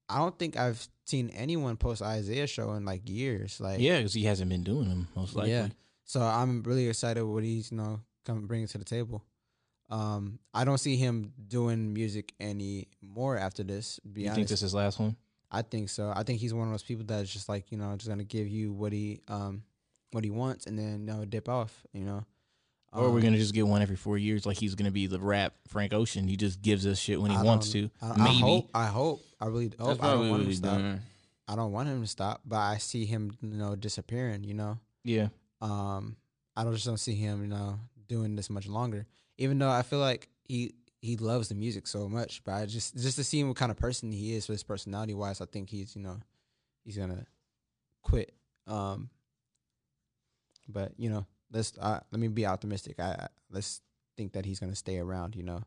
I don't think I've seen anyone post Isaiah show in like years. Like Yeah, because he hasn't been doing them most likely. yeah. So I'm really excited what he's you know come bringing to the table. Um, I don't see him doing music anymore after this. to Be you honest. think this is his last one? I think so. I think he's one of those people that's just like you know just gonna give you what he um what he wants and then you know, dip off. You know. Or we're Um, gonna just get one every four years, like he's gonna be the rap Frank Ocean. He just gives us shit when he I wants don't- to. I, I Maybe hope. I hope. I really hope. I probably don't want what him to he's stop. doing. I don't want him to stop, but I see him, you know, disappearing. You know. Yeah. Um, I don't just don't see him, you know, doing this much longer. Even though I feel like he he loves the music so much, but I just just to see what kind of person he is, for his personality wise, I think he's you know, he's gonna quit. Um, but you know, let's uh, let me be optimistic. I, I let's think that he's gonna stay around, you know,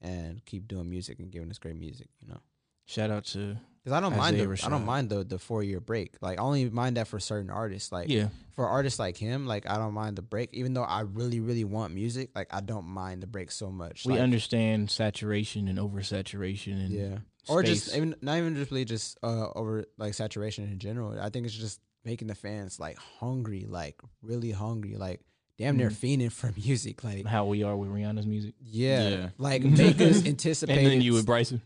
and keep doing music and giving us great music, you know. Shout out to Because I don't mind Isaiah the, I don't Rashad. mind the the four year break. Like I only mind that for certain artists. Like Yeah. for artists like him, like I don't mind the break. Even though I really really want music, like I don't mind the break so much. we like, understand saturation and oversaturation and yeah, or just space. even not even just really just uh over like saturation in general. I think it's just making the fans like hungry, like really hungry, like damn near Mhm. fiending for music. Like how we are with Rihanna's music. yeah, like make us anticipate. and then you with Bryson.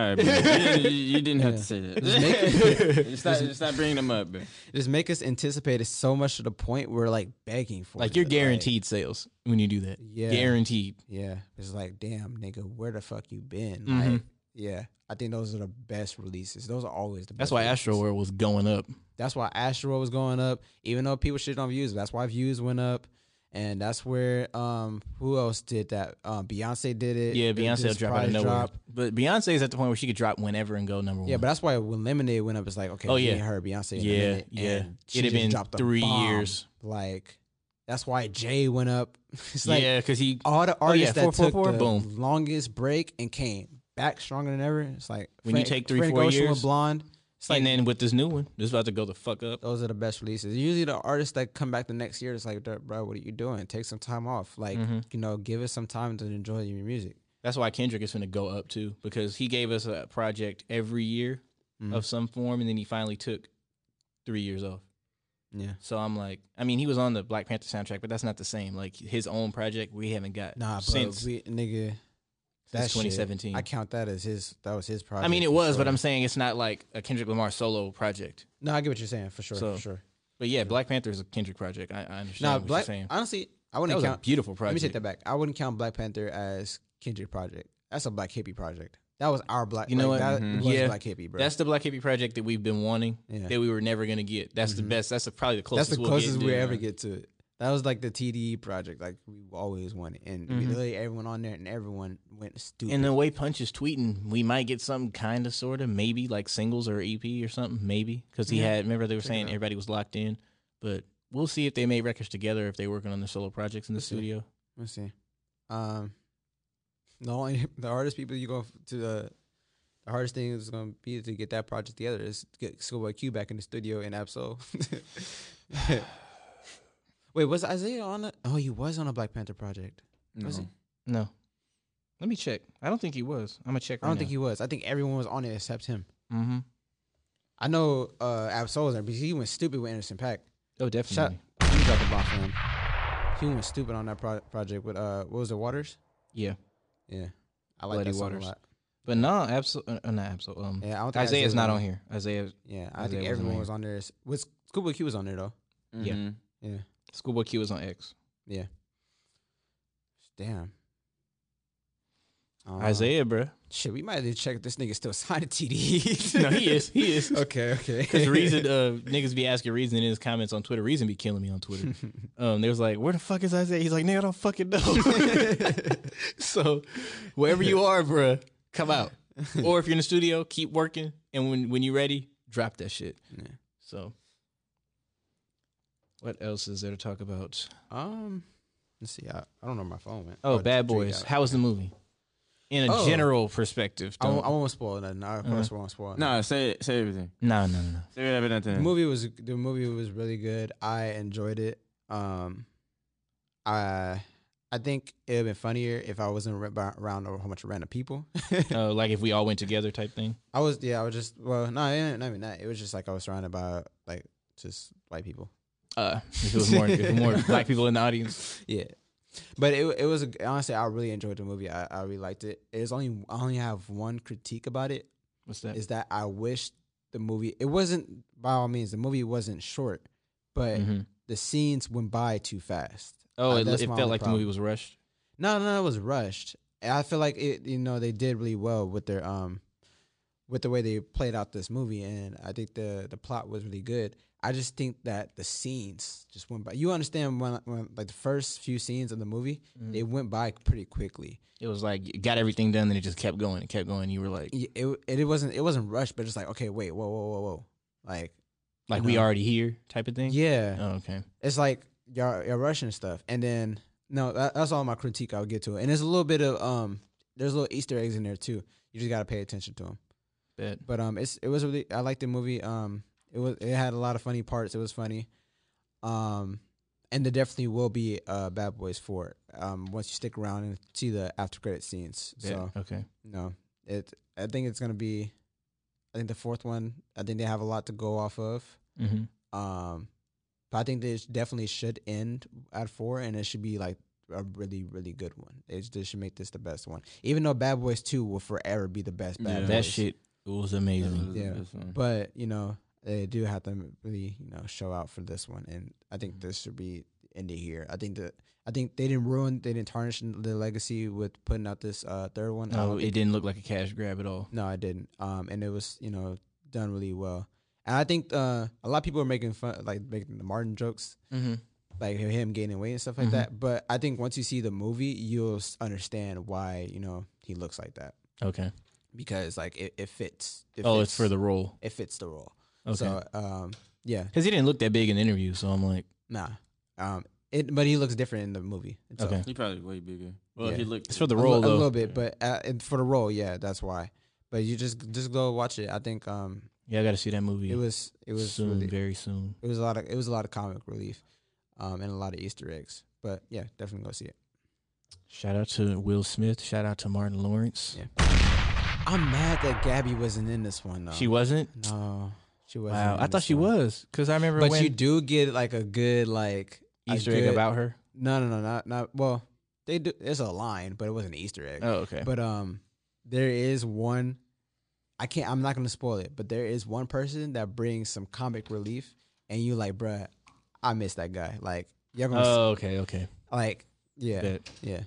right, bro. you, you- you didn't have to say that. Just make- Just not, just not bringing them up, bro. Just make us anticipate it so much to the point we're like begging for Like it. you're guaranteed sales when you do that. Yeah. Guaranteed. Yeah. It's like, damn, nigga, where the fuck you been? Mhm. Like, yeah. I think those are the best releases. Those are always the best. That's why Astro World was going up. That's why Astro was going up, even though people shit on views. That's why views went up. And that's where um who else did that? Um, Beyonce did it. Yeah, They Beyonce did will this drop out of prize nowhere. drop. But Beyonce is at the point where she could drop whenever and go number one. Yeah, but that's why when Lemonade went up, it's like okay, Oh, we yeah. ain't heard Beyonce. in a Yeah, minute, yeah. and she It'd just been dropped a three bomb. years. Like that's why Jay went up. It's like yeah, because he all the oh, yeah, artists four, that four, took four, the boom. longest break and came back stronger than ever. It's like When you Frank- take three, Frank four Ocean with years, blonde. It's like and then with this new one, this is about to go the fuck up. those are the best releases. Usually the artists that come back the next year, it's like, "Duh, bro, what are you doing? Take some time off. Like Mhm. you know, give it some time to enjoy your music. That's why Kendrick is going to go up too because he gave us a project every year Mhm. of some form, and then he finally took three years off. Yeah. So I'm like, I mean, he was on the Black Panther soundtrack, but that's not the same. Like his own project, we haven't got Nah, bro, since. we, nigga. That's 2017. I count that as his. That was his project. I mean, it for was, but sure. I'm saying it's not like a Kendrick Lamar solo project. No, I get what you're saying for sure. So- for sure. But yeah, Black Panther is a Kendrick project. I, I understand No, what Black. you're saying. Honestly, I That wouldn't was a count. beautiful Let me take project. that back. I wouldn't count Black Panther as Kendrick project. That's a Black hippie project. That was our Black. You know like, what? That Mhm. was Black hippie, bro. That's the Black hippie project that we've been wanting Yeah. Mm-hmm. that we were never gonna get. That's the best. That's the, probably the That's closest. the closest we'll we get to it, ever man. get to it. That was like the TDE project, like we always wanted, and we Mhm. literally everyone on there, and everyone went stupid. And the way Punch is tweeting, we might get something kind of, sort of, maybe like singles or EP or something, maybe because he Yeah. had. Remember they were Check it saying out. everybody was locked in, but we'll see if they made records together if they working on their solo projects in the Let's see. studio. Let's see. Um, the only the hardest people you go to the the hardest thing is going to be to get that project together is to get Schoolboy Q back in the studio in Absol. Wait, was Isaiah on? A, oh, he was on a Black Panther project. Was he? No, let me check. I don't think he was. I'm gonna check. I Right don't think he was. I think everyone was on it except him. Mm-hmm. I know uh, Absol was there because he went stupid with Anderson Pack. Oh, Shut. definitely. He dropped the bomb for him. He went stupid on that pro- project with uh, what was it, Waters? Yeah. Yeah, I like Bloody that song Waters. a lot. But no, absolutely uh, not. Absolutely. Um, Yeah, I don't think Isaiah's Isaiah's not on on it. here. Isaiah. Yeah, I Isaiah think wasn't everyone on was here. on there. S- Was Schoolboy Q was on there though? Mhm. Yeah, yeah, Schoolboy Q was on X. yeah. Damn. Uh, Isaiah, bruh. Shit, we might need to check if this nigga still signed a TDE. No, he is. He is. okay, okay. Because reason, uh, niggas be asking reason in his comments on Twitter. Reason be killing me on Twitter. Um, they was like, "Where the fuck is Isaiah?" He's like, "Nigga, I don't fucking know." so, wherever you are, bruh, come out. Or if you're in the studio, keep working, and when when you're ready, drop that shit. So, what else is there to talk about? Um, let's see. I, I don't know where my phone went. Oh, the Bad drink Boys. out. How was the movie? In a Oh. general perspective, I won't, I don't- Uh-huh. won't spoil nothing. I of course won't spoil. No, say it. Say everything. no, no, no, no. Say whatever The nothing. movie was the movie was really good. I enjoyed it. Um, I I think it'd been funnier if I wasn't ra- ba- around a whole bunch of random people. Uh, like if we all went together, type thing. I was yeah. I was just well, no, I didn't- not even that. It was just like I was surrounded by like just white people. Uh, if it was more, if it was more black people in the audience. Yeah. But it it was a, honestly I really enjoyed the movie. I, I really liked it. It's only I only have one critique about it. What's that? Is that I wish the movie it wasn't by all means the movie wasn't short, but Mhm. the scenes went by too fast. Oh, Uh, it, that's it my felt only like the movie problem. was rushed. No, no, it was rushed. And I feel like it. You know, they did really well with their um, with the way they played out this movie, and I think the the plot was really good. I just think that the scenes just went by. You understand when, when like the first few scenes of the movie, they went by pretty quickly. It was like you got everything done, and it just kept going. It kept going. You were like, It it, it wasn't it wasn't rushed, but it's like okay, wait, whoa, whoa, whoa, whoa, like like you we know. already here, type of thing. Yeah. Oh, okay. It's like y'all, y'all rushing stuff, and then no, that, that's all my critique. I'll get to it, and there's a little bit of um, there's little Easter eggs in there too. You just gotta pay attention to them. Bet. But um, it's it was really I liked the movie. Um, it was it had a lot of funny parts. It was funny. Um, and there definitely will be uh Bad Boys Four. Um, once you stick around and see the after credit scenes. Bet. So Okay. no, it I think it's gonna be. I think the fourth one. I think they have a lot to go off of. Mhm. Um, but I think this definitely should end at four, and it should be like a really, really good one. It they should make this the best one, even though Bad Boys Two will forever be the best Bad Boys. That shit was amazing. Yeah, but you know they do have to really you know show out for this one, and I think Mm-hmm. this should be the end of here. I think that I think they didn't ruin, they didn't tarnish the legacy with putting out this uh, third one. I No, don't Oh, it think- didn't look like a cash grab at all. no, I didn't. Um, and it was you know done really well. And I think uh, a lot of people are making fun, like making the Martin jokes. Mhm. like him gaining weight and stuff like Mhm. that. But I think once you see the movie, you'll s- understand why you know he looks like that Okay. because like it, it fits. It Oh, fits, it's for the role. It fits the role. Okay. So um, yeah, Because he didn't look that big in the interview, so I'm like, nah. Um, it, but he looks different in the movie. itself. Okay. He probably way bigger. Well, Yeah. he looked. a li- a little bit, but uh, and for the role, yeah, that's why. But you just just go watch it. I think um, yeah, I got to see that movie. it was it was soon, really- very soon. It was a lot of it was a lot of comic relief, um, and a lot of Easter eggs. But yeah, definitely go see it. Shout out to Will Smith. Shout out to Martin Lawrence. I'm mad that Gabby wasn't in this one though. She wasn't. No, she wasn't. Wow, in I this thought she one. was because I remember. But when, you do get like a good like a Easter egg good- about her? No, no, no, not not. Well, they do. It's a line, but it wasn't an Easter egg. Oh, okay. But um, there is one. I can't. I'm not gonna spoil it, but there is one person that brings some comic relief, and you like, bruh, I miss that guy. Like, y'all gonna. s- Oh, okay, okay. Like, yeah, Bet. yeah.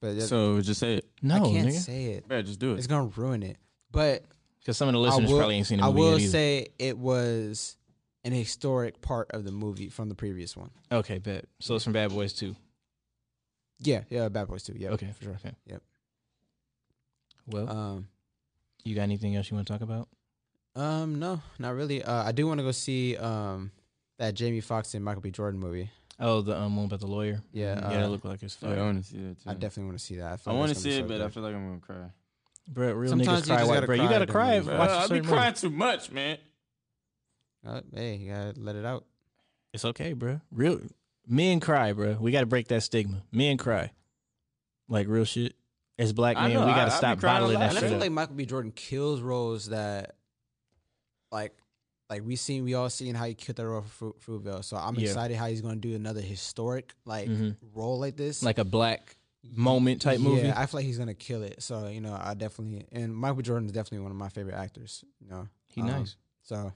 But that- So just say it. I No, can't nigga. say it. Yeah, just do it. It's gonna ruin it. But because some of the I listeners will- probably ain't seen the I movie will yet either. say it was an historic part of the movie from the previous one. Okay, bet. So it's from Bad Boys too. Yeah, yeah, Bad Boys too. Yeah. Okay, for sure. Okay. Yep. Well, um, you got anything else you want to talk about? Um, no, not really. Uh, I do want to go see um that Jamie Foxx and Michael B. Jordan movie. Oh, the um, one about the lawyer. Yeah, Mm-hmm. yeah, uh, that looked like it's fire. I want to see that too. I definitely want to see that. I like want to it's gonna see it, be but so I feel like I'm gonna cry. Bruh, real niggas Sometimes you cry just white. Bruh, gotta cry you gotta during cry. movies. watch Bruh, a I be certain crying movie. too much, man. good. Uh, hey, you gotta let it out. It's okay, bro. Real men cry, bro. We gotta break that stigma. Men cry, like real shit. As black I men, know, we I- gotta I be stop crying a bottling lot. that And I shit. feel up. like Michael B. Jordan kills roles that, like, like we seen, we all seen how he killed that role for Fru- Fruitvale. So I'm Yeah. excited how he's gonna do another historic like Mhm. role like this, like a black moment type movie. Yeah, I feel like he's gonna kill it. So you know, I definitely and Michael Jordan is definitely one of my favorite actors. You know, Um, He nice. So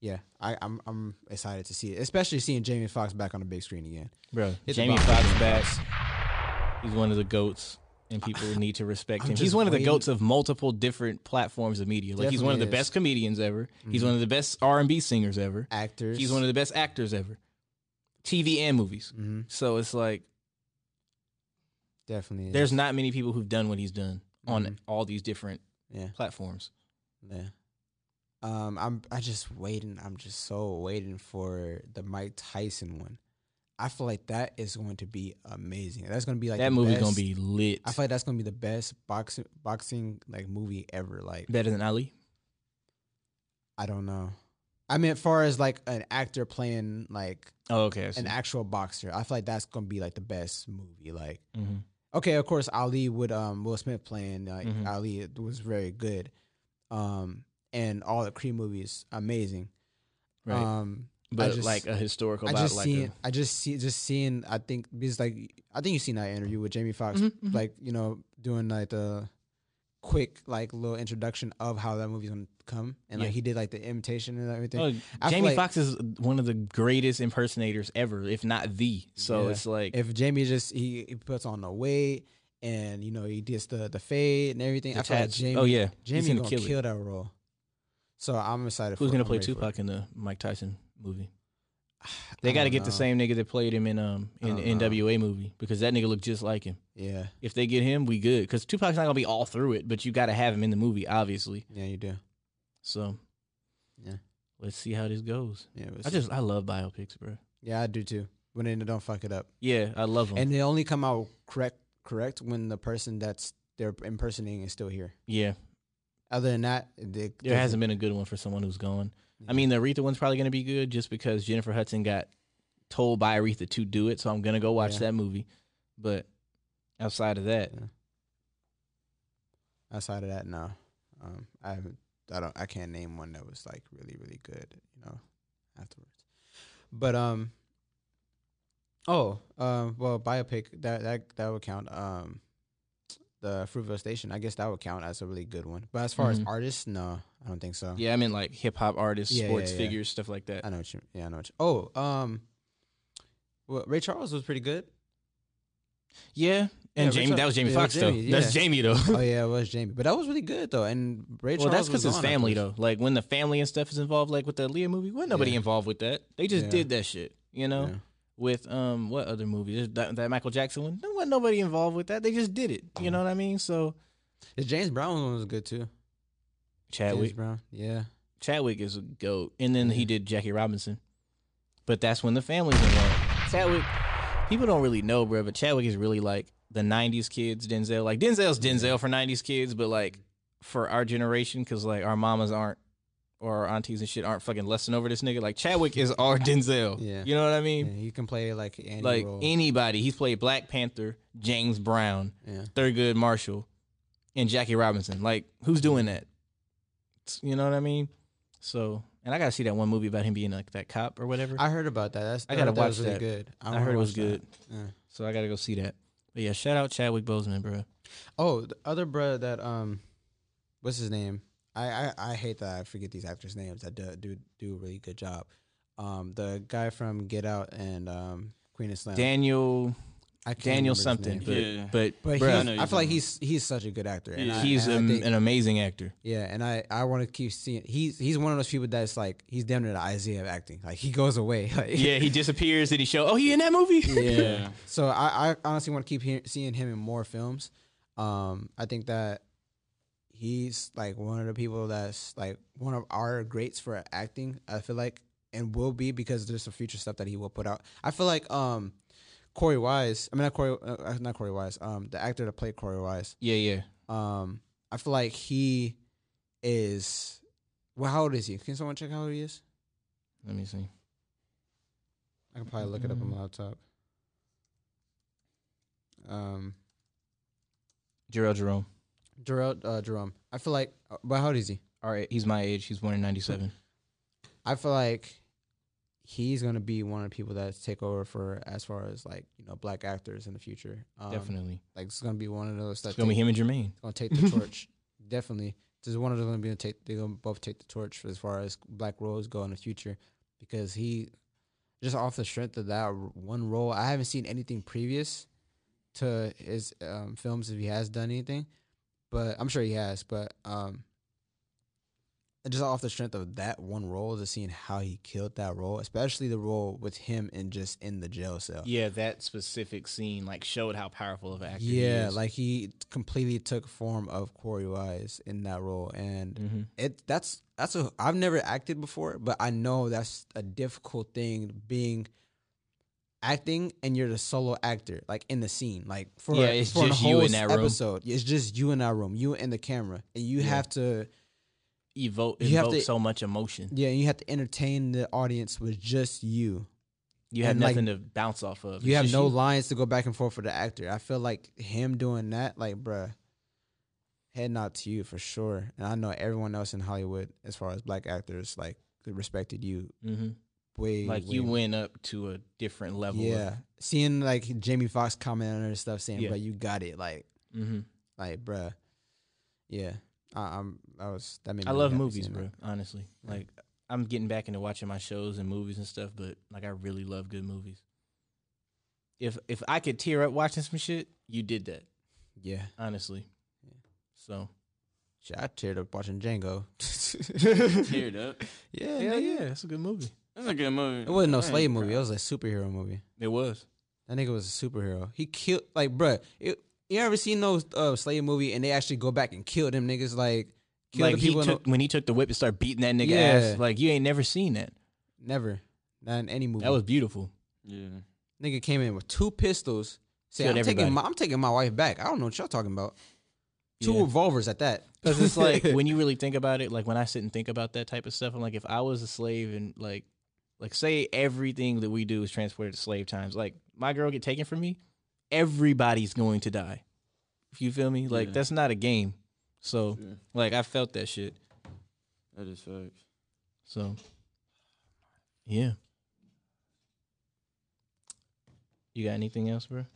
yeah, I, I'm I'm excited to see it, especially seeing Jamie Foxx back on the big screen again. bro. Hit the Jamie box, Foxx Jamie back. He's one of the goats, and people need to respect I'm him. just He's one of the waiting- goats of multiple different platforms of media. Like he's one of the Definitely is. Mm-hmm. best comedians ever. He's one of the best R and B singers ever. Actors. He's one of the best actors ever, TV and movies. Mm-hmm. So it's like Definitely. is. there's not many people who've done what he's done on Mhm. all these different Yeah. platforms. Yeah. Um, I'm I just waiting. I'm just so waiting for the Mike Tyson one. I feel like that is going to be amazing. That's going to be like that the movie's gonna best- be lit. I feel like that's going to be the best boxing boxing like movie ever. Like Better than Ali. I don't know. I mean, as far as like an actor playing like Oh, okay. I see. an actual boxer, I feel like that's gonna be like the best movie. Like, Mhm. okay, of course, Ali with um Will Smith playing like Mhm. Ali it was very good, um, and all the Creed movies amazing. Right. Um, I But, just- like, a historical I about, just like, seeing, a- I just see, just seeing. I think because like I think you seen that interview with Jamie Foxx, Mhm, mhm. like you know doing like the quick like little introduction of how that movie's gonna come, and Yeah. like he did like the imitation and everything. Oh, I feel Jamie like Foxx is one of the greatest impersonators ever, if not the. So Yeah. it's like if Jamie just he, he puts on the weight and you know he gets the the fade and everything. The I feel like tats. Jamie, Oh, yeah. He's Jamie gonna gonna kill kill, it. that role. So I'm who's excited. for it. gonna I'm play ready for it. Tupac in the Mike Tyson movie? I They got to don't get the know. same nigga that played him in um in don't the NWA movie because that nigga looked just like him. Yeah, If they get him, we good. Because Tupac's not gonna be all through it, but you got to have him in the movie, obviously. yeah, you do. So Yeah, let's see how this goes. Yeah, we'll I see. just I love biopics, bro. yeah, I do too. When they don't fuck it up. Yeah, I love them. and they only come out correct correct when the person that's they're impersonating is still here. yeah, Other than that, they, there hasn't been a good one for someone who's gone. I mean, the Aretha one's probably gonna be good just because Jennifer Hudson got told by Aretha to do it, so I'm gonna go watch Yeah. that movie. But outside of that, outside of that. No, um, I haven't. I don't. I can't name one that was like really really good. You know, afterwards. But um, oh, um, well, biopic that that that would count. Um, the Fruitvale Station, I guess that would count as a really good one. But as far as Mhm. artists, no, I don't think so. yeah, I mean like hip hop artists, Yeah, yeah, sports yeah. figures, stuff like that. I know what you. Yeah, I know what you. Oh, um, well, Ray Charles was pretty good. Yeah, and Yeah, Jamie Richard- that was Jamie yeah, Foxx though. Jamie, That's yeah. Jamie though. oh yeah, it was Jamie, but that was really good though. And Ray well, that's Charles because his was on family afterwards. though. Like when the family and stuff is involved, like with the Leah movie, wasn't nobody Yeah. involved with that. They just Yeah. did that shit. You know, Yeah. with um what other movie? There's That, that Michael Jackson one. There wasn't nobody involved with that. They just did it. You know what I mean? So Uh-huh. the James Brown one was good too. Chadwick James Brown, yeah. Chadwick is a goat, and then he did Jackie Robinson. But that's when the family's involved. Chadwick, people don't really know, bro, but Chadwick is really like the '90s kids. Denzel, like Denzel's Denzel for '90s kids, but like for our generation, because like our mamas aren't or our aunties and shit aren't fucking lusting over this nigga. Like Chadwick is our Denzel. Yeah. you know what I mean. He can play like any like role. anybody. He's played Black Panther, James Brown, Thurgood Marshall, and Jackie Robinson. Like, who's doing that? It's- You know what I mean? So, and I gotta see that one movie about him being like that cop or whatever. I heard about that. That's I gotta that was watch really that. good. I I, wanna heard it was watch that. good. So I gotta go see that. But yeah, shout out Chadwick Boseman, bro. Oh, the other brother that um, what's his name? I I, I hate that I forget these actors' names. That do, do do a really good job. Um, the guy from Get Out and um Queen of Slam. Daniel. I can't Daniel remember his something, but name. but but bruh, he's- I, feel like he's he's such a good actor. and I- he's and I am- think- an amazing actor. Yeah, and I I want to keep seeing. He's he's one of those people that's like he's damn near the Isaiah of acting. Like he goes away. Like, yeah, he disappears. Did he show? Oh, he in that movie? yeah. So I, I honestly want to keep hear, seeing him in more films. Um, I think that he's like one of the people that's like one of our greats for acting. I feel like and will be because there's some future stuff that he will put out. I feel like um, Corey Wise. I mean, not Corey, uh, not Corey Wise. Um, the actor that played Corey Wise. Yeah, yeah. Um, I feel like he is. Well, how old is he? Can someone check how old he is? Let me see. I can probably look it up on Mm-hmm. my laptop. Um, Jarrell Jerome. Jarrell, uh, Jerome. I feel like, uh, but how old is he? All right, he's my age. He's born in '97. I feel like he's gonna be one of the people that take over for as far as like you know black actors in the future. Um, Definitely. like it's gonna be one of those. That's gonna be him and Jermaine. Gonna take the torch. Definitely, this is one of them gonna be gonna take. They're gonna both take the torch as far as black roles go in the future, because he just off the strength of that r- one role. I haven't seen anything previous to his um, films if he has done anything, but I'm sure he has. But um, and just off the strength of that one role, just seeing how he killed that role, especially the role with him and just in the jail cell. Yeah, that specific scene like showed how powerful of an actor. he Yeah, is. like he completely took form of Corey Wise in that role, and Mhm. it that's that's a I've never acted before, but I know that's a difficult thing being acting and you're the solo actor like in the scene like for Yeah, it's for just a you whole in that room. episode it's just you in that room you and the camera and you Yeah. have to evoke, you have evoke to- so much emotion. yeah you have to entertain the audience with just you You have And, like, nothing to bounce off of. you It's have just no lines to go back and forth for the actor. I feel like him doing that, like, bruh, head nod to you for sure. And I know everyone else in Hollywood, as far as black actors, like, respected you Mhm. way. like you way more. went up to a different level. of- Yeah, seeing like Jamie Foxx comment on her stuff saying, Yeah. "Bro, you got it," like, Mhm. like, bruh, yeah. I, I'm. I was. That made me I really love happy movies, seeing bro. that. Honestly, like I'm getting back into watching my shows and movies and stuff, but like I really love good movies. If if I could tear up watching some shit, you did that. Yeah. honestly. So Shit, I teared up watching Django. Teared up. Yeah, yeah, nigga. yeah, it's a good movie. That's a good movie. It wasn't no I ain't slave proud. movie. It was a superhero movie. It was. That nigga was a superhero. He killed like, bruh. It, you ever seen those uh, slave movie and they actually go back and kill them niggas like, kill like the he people? in the- took, when he took the whip and started beating that nigga Yeah. ass, like you ain't never seen that. never, not in any movie. That was beautiful. Yeah. nigga came in with two pistols. Said, Killed I'm everybody. taking, my, I'm taking my wife back. I don't know what y'all talking about. Two Yeah. revolvers at that. Because it's like when you really think about it, like when I sit and think about that type of stuff, I'm like, if I was a slave and like, like say everything that we do is transported to slave times, like my girl get taken from me, everybody's going to die. If you feel me, like Yeah. that's not a game. So Sure. like I felt that shit. That is facts. So yeah. You got anything else, bro?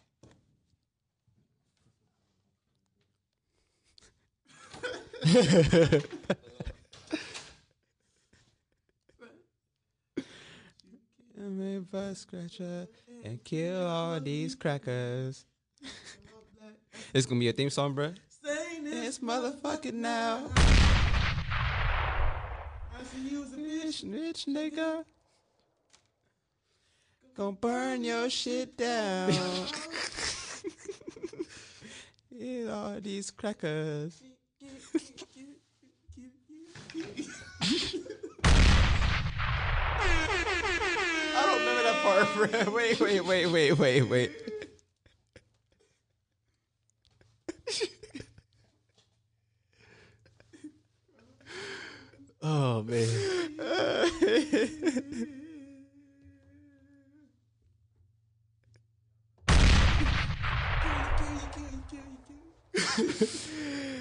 I'm in for a scratcher and kill all these crackers. it's gonna be a theme song, bruh. Saying this motherfucking now. I see you as a bitch. Rich nigga. Gonna burn your shit down. Eat all these crackers. I don't remember that Or for- wait, wait, wait, wait, wait, wait. Oh man.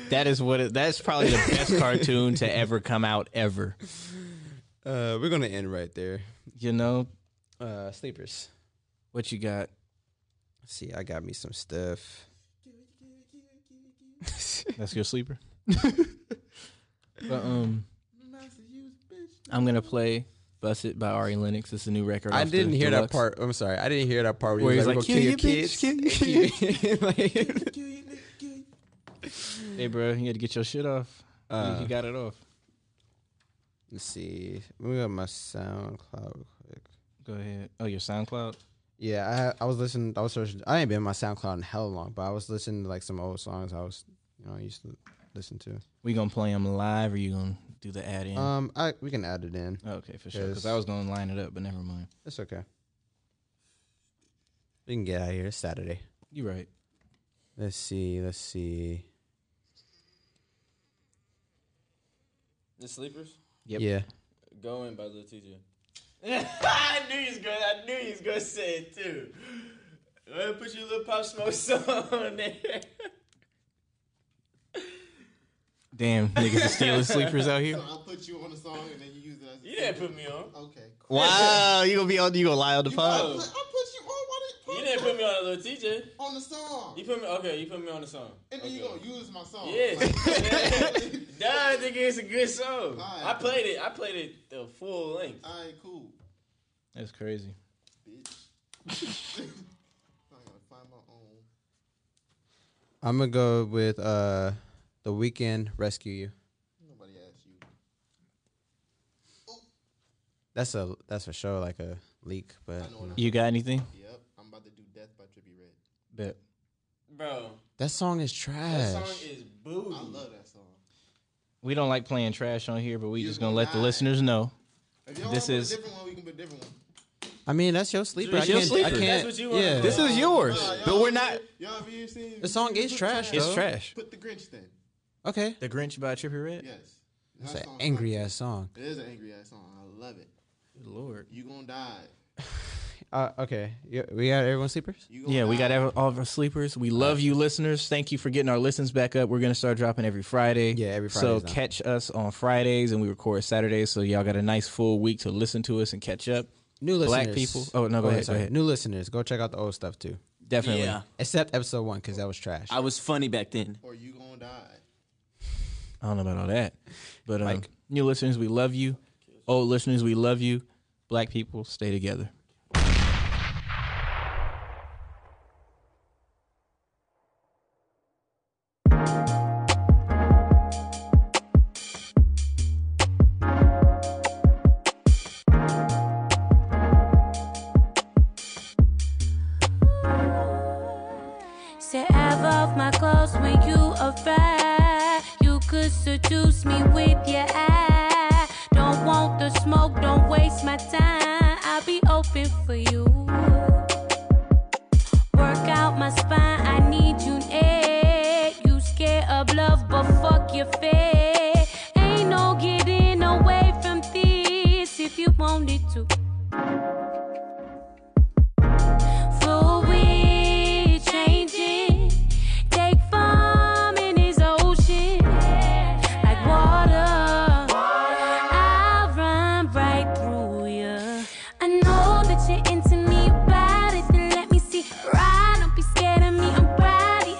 That is what. It, that's probably the best cartoon to ever come out ever. Uh, we're gonna end right there. You know, uh, sleepers. What you got? See, I got me some stuff. That's your sleeper. but um, I'm gonna play "Bust It" by Ari Lennox. It's a new record. I off the didn't hear that Deluxe. part. I'm sorry, I didn't hear that part where, Where you he's like, like, "Go kill your "Kill your kids. Like- Hey, bro, you had to get your shit off. You- Uh, you got it off. Let's see. Let me go to my SoundCloud quick. Go ahead. Oh, your SoundCloud. Yeah, I I was listening. I was searching. I ain't been on my SoundCloud in hell long, but I was listening to like some old songs I was, you know, I used to listen to. We gonna play them live, or you gonna do the add in? Um, I we can add it in. okay, for sure. Because I was gonna line it up, but never mind. It's okay. We can get out of here. It's Saturday. You right. Let's see. Let's see. The sleepers. Yeah. Go in by Lil TJ. I knew you was gonna. I knew you was gonna say it too. Go ahead, put your little pop smoke song on there. Damn, niggas are stealing sleepers out here. So I'll put you on the song and then you use it as. A You didn't put me on. Okay. Cool. Wow, Oh. you gonna be on? You gonna lie on the I'll put, I'll put you on. Why You didn't put me on a little TJ. On the song. You put me okay. You put me on the song. And then you gonna use my song. Yeah, Like, nah, I think it's a good song. Alright. I played it. I played it the full length. all right, cool. That's crazy. I gotta find my own. I'm gonna go with uh, the weekend rescue you. Nobody asked you. That's a that's for sure like a leak, but you, know. You got anything? Yep. I'm about to do Death by Trippy Red. Bet. Bro, that song is trash. that song is booty. I love that song. We don't like playing trash on here, but we just gonna let the listeners know. If y'all This wanna put is a different one, we can put a different one. I mean, that's your sleeper. It's I your can't, I sleeper. can't. That's what you wanna yeah. put This is on. yours, Nah, but y'all we're ever- not- Y'all ever hear seen? The song is Put trash, the- though. It's trash. Put the Grinch then. Okay. The Grinch by Trippie Red. Yes. That's That an song's angry fire. ass song. It is an angry ass song. I love it. Good lord. You gonna die. Uh, okay. Yeah, we got everyone sleepers. Yeah, we got ev- all of our sleepers. We love you, listeners. Thank you for getting our listens back up. We're gonna start dropping every Friday. Yeah, every So Fridays now. catch us on Fridays, and we record Saturdays. So y'all got a nice full week to listen to us and catch up. New listeners. Black people. Oh no, go I'm ahead. Go sorry. ahead. New listeners, go check out the old stuff too. Definitely. Yeah. Except episode one, because that was trash. I was funny back then. Or you gonna die. I don't know about all that, but um, new listeners, we love you. Old listeners, we love you. Black people, stay together. Say ever of my goals when you arrive. You could seduce me with your eye. Don't want the smoke, don't waste my time. I'll be open for you. Work out my spine, I need you neck. You scared of love, but fuck your fate. Ain't no getting away from this if you wanted to. Fluid changing, take form in His ocean like water. I run right through you. I know that you're into me, about it, then let me see. Ride, don't be scared of me. I'm body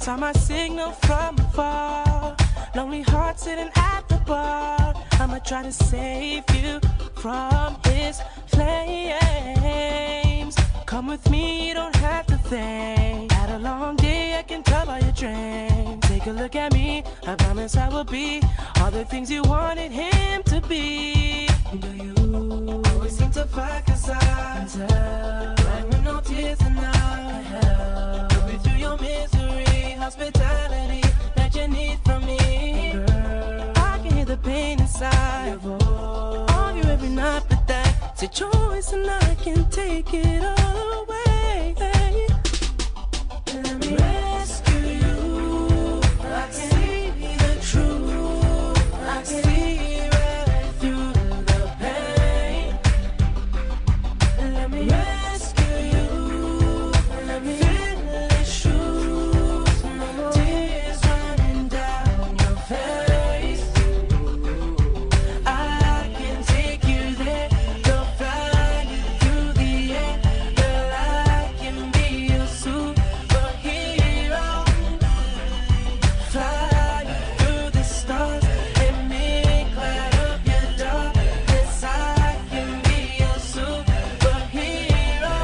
Time I signal from afar. Lonely heart sitting at the bar. I'ma try to save you from his flames. Come with me, you don't have to think. Had a long day, I can tell by your dreams. Take a look at me, I promise I will be all the things you wanted him to be. Do you always seem to fuck us up? When we're no tears enough. Put me through your misery, hospitality that you need from me. I can hear the pain inside. Argue every night, but that's your choice, and I can take it all away. Let me rescue you. I can see the truth. I can see right through the pain. Let me rescue you. Let me fill the shoes. No more tears running down your face. I can take you there. You'll fly through the air. Girl, I can be your superhero. Fly through the stars and make light up your darkness. I can be your superhero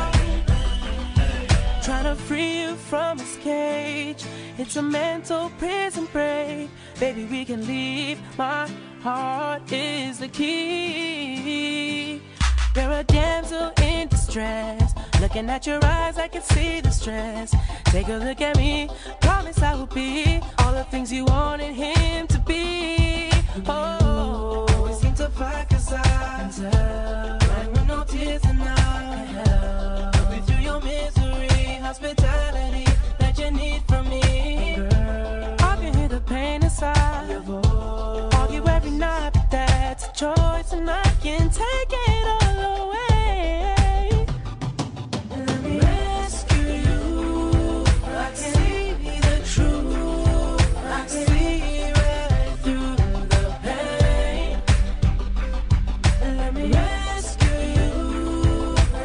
trying to free you from his cage. It's a mental prison break. Baby, we can leave. My heart is the key. You're a damsel in distress. Looking at your eyes, I can see the stress. Take a look at me. Promise I will be all the things you wanted him to be. Oh, always seem to fuck us up. When we're no tears enough. Put me through your misery, hospitality that you need from me. I can hear the pain inside. Argue every night, but that's a choice, and I can take it all away. Let me rescue you. I can see the truth. I can see right through the pain. Let me rescue you.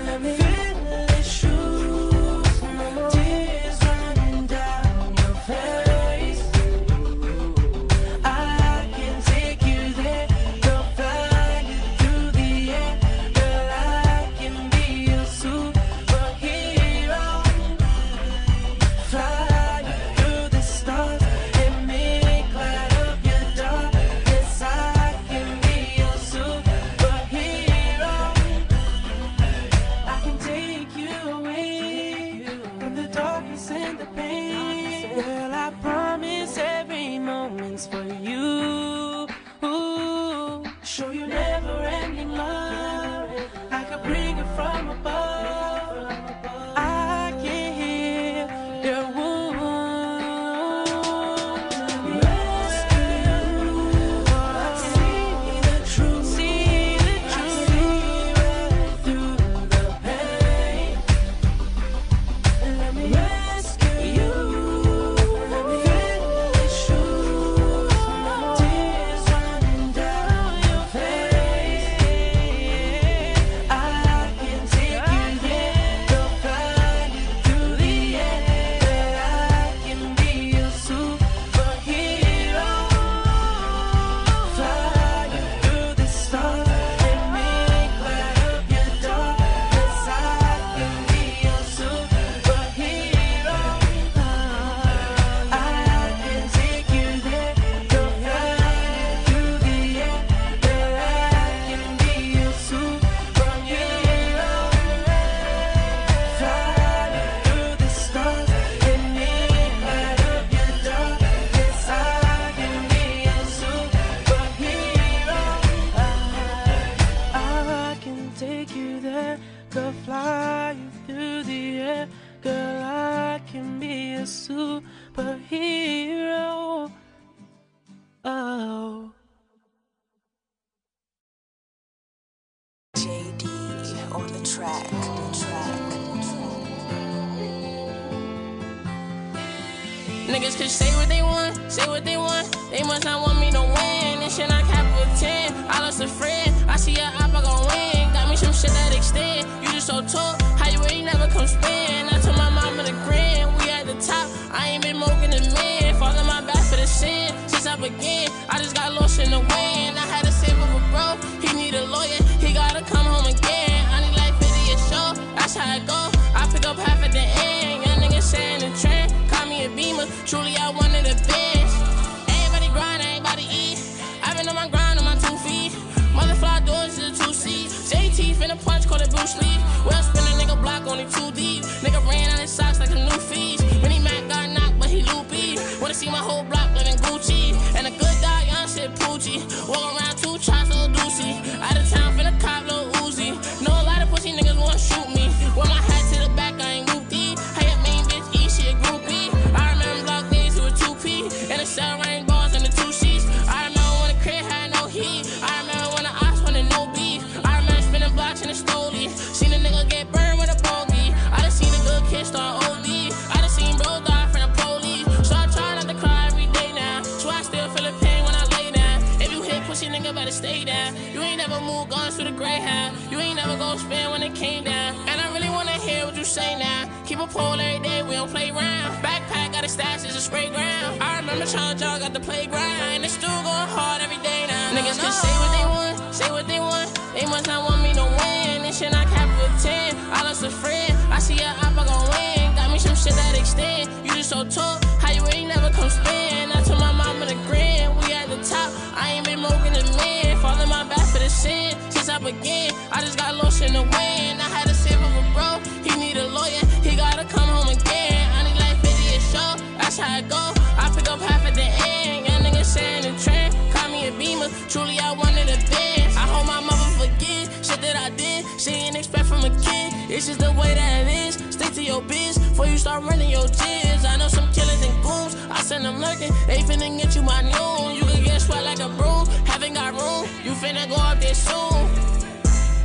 Let me fill the shoes. No more tears running down your face. I can take you there. You'll fly through the air. Girl, I can be your superhero. Fly through the stars and make light up your darkness. I can be your superhero. I can take you away from the darkness and the pain. Girl, I promise every moment's for you. Show you never ending love. I could bring it from above. I can hear your wounds. Let me rescue you. I see the truth. See the truth. right through the pain. Let me rescue you. Let me fill the shoes. No tears running down your face. I can take you there. You'll fly through the air. Girl, I can be your superhero. Fly through the stars and make light up your darkness. I can be your superhero. I can take you there. You'll fly through the air. Girl, I can be your superhero. Fly through the stars and make light up your darkness. I can be your superhero. I can take you there, could fly you through the air. Girl, I can be a superhero. Oh. JD on the track. Niggas could say what they want, say what they want. They must not want me to win. This shit I capital 10. I lost a friend. I see a op, I gon' win. Got me some shit that extend. You just so tall, how you ain't never come spin. I told my mama to grin. We at the top. I ain't been moking a minute. E every day, we don't play round. Backpack got a stash, it's a spray ground. I remember trying to jog at the playground. It's still going hard every day now. Niggas can say what they want, say what they want. They must not want me to win. This shit I cap with 10. I lost a friend. I see your op, I gon' win. Got me some shit that extend. You just so tough, how you ain't never come spin. I told my mama to grin. We at the top, I ain't been smoking a man. Falling my back for the sin since I began. I just got lost in the wind. I had a sip of a bro. He need a lawyer. He gotta come home again. I need like 50 a show. That's how it go. I pick up half at the end. Young nigga saying the trend. Call me a beamer. Truly, I wanted a Benz. I hope my mother forgives shit that I did. She ain't expect from a kid. It's just the way that it is. Stick to your biz before you start running your jizz. I know some killers and goons. I send them lurking. They finna get you my noon. You can get sweat like a broom. Haven't got room. You finna go up there soon.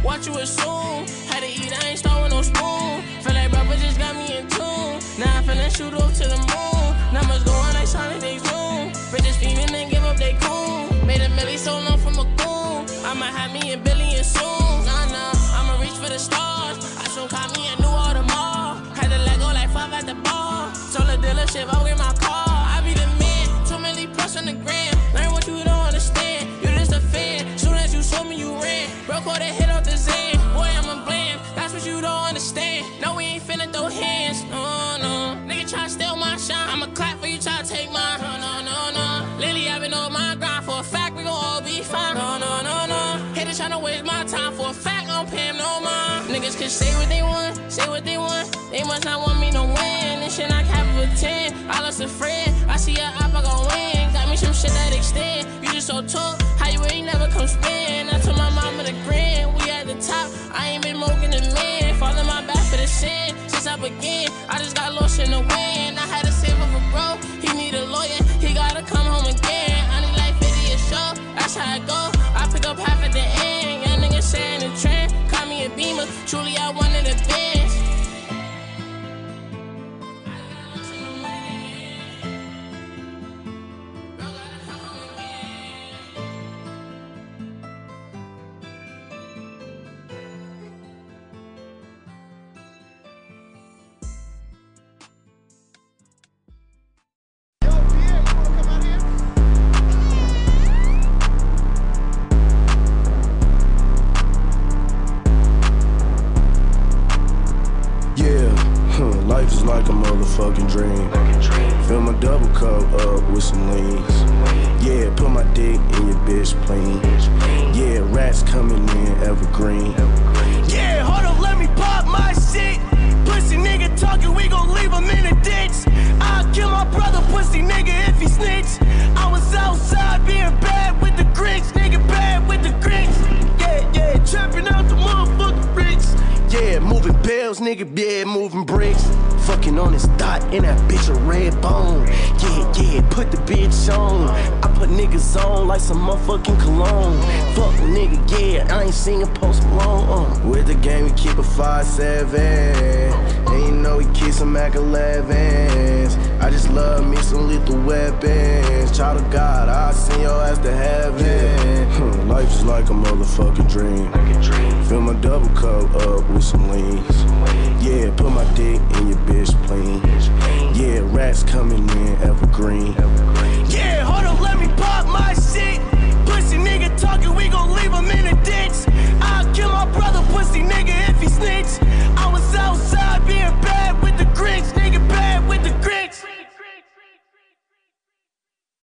What you assume? Had to eat, I ain't start with no spoon. Feel like rubber just got me in tune. Now I finna shoot off to the moon. Numbers going like Sonic, they zoom. Bitches feeding and give up they cool. Made a milli so long from a goon. I'ma have me a billion soon. Nah, nah, I'ma reach for the stars. I soon caught me a new Audemars. Had to let go like five at the bar. Told the dealership, I'll get my car. I be the man, too many plus on the gram. Learn what you don't understand. You just a fan. Soon as you saw me, you ran. Broke all the hit off the Zan. Boy, I'm a blam. That's what you don't understand. No, we ain't finna throw hands. No, no. Nigga try to steal my shine. I'ma clap for you, try to take mine. No, no, no, no. Lily, I've been on my grind. For a fact, we gon' all be fine. No, no, no, no. Haters tryna waste my time. For a fact, I'm paying no mind. Niggas can say what they want, say what they want. They must not want me to win. This shit I cap a 10. I lost a friend. I see your op, I gon' win. Got me some shit that extend. You just so tough. How you ain't never come spin? I told my mama to grin. We at the top. I ain't been smoking the men. Falling my back for the sin since I began. I just got lost in the wind. I had a sip of a bro. He need a lawyer. He gotta come home again. I need like 50 a show. That's how it go. I pick up half at the end. Young nigga saying the trend. Call me a beamer. Truly, I wanted a bench. Yeah, huh, life is like a motherfucking dream. Fill my double cup up with some leans. Yeah, put my dick in your bitch plane. Yeah, rats coming in evergreen. Yeah, hold up, let me pop my shit. Pussy nigga talking, we gon' leave him in a ditch. I'll kill my brother, pussy nigga, if he snitch. I was outside being bad with the grits, nigga, bad with the grits. Yeah, yeah, trapping out the motherfucking bricks. Yeah, moving bells, nigga, yeah, moving bricks. Fucking on his dot in that bitch a red bone. Yeah, yeah, put the bitch on. I put niggas on like some motherfucking cologne. Fuck a nigga, yeah, I ain't singing post Malone. Uh. With the game, we keep a 5-7. And you know we keep some Mac 11s. I just love me some lethal weapons. Child of God, I send your ass to heaven. Huh, Hmm, Life is like a motherfucking dream. Fill my double cup up with some leans. Yeah, put my dick in your bitch